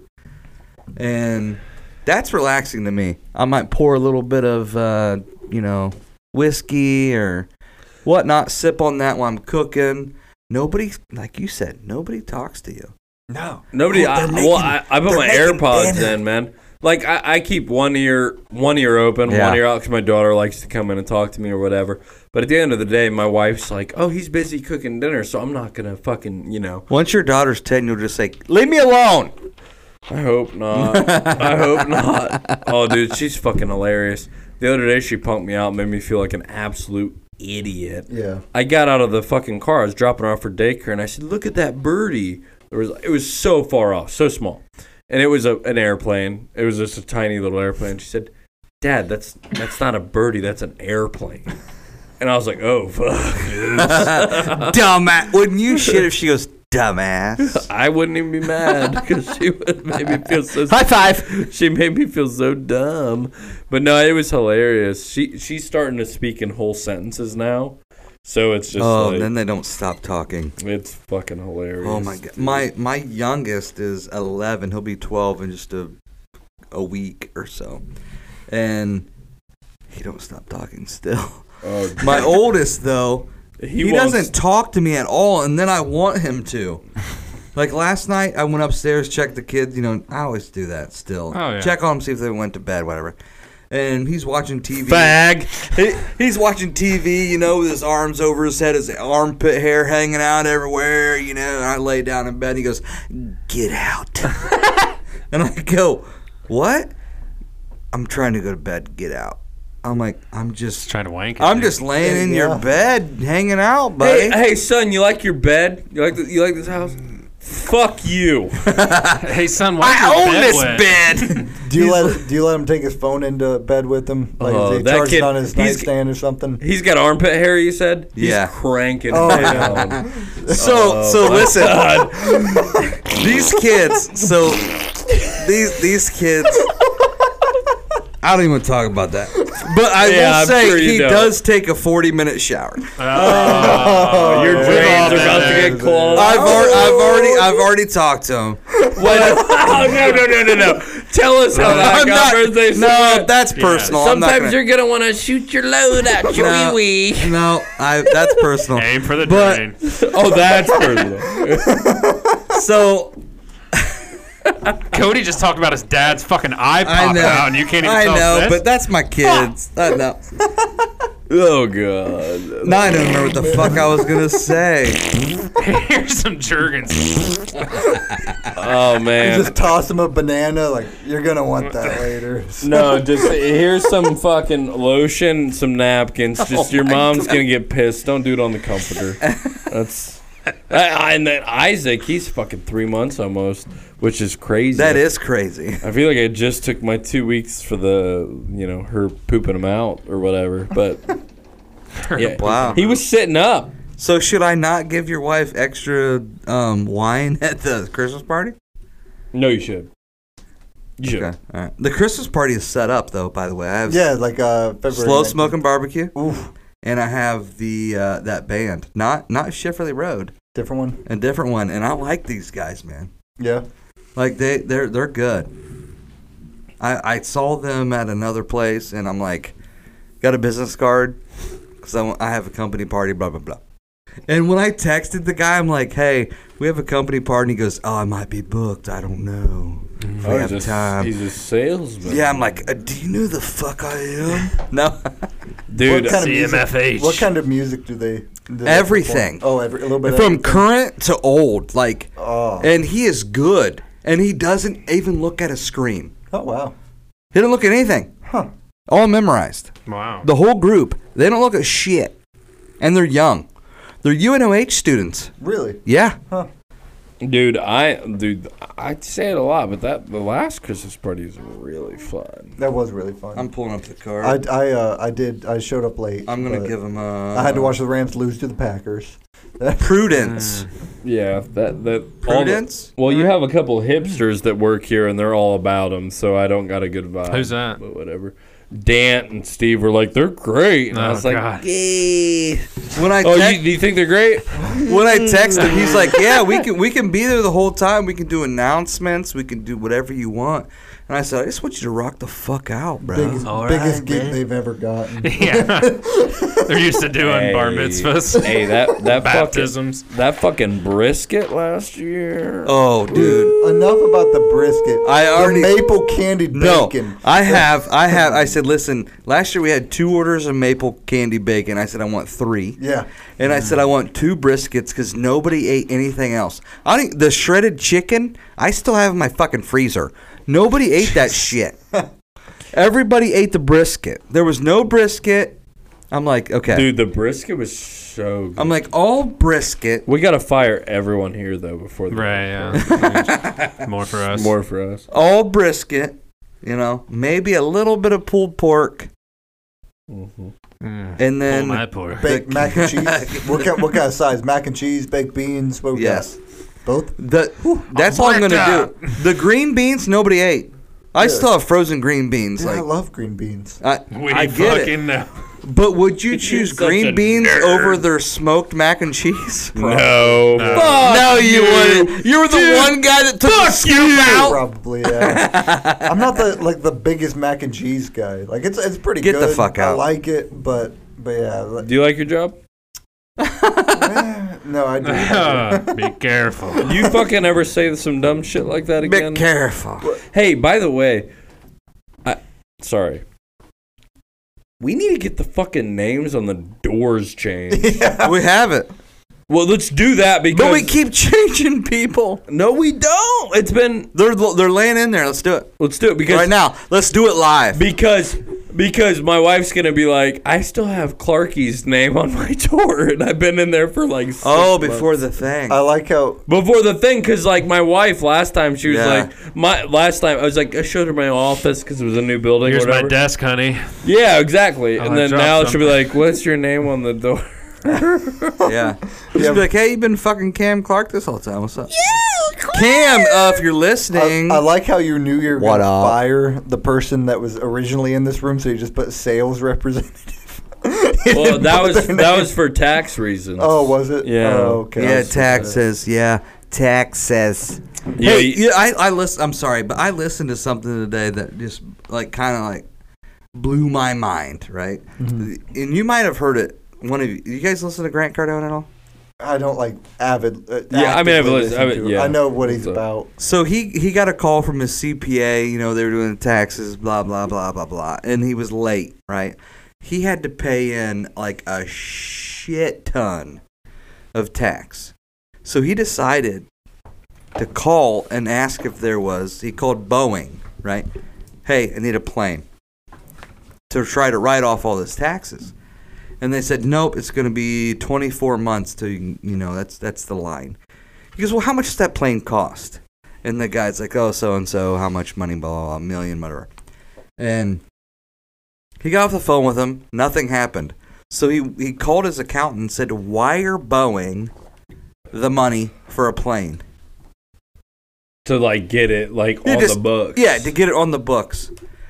G: And that's relaxing to me. I might pour a little bit of uh, you know, whiskey or whatnot, sip on that while I'm cooking. Nobody like you said, nobody talks to you.
E: Nobody.
G: Oh,
E: I,
G: they're
E: well,
G: making-
E: I, I put
G: they're
E: my
G: making
E: AirPods
G: dinner.
E: in, man. Like I, I keep one ear one ear open,
G: Yeah.
E: one ear out because my daughter likes to come in and talk to me or whatever. But at the end of the day, my wife's like, "Oh, he's busy cooking dinner, so I'm not gonna fucking you know."
G: Once your daughter's ten, you'll just say, Leave me alone.
E: I hope not. I hope not. Oh, dude, she's fucking hilarious. The other day, she punked me out, made me feel like an absolute idiot.
H: Yeah.
E: I got out of the fucking car. I was dropping her off for daycare, and I said, "Look at that birdie." There was it was so far off, so small, and it was a, an airplane. It was just a tiny little airplane. She said, "Dad, that's that's not a birdie. That's an airplane." And I was like, "Oh fuck!"
F: Uh-huh.
G: Dumbass wouldn't you shit if she goes, Dumbass.
E: I wouldn't even be mad because she would made me feel so.
G: High five.
E: she made me feel so dumb. But no, it was hilarious. She she's starting to speak in whole sentences now, so it's just
G: Oh,
E: like
G: then they don't stop talking.
E: it's fucking hilarious.
G: Oh my god, my my youngest is 11. He'll be 12 in just a a week or so, and he don't stop talking still.
E: Oh,
G: My oldest though, he,
E: wants-
G: doesn't talk to me at all, and then I want him to. Like last night, I went upstairs checked the kids. You know, I always do that still.
F: Oh, yeah.
G: Check on them, see if they went to bed, whatever. And he's watching TV.
E: Fag.
G: He, he's watching TV, you know, with his arms over his head, his armpit hair hanging out everywhere, you know. And I lay down in bed. And he goes, "Get out," and I go, "What?" I'm trying to go to bed. Get out. I'm like, I'm just,
F: trying to wank. it,
G: I'm
F: dude.
G: just laying in your
H: Yeah.
G: bed, hanging out, buddy.
E: Hey, hey, son, you like your bed? You like the, you like this house? Fuck you.
F: Hey, son, why
G: I own this
F: wet?
G: bed.
H: Do you let do you let him take his phone into bed with him? Like
E: Oh,
H: is he
E: that
H: charged
E: kid-
H: it on his
E: he's-
H: nightstand or something?
E: He's got armpit hair. You said.
G: Yeah.
E: He's cranking.
H: Oh,
E: Oh,
H: yeah.
G: so, so listen, these kids. So, these these kids. I don't even wanna talk about that. But I
E: Yeah,
G: will
E: I'm
G: say
E: sure you
G: he
E: don't.
G: does take a 40 minute shower.
E: Oh, your drains are about to get clogged.
G: I've, al- I've already I've already talked to him.
E: oh no no no no no! Tell us how that
G: I'm not-
E: conversation
G: no,
E: went.
G: that's personal. I'm not gonna-
E: Sometimes you're gonna want to shoot your load at your
G: No.
E: wee wee.
G: No, I, that's personal.
F: Aim for the
G: But-
F: drain.
E: Oh, that's personal.
G: So
F: Cody just talked about his dad's fucking eye
G: I
F: pop
G: know.
F: out, and you can't even
G: I
F: tell
G: know,
F: us this.
G: but that's my kids. I know.
E: oh god.
G: Now I don't remember what the fuck I was gonna say.
F: Here's some Jergens.
E: Oh man.
H: Just toss him a banana. Like you're gonna want that later.
E: No, just here's some fucking lotion, some napkins.
G: Oh
E: Just your mom's gonna get pissed. Don't do it on the comforter. That's I, I, and then Isaac, he's fucking three months almost, which is crazy.
G: That is crazy.
E: I feel like I just took my two weeks for the you know her pooping him out or whatever. But yeah,
G: Wow.
E: he was sitting up.
G: So should I not give your wife extra um, wine at the Christmas party?
E: No, you should. You should.
G: Okay. All right. The Christmas party is set up though. By the way, I have
H: Yeah, like uh, February.
G: slow
H: 19th.
G: smoking barbecue,
H: Oof,
G: and I have the uh, that band, not not Schifferly Road,
H: different one.
G: a different one, and I like these guys, man.
H: Yeah.
G: Like they they're they're good. I I saw them at another place, and I'm like, got a business card because I, want- I have a company party, blah blah blah. And when I texted the guy, I'm like, hey, we have a company party. And he goes, oh, I might be booked. I don't know. If we
E: Oh,
G: have
E: he's, a,
G: time.
E: he's a salesman.
G: Yeah, I'm like, uh, do you know who the fuck I am? no.
E: dude.
H: what kind of
F: CMFH.
H: music? What kind of music do they? do they perform?
G: Everything.
H: Oh, every, a little bit. of
G: From
H: everything.
G: current to old, like,
H: Oh.
G: and he is good. And he doesn't even look at a screen.
H: Oh wow.
G: He didn't look at anything.
H: Huh.
G: All memorized.
F: Wow.
G: The whole group. They don't look at shit. And they're young. They're UNOH students.
H: Really?
G: Yeah.
E: Dude, I dude, I say it a lot, but that the last Christmas party was really fun.
H: That was really fun.
G: I'm pulling up the card.
H: I I uh, I did. I showed up late.
G: I, am going
H: but
G: to give uh, him a.
H: I had to watch the Rams lose to the Packers.
G: Prudence.
E: Yeah, that that all the-
G: Prudence?
E: well, you have a couple hipsters that work here, and they're all about them, so I don't got a good vibe.
F: Who's that?
E: But whatever. Dant and Steve were like, they're great, and I
F: Oh,
E: was like,
F: God.
G: Yay. When I
E: oh,
G: text-
E: you, do you think they're great?
G: when I text him, he's like, "Yeah, we can we can be there the whole time. We can do announcements. We can do whatever you want." And I said, "I just want you to rock the fuck out, bro."
H: Biggest, biggest gig they've ever gotten.
F: yeah. They're used to doing bar mitzvahs.
E: Hey, that that fucking
F: Baptisms.
E: that fucking brisket last year.
G: Oh, dude.
H: Enough about the brisket.
G: I already-
H: the maple candied
G: No,
H: bacon.
G: I have, I have. I said, listen. Last year we had two orders of maple candy bacon. I said I want three.
H: Yeah.
G: And I said I want two briskets because nobody ate anything else. I don't, the shredded chicken I still have in my fucking freezer. Nobody ate that shit. Everybody ate the brisket. There was no brisket. I'm like, okay.
E: Dude, the brisket was so good.
G: I'm like, all brisket.
E: we gotta fire everyone here though before the
F: Right, yeah. More for us.
E: more for us.
G: all brisket, you know, maybe a little bit of pulled pork,
F: Mm.
G: and
F: Pull
G: then
F: my pork.
H: Baked mac and cheese. what, kind, what kind of size? Mac and cheese, baked beans. What we
G: yes,
H: got? Both.
G: the that's all I'm gonna do. The green beans nobody ate. I
H: Yeah.
G: still have frozen green beans.
H: Dude, I
G: like
H: love green beans.
G: I,
F: We
G: I get
F: fucking
G: it,
F: know.
G: but would you choose
E: such a
G: green beans over their smoked mac and cheese?
E: No,
G: no, you, wouldn't. You were the one guy that took the scoop out.
H: Probably. Yeah. I'm not the like the biggest mac and cheese guy. Like it's it's pretty
G: Get
H: good.
G: the fuck
H: I
G: out.
H: like it, but but yeah. like-
E: Do you like your job?
H: eh, no, I do.
F: Uh, Be careful.
E: Do you fucking ever say some dumb shit like that
G: Be
E: again?
G: careful.
E: hey, by the way, I, sorry. We need to get the fucking names on the doors changed.
G: We have it,
E: well, let's do that because
G: but we keep changing people.
E: no, we don't. It's been
G: They're they're laying in there. Let's do it.
E: let's do it because
G: right now. Let's do it live.
E: because because my wife's gonna be like, I still have Clarky's name on my door, and I've been in there for like six
G: oh,
E: months.
G: before the thing.
H: I like how
E: before the thing because like my wife last time she was
G: Yeah.
E: like my last time i was like i showed her my office because it was a new building or
F: Here's my
E: whatever.
F: desk, honey.
E: yeah exactly and
F: I
E: then
F: dropped
E: now she'll be like what's your name on the door
G: yeah. Just be like, hey, you've been fucking Cam Clark this whole time. What's up? Yeah, Cam, uh, if you're listening,
H: I like how you knew you were
G: What
H: going to
G: up?
H: fire the person that was originally in this room, so you just put sales representative.
E: Well, that was
H: Their
E: that
H: name.
E: was for tax reasons.
H: Oh, was it?
E: Yeah.
H: Oh, okay.
G: yeah, taxes, yeah, taxes.
E: Yeah,
G: hey,
E: you-
G: yeah, I, I listen. I'm sorry, but I listened to something today that just like kind of like blew my mind, right?
E: Mm-hmm.
G: And you might have heard it. One of you, you guys listen to Grant Cardone at all?
H: I don't like avid. Uh,
E: Yeah, I mean, I've
H: actively
E: listened-
H: listen
E: I've-
H: to him.
E: yeah.
H: I know what he's
E: So-
H: about.
G: So he he got a call from his CPA. You know they were doing taxes, blah blah blah blah blah, and he was late. Right, he had to pay in like a shit ton of tax. So he decided to call and ask if there was. He called Boeing. Right, hey, I need a plane to try to write off all this taxes. And they said, nope, it's going to be 24 months to, you know, that's that's the line. He goes, well, how much does that plane cost? And the guy's like, oh, so and so, how much money, blah, blah, blah, million, whatever. And he got off the phone with him. Nothing happened. So he, he called his accountant and said, wire Boeing the money for a plane.
E: to like get it like
G: Yeah,
E: on
G: just-
E: the books.
G: Yeah, to get it on the books.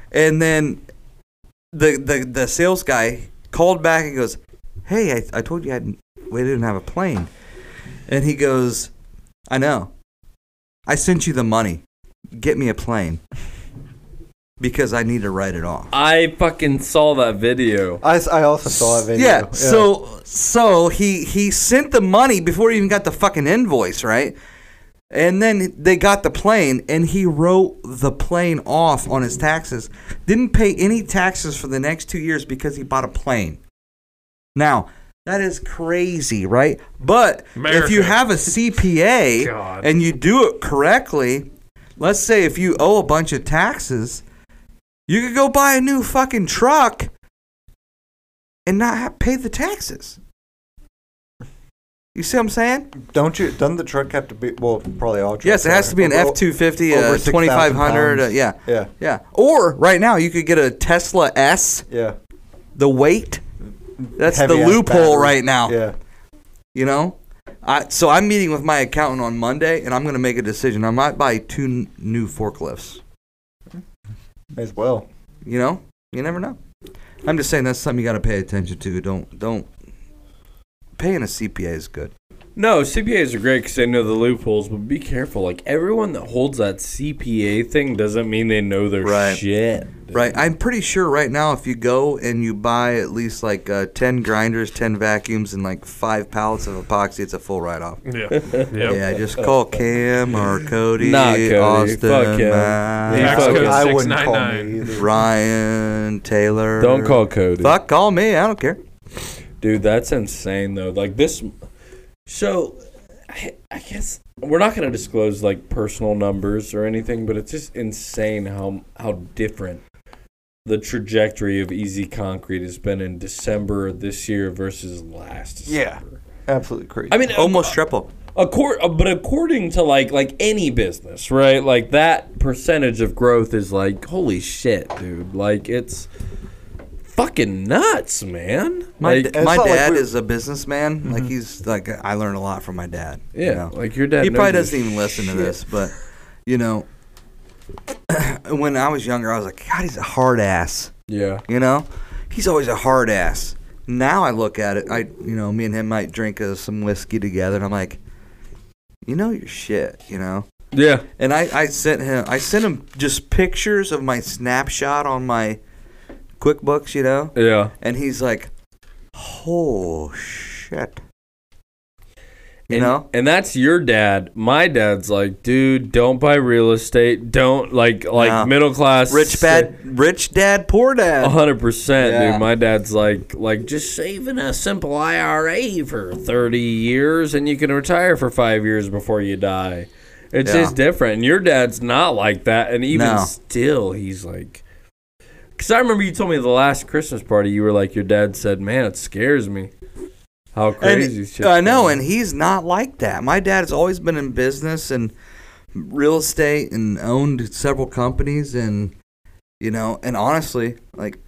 G: And then the the, the sales guy called back and goes, Hey, I, I told you I hadn't, we didn't have a plane. And he goes, I know. I sent you the money. Get me a plane because I need to write it off.
E: I fucking saw that video.
H: I, s- Oh, I also saw that video.
G: Yeah, So so he he sent the money before he even got the fucking invoice, right? And then they got the plane, and he wrote the plane off on his taxes. Didn't pay any taxes for the next two years because he bought a plane. Now that is crazy, right? But if
F: America.
G: you have a CPA
F: God.
G: and you do it correctly, let's say if you owe a bunch of taxes, you could go buy a new fucking truck and not have, pay the taxes. You see what I'm saying?
H: don't you? Doesn't the truck have to be? Well, probably all. Trucks
G: Yes, it has to be an
H: are.
G: F two fifty,
H: Over
G: a
H: 6,000
G: twenty five hundred,
H: pounds.
G: yeah,
H: Yeah.
G: yeah. Or right now you could get a Tesla S,
H: Yeah.
G: the weight. That's the
H: Heavy-ass
G: loophole
H: battery.
G: right now.
H: Yeah.
G: You know, I so I'm meeting with my accountant on Monday, and I'm going to make a decision. I might buy two n- new forklifts.
H: May as well.
G: You know, you never know. I'm just saying that's something you got to pay attention to. Don't don't. Paying a CPA is good.
E: No, CPAs are great because they know the loopholes, but be careful. Like everyone that holds that CPA thing doesn't mean they know their
G: Right.
E: shit.
G: Right. I'm pretty sure right now, if you go and you buy at least like uh, 10 grinders, 10 vacuums, and like five pallets of epoxy, it's a full write off.
F: Yeah. Yep.
G: Yeah, just call Cam or Cody,
E: Nah, Cody.
G: Austin,
E: Fuck yeah.
G: Matt,
E: Yeah.
F: Tax
E: fuck
F: code
E: it.
H: I wouldn't call
F: 699.
H: me either.
G: Ryan, Taylor.
E: Don't call Cody.
G: Fuck, call me. I don't care.
E: Dude, that's insane though. Like this. So, I, I guess we're not gonna disclose like personal numbers or anything, but it's just insane how how different the trajectory of Easy Concrete has been in December this year versus last.
H: Yeah.
E: December.
H: Absolutely crazy.
E: I mean,
G: Almost triple.
E: Accord, uh, but according to like like any business, right? Like that percentage of growth is like holy shit, dude. Like it's fucking nuts, man.
G: My,
E: like, Mm-hmm.
G: d-
H: it's
G: my
H: not like
G: dad
H: we-
G: is a businessman. Like he's like I learned a lot from my dad. you
E: yeah,
G: know?
E: like your dad.
G: he
E: knows
G: probably
E: his
G: doesn't even listen to this, but you know, when I was younger, I was like, God, he's a hard ass.
E: Yeah.
G: You know, he's always a hard ass. Now I look at it, I you know, me and him might drink uh, some whiskey together, and I'm like, you know your shit, you know.
E: Yeah.
G: And I, I sent him I sent him just pictures of my snapshot on my QuickBooks, you know,
E: Yeah.
G: and he's like, oh shit, you
E: and,
G: know.
E: And that's your dad. My dad's like, dude, don't buy real estate. Don't like like
G: No.
E: middle class
G: Rich bad, rich dad, poor dad.
E: hundred percent,
G: Yeah.
E: dude. My dad's like, like just saving a simple IRA for thirty years, and you can retire for five years before you die. It's
G: Yeah.
E: just different. And your dad's not like that, and even
G: No.
E: still, he's like. Because I remember you told me the last Christmas party, you were like, your dad said, "Man, it scares me." How crazy
G: and,
E: shit.
G: I know, and he's not like that. My dad's always been in business and real estate and owned several companies and you know, and honestly, like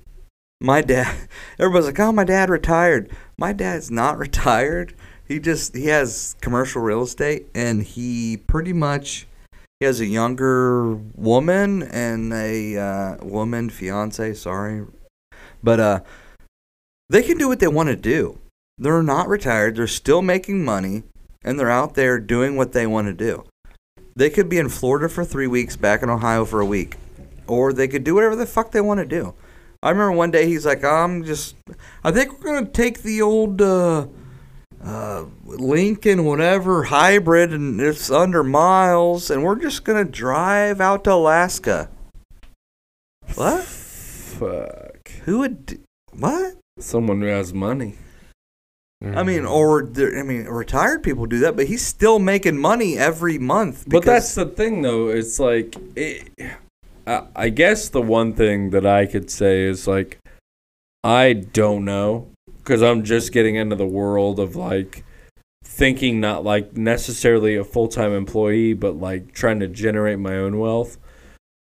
G: my dad everybody's like, Oh, my dad retired. My dad's not retired. He just he has commercial real estate and he pretty much He has a younger woman and a uh, woman fiance. Sorry, but uh, they can do what they want to do. They're not retired. They're still making money, and they're out there doing what they want to do. They could be in Florida for three weeks, back in Ohio for a week, or they could do whatever the fuck they want to do. I remember one day he's like, "I'm just, I think we're gonna take the old." Uh, uh, Lincoln, whatever hybrid, and it's under miles, and we're just gonna drive out to Alaska. What?
E: Fuck.
G: Who would? d what?
E: Someone who has money.
G: I mean, or there- I mean, retired people do that, but he's still making money every month.
E: But
G: because-
E: that's the thing, though. It's like, it, I, I guess the one thing that I could say is like, I don't know, because I'm just getting into the world of like thinking not like necessarily a full time employee, but like trying to generate my own wealth.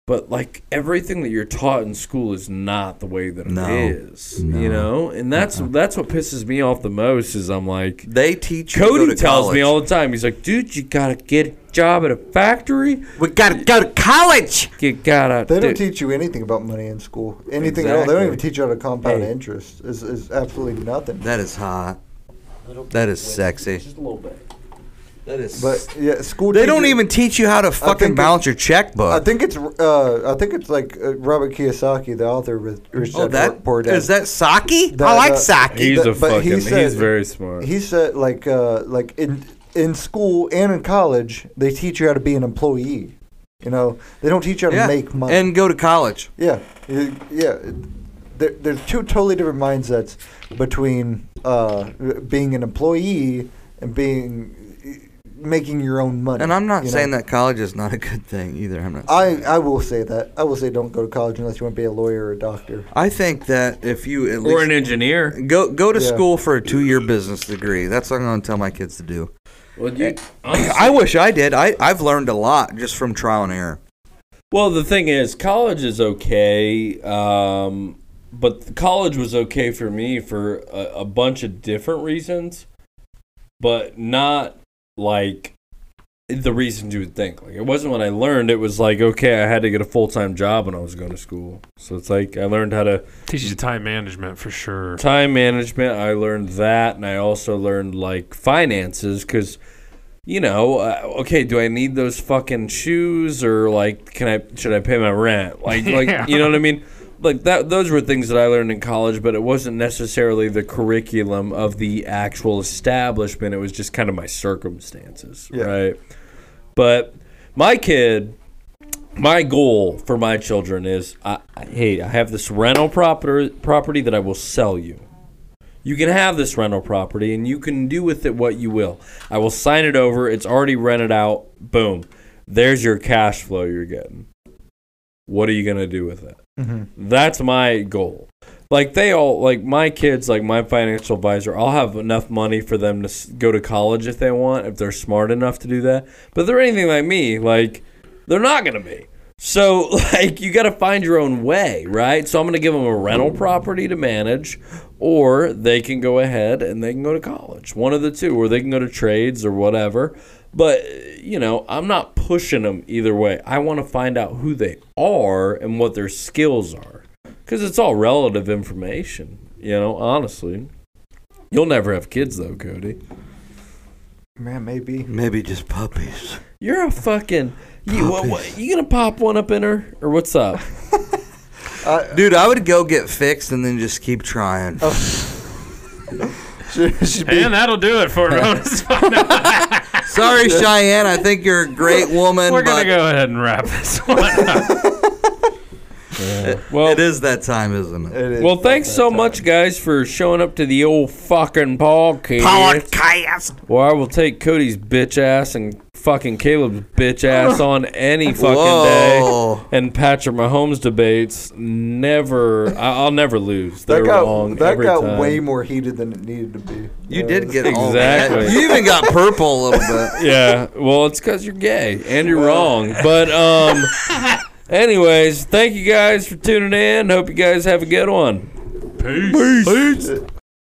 E: But like everything that you're taught in school is not the way that
G: No.
E: it is,
G: No.
E: you know, and that's that's what pisses me off the most is I'm like
G: they teach. you to go to
E: Cody tells me
G: college.
E: all the time. He's like, dude, you gotta get a job at a factory.
G: We gotta go to college.
E: You gotta.
H: They don't
E: do-"
H: teach you anything about money in school. Anything at all. They don't
E: Exactly.
H: even teach you how to compound
E: Hey.
H: interest. Is is absolutely nothing.
G: That is hot. That is sexy.
E: Just a little bit.
G: That is.
H: But yeah, school.
G: they don't
H: teaches-
G: even teach you how to fucking
H: think
G: balance your
H: I
G: checkbook.
H: think it's uh, I think it's like uh, Robert Kiyosaki, the author of Rich
G: Oh,
H: Dad
G: that
H: Poor Dad.
G: is that sake? I
H: That,
G: like
H: uh,
G: sake.
E: He's
H: But-
E: a
H: but he
E: fucking. he's
H: said-
E: very smart.
H: He said like uh, like in in school and in college they teach you how to be an employee. You know they don't teach you how
G: Yeah,
H: to make money.
G: and go to college.
H: yeah, y- yeah. There, there's two totally different mindsets between uh, being an employee and being making your own money.
G: And I'm not
H: you know?
G: saying that college is not a good thing either. I'm not.
H: I, I will say that I will say don't go to college unless you want to be a lawyer or a doctor.
G: I think that if you at
E: or
G: least
E: an engineer.
G: go go to
H: Yeah.
G: school for a two year business degree, that's what I'm going to tell my kids to do.
E: Well, you,
G: I wish I did. I I've learned a lot just from trial and error.
E: well, the thing is, college is okay, um, but college was okay for me for a, a bunch of different reasons, but not like the reasons you would think. Like it wasn't what I learned. It was like okay, I had to get a full time job when I was going to school. So it's like I learned how to
F: Teaches you time management for sure.
E: time management i learned that and i also learned like finances because you know uh, okay do i need those fucking shoes or like can i should i pay my rent like
F: Yeah.
E: like you know what i mean like that those were things that i learned in college but it wasn't necessarily the curriculum of the actual establishment it was just kind of my circumstances
H: Yeah.
E: right but my kid my goal for my children is I, I- hey i have this rental property property that i will sell you you can have this rental property and you can do with it what you will i will sign it over it's already rented out boom there's your cash flow you're getting what are you going to do with it that's my goal like they all like my kids like my financial advisor i'll have enough money for them to s- go to college if they want if they're smart enough to do that but if they're anything like me like they're not going to be. So, like, you got to find your own way, right? So, I'm going to give them a rental property to manage, or they can go ahead and they can go to college, one of the two, or they can go to trades or whatever. But, you know, I'm not pushing them either way. I want to find out who they are and what their skills are because it's all relative information, you know, honestly. You'll never have kids, though, Cody.
H: Man, maybe.
G: Maybe just puppies.
E: You're a fucking. You, what, what, you gonna pop one up in her, or what's up?
G: Dude, I would go get fixed and then just keep trying.
F: And that'll do it for Rona's
G: Sorry, Cheyenne. I think you're a great woman,
F: We're
G: but
F: gonna go ahead and wrap this one up.
E: Well,
G: it is that time, isn't it?
H: It is.
E: Well, thanks so much, guys, for showing up to the old fucking podcast.
H: uh,
E: Where I will take Cody's bitch ass and fucking Caleb's bitch ass on any fucking
G: Whoa.
E: day. And Patrick Mahomes debates never. I- I'll never lose. They're
H: that got
E: wrong
H: that
E: every
H: got
E: time.
H: way more heated than it needed to be.
G: You
H: Uh,
G: did get all
E: Exactly.
G: that. You even got purple a little bit.
E: yeah. Well, it's because you're gay and you're wrong. But um, anyways, thank you guys for tuning in. Hope you guys have a good one.
F: Peace.
E: Peace.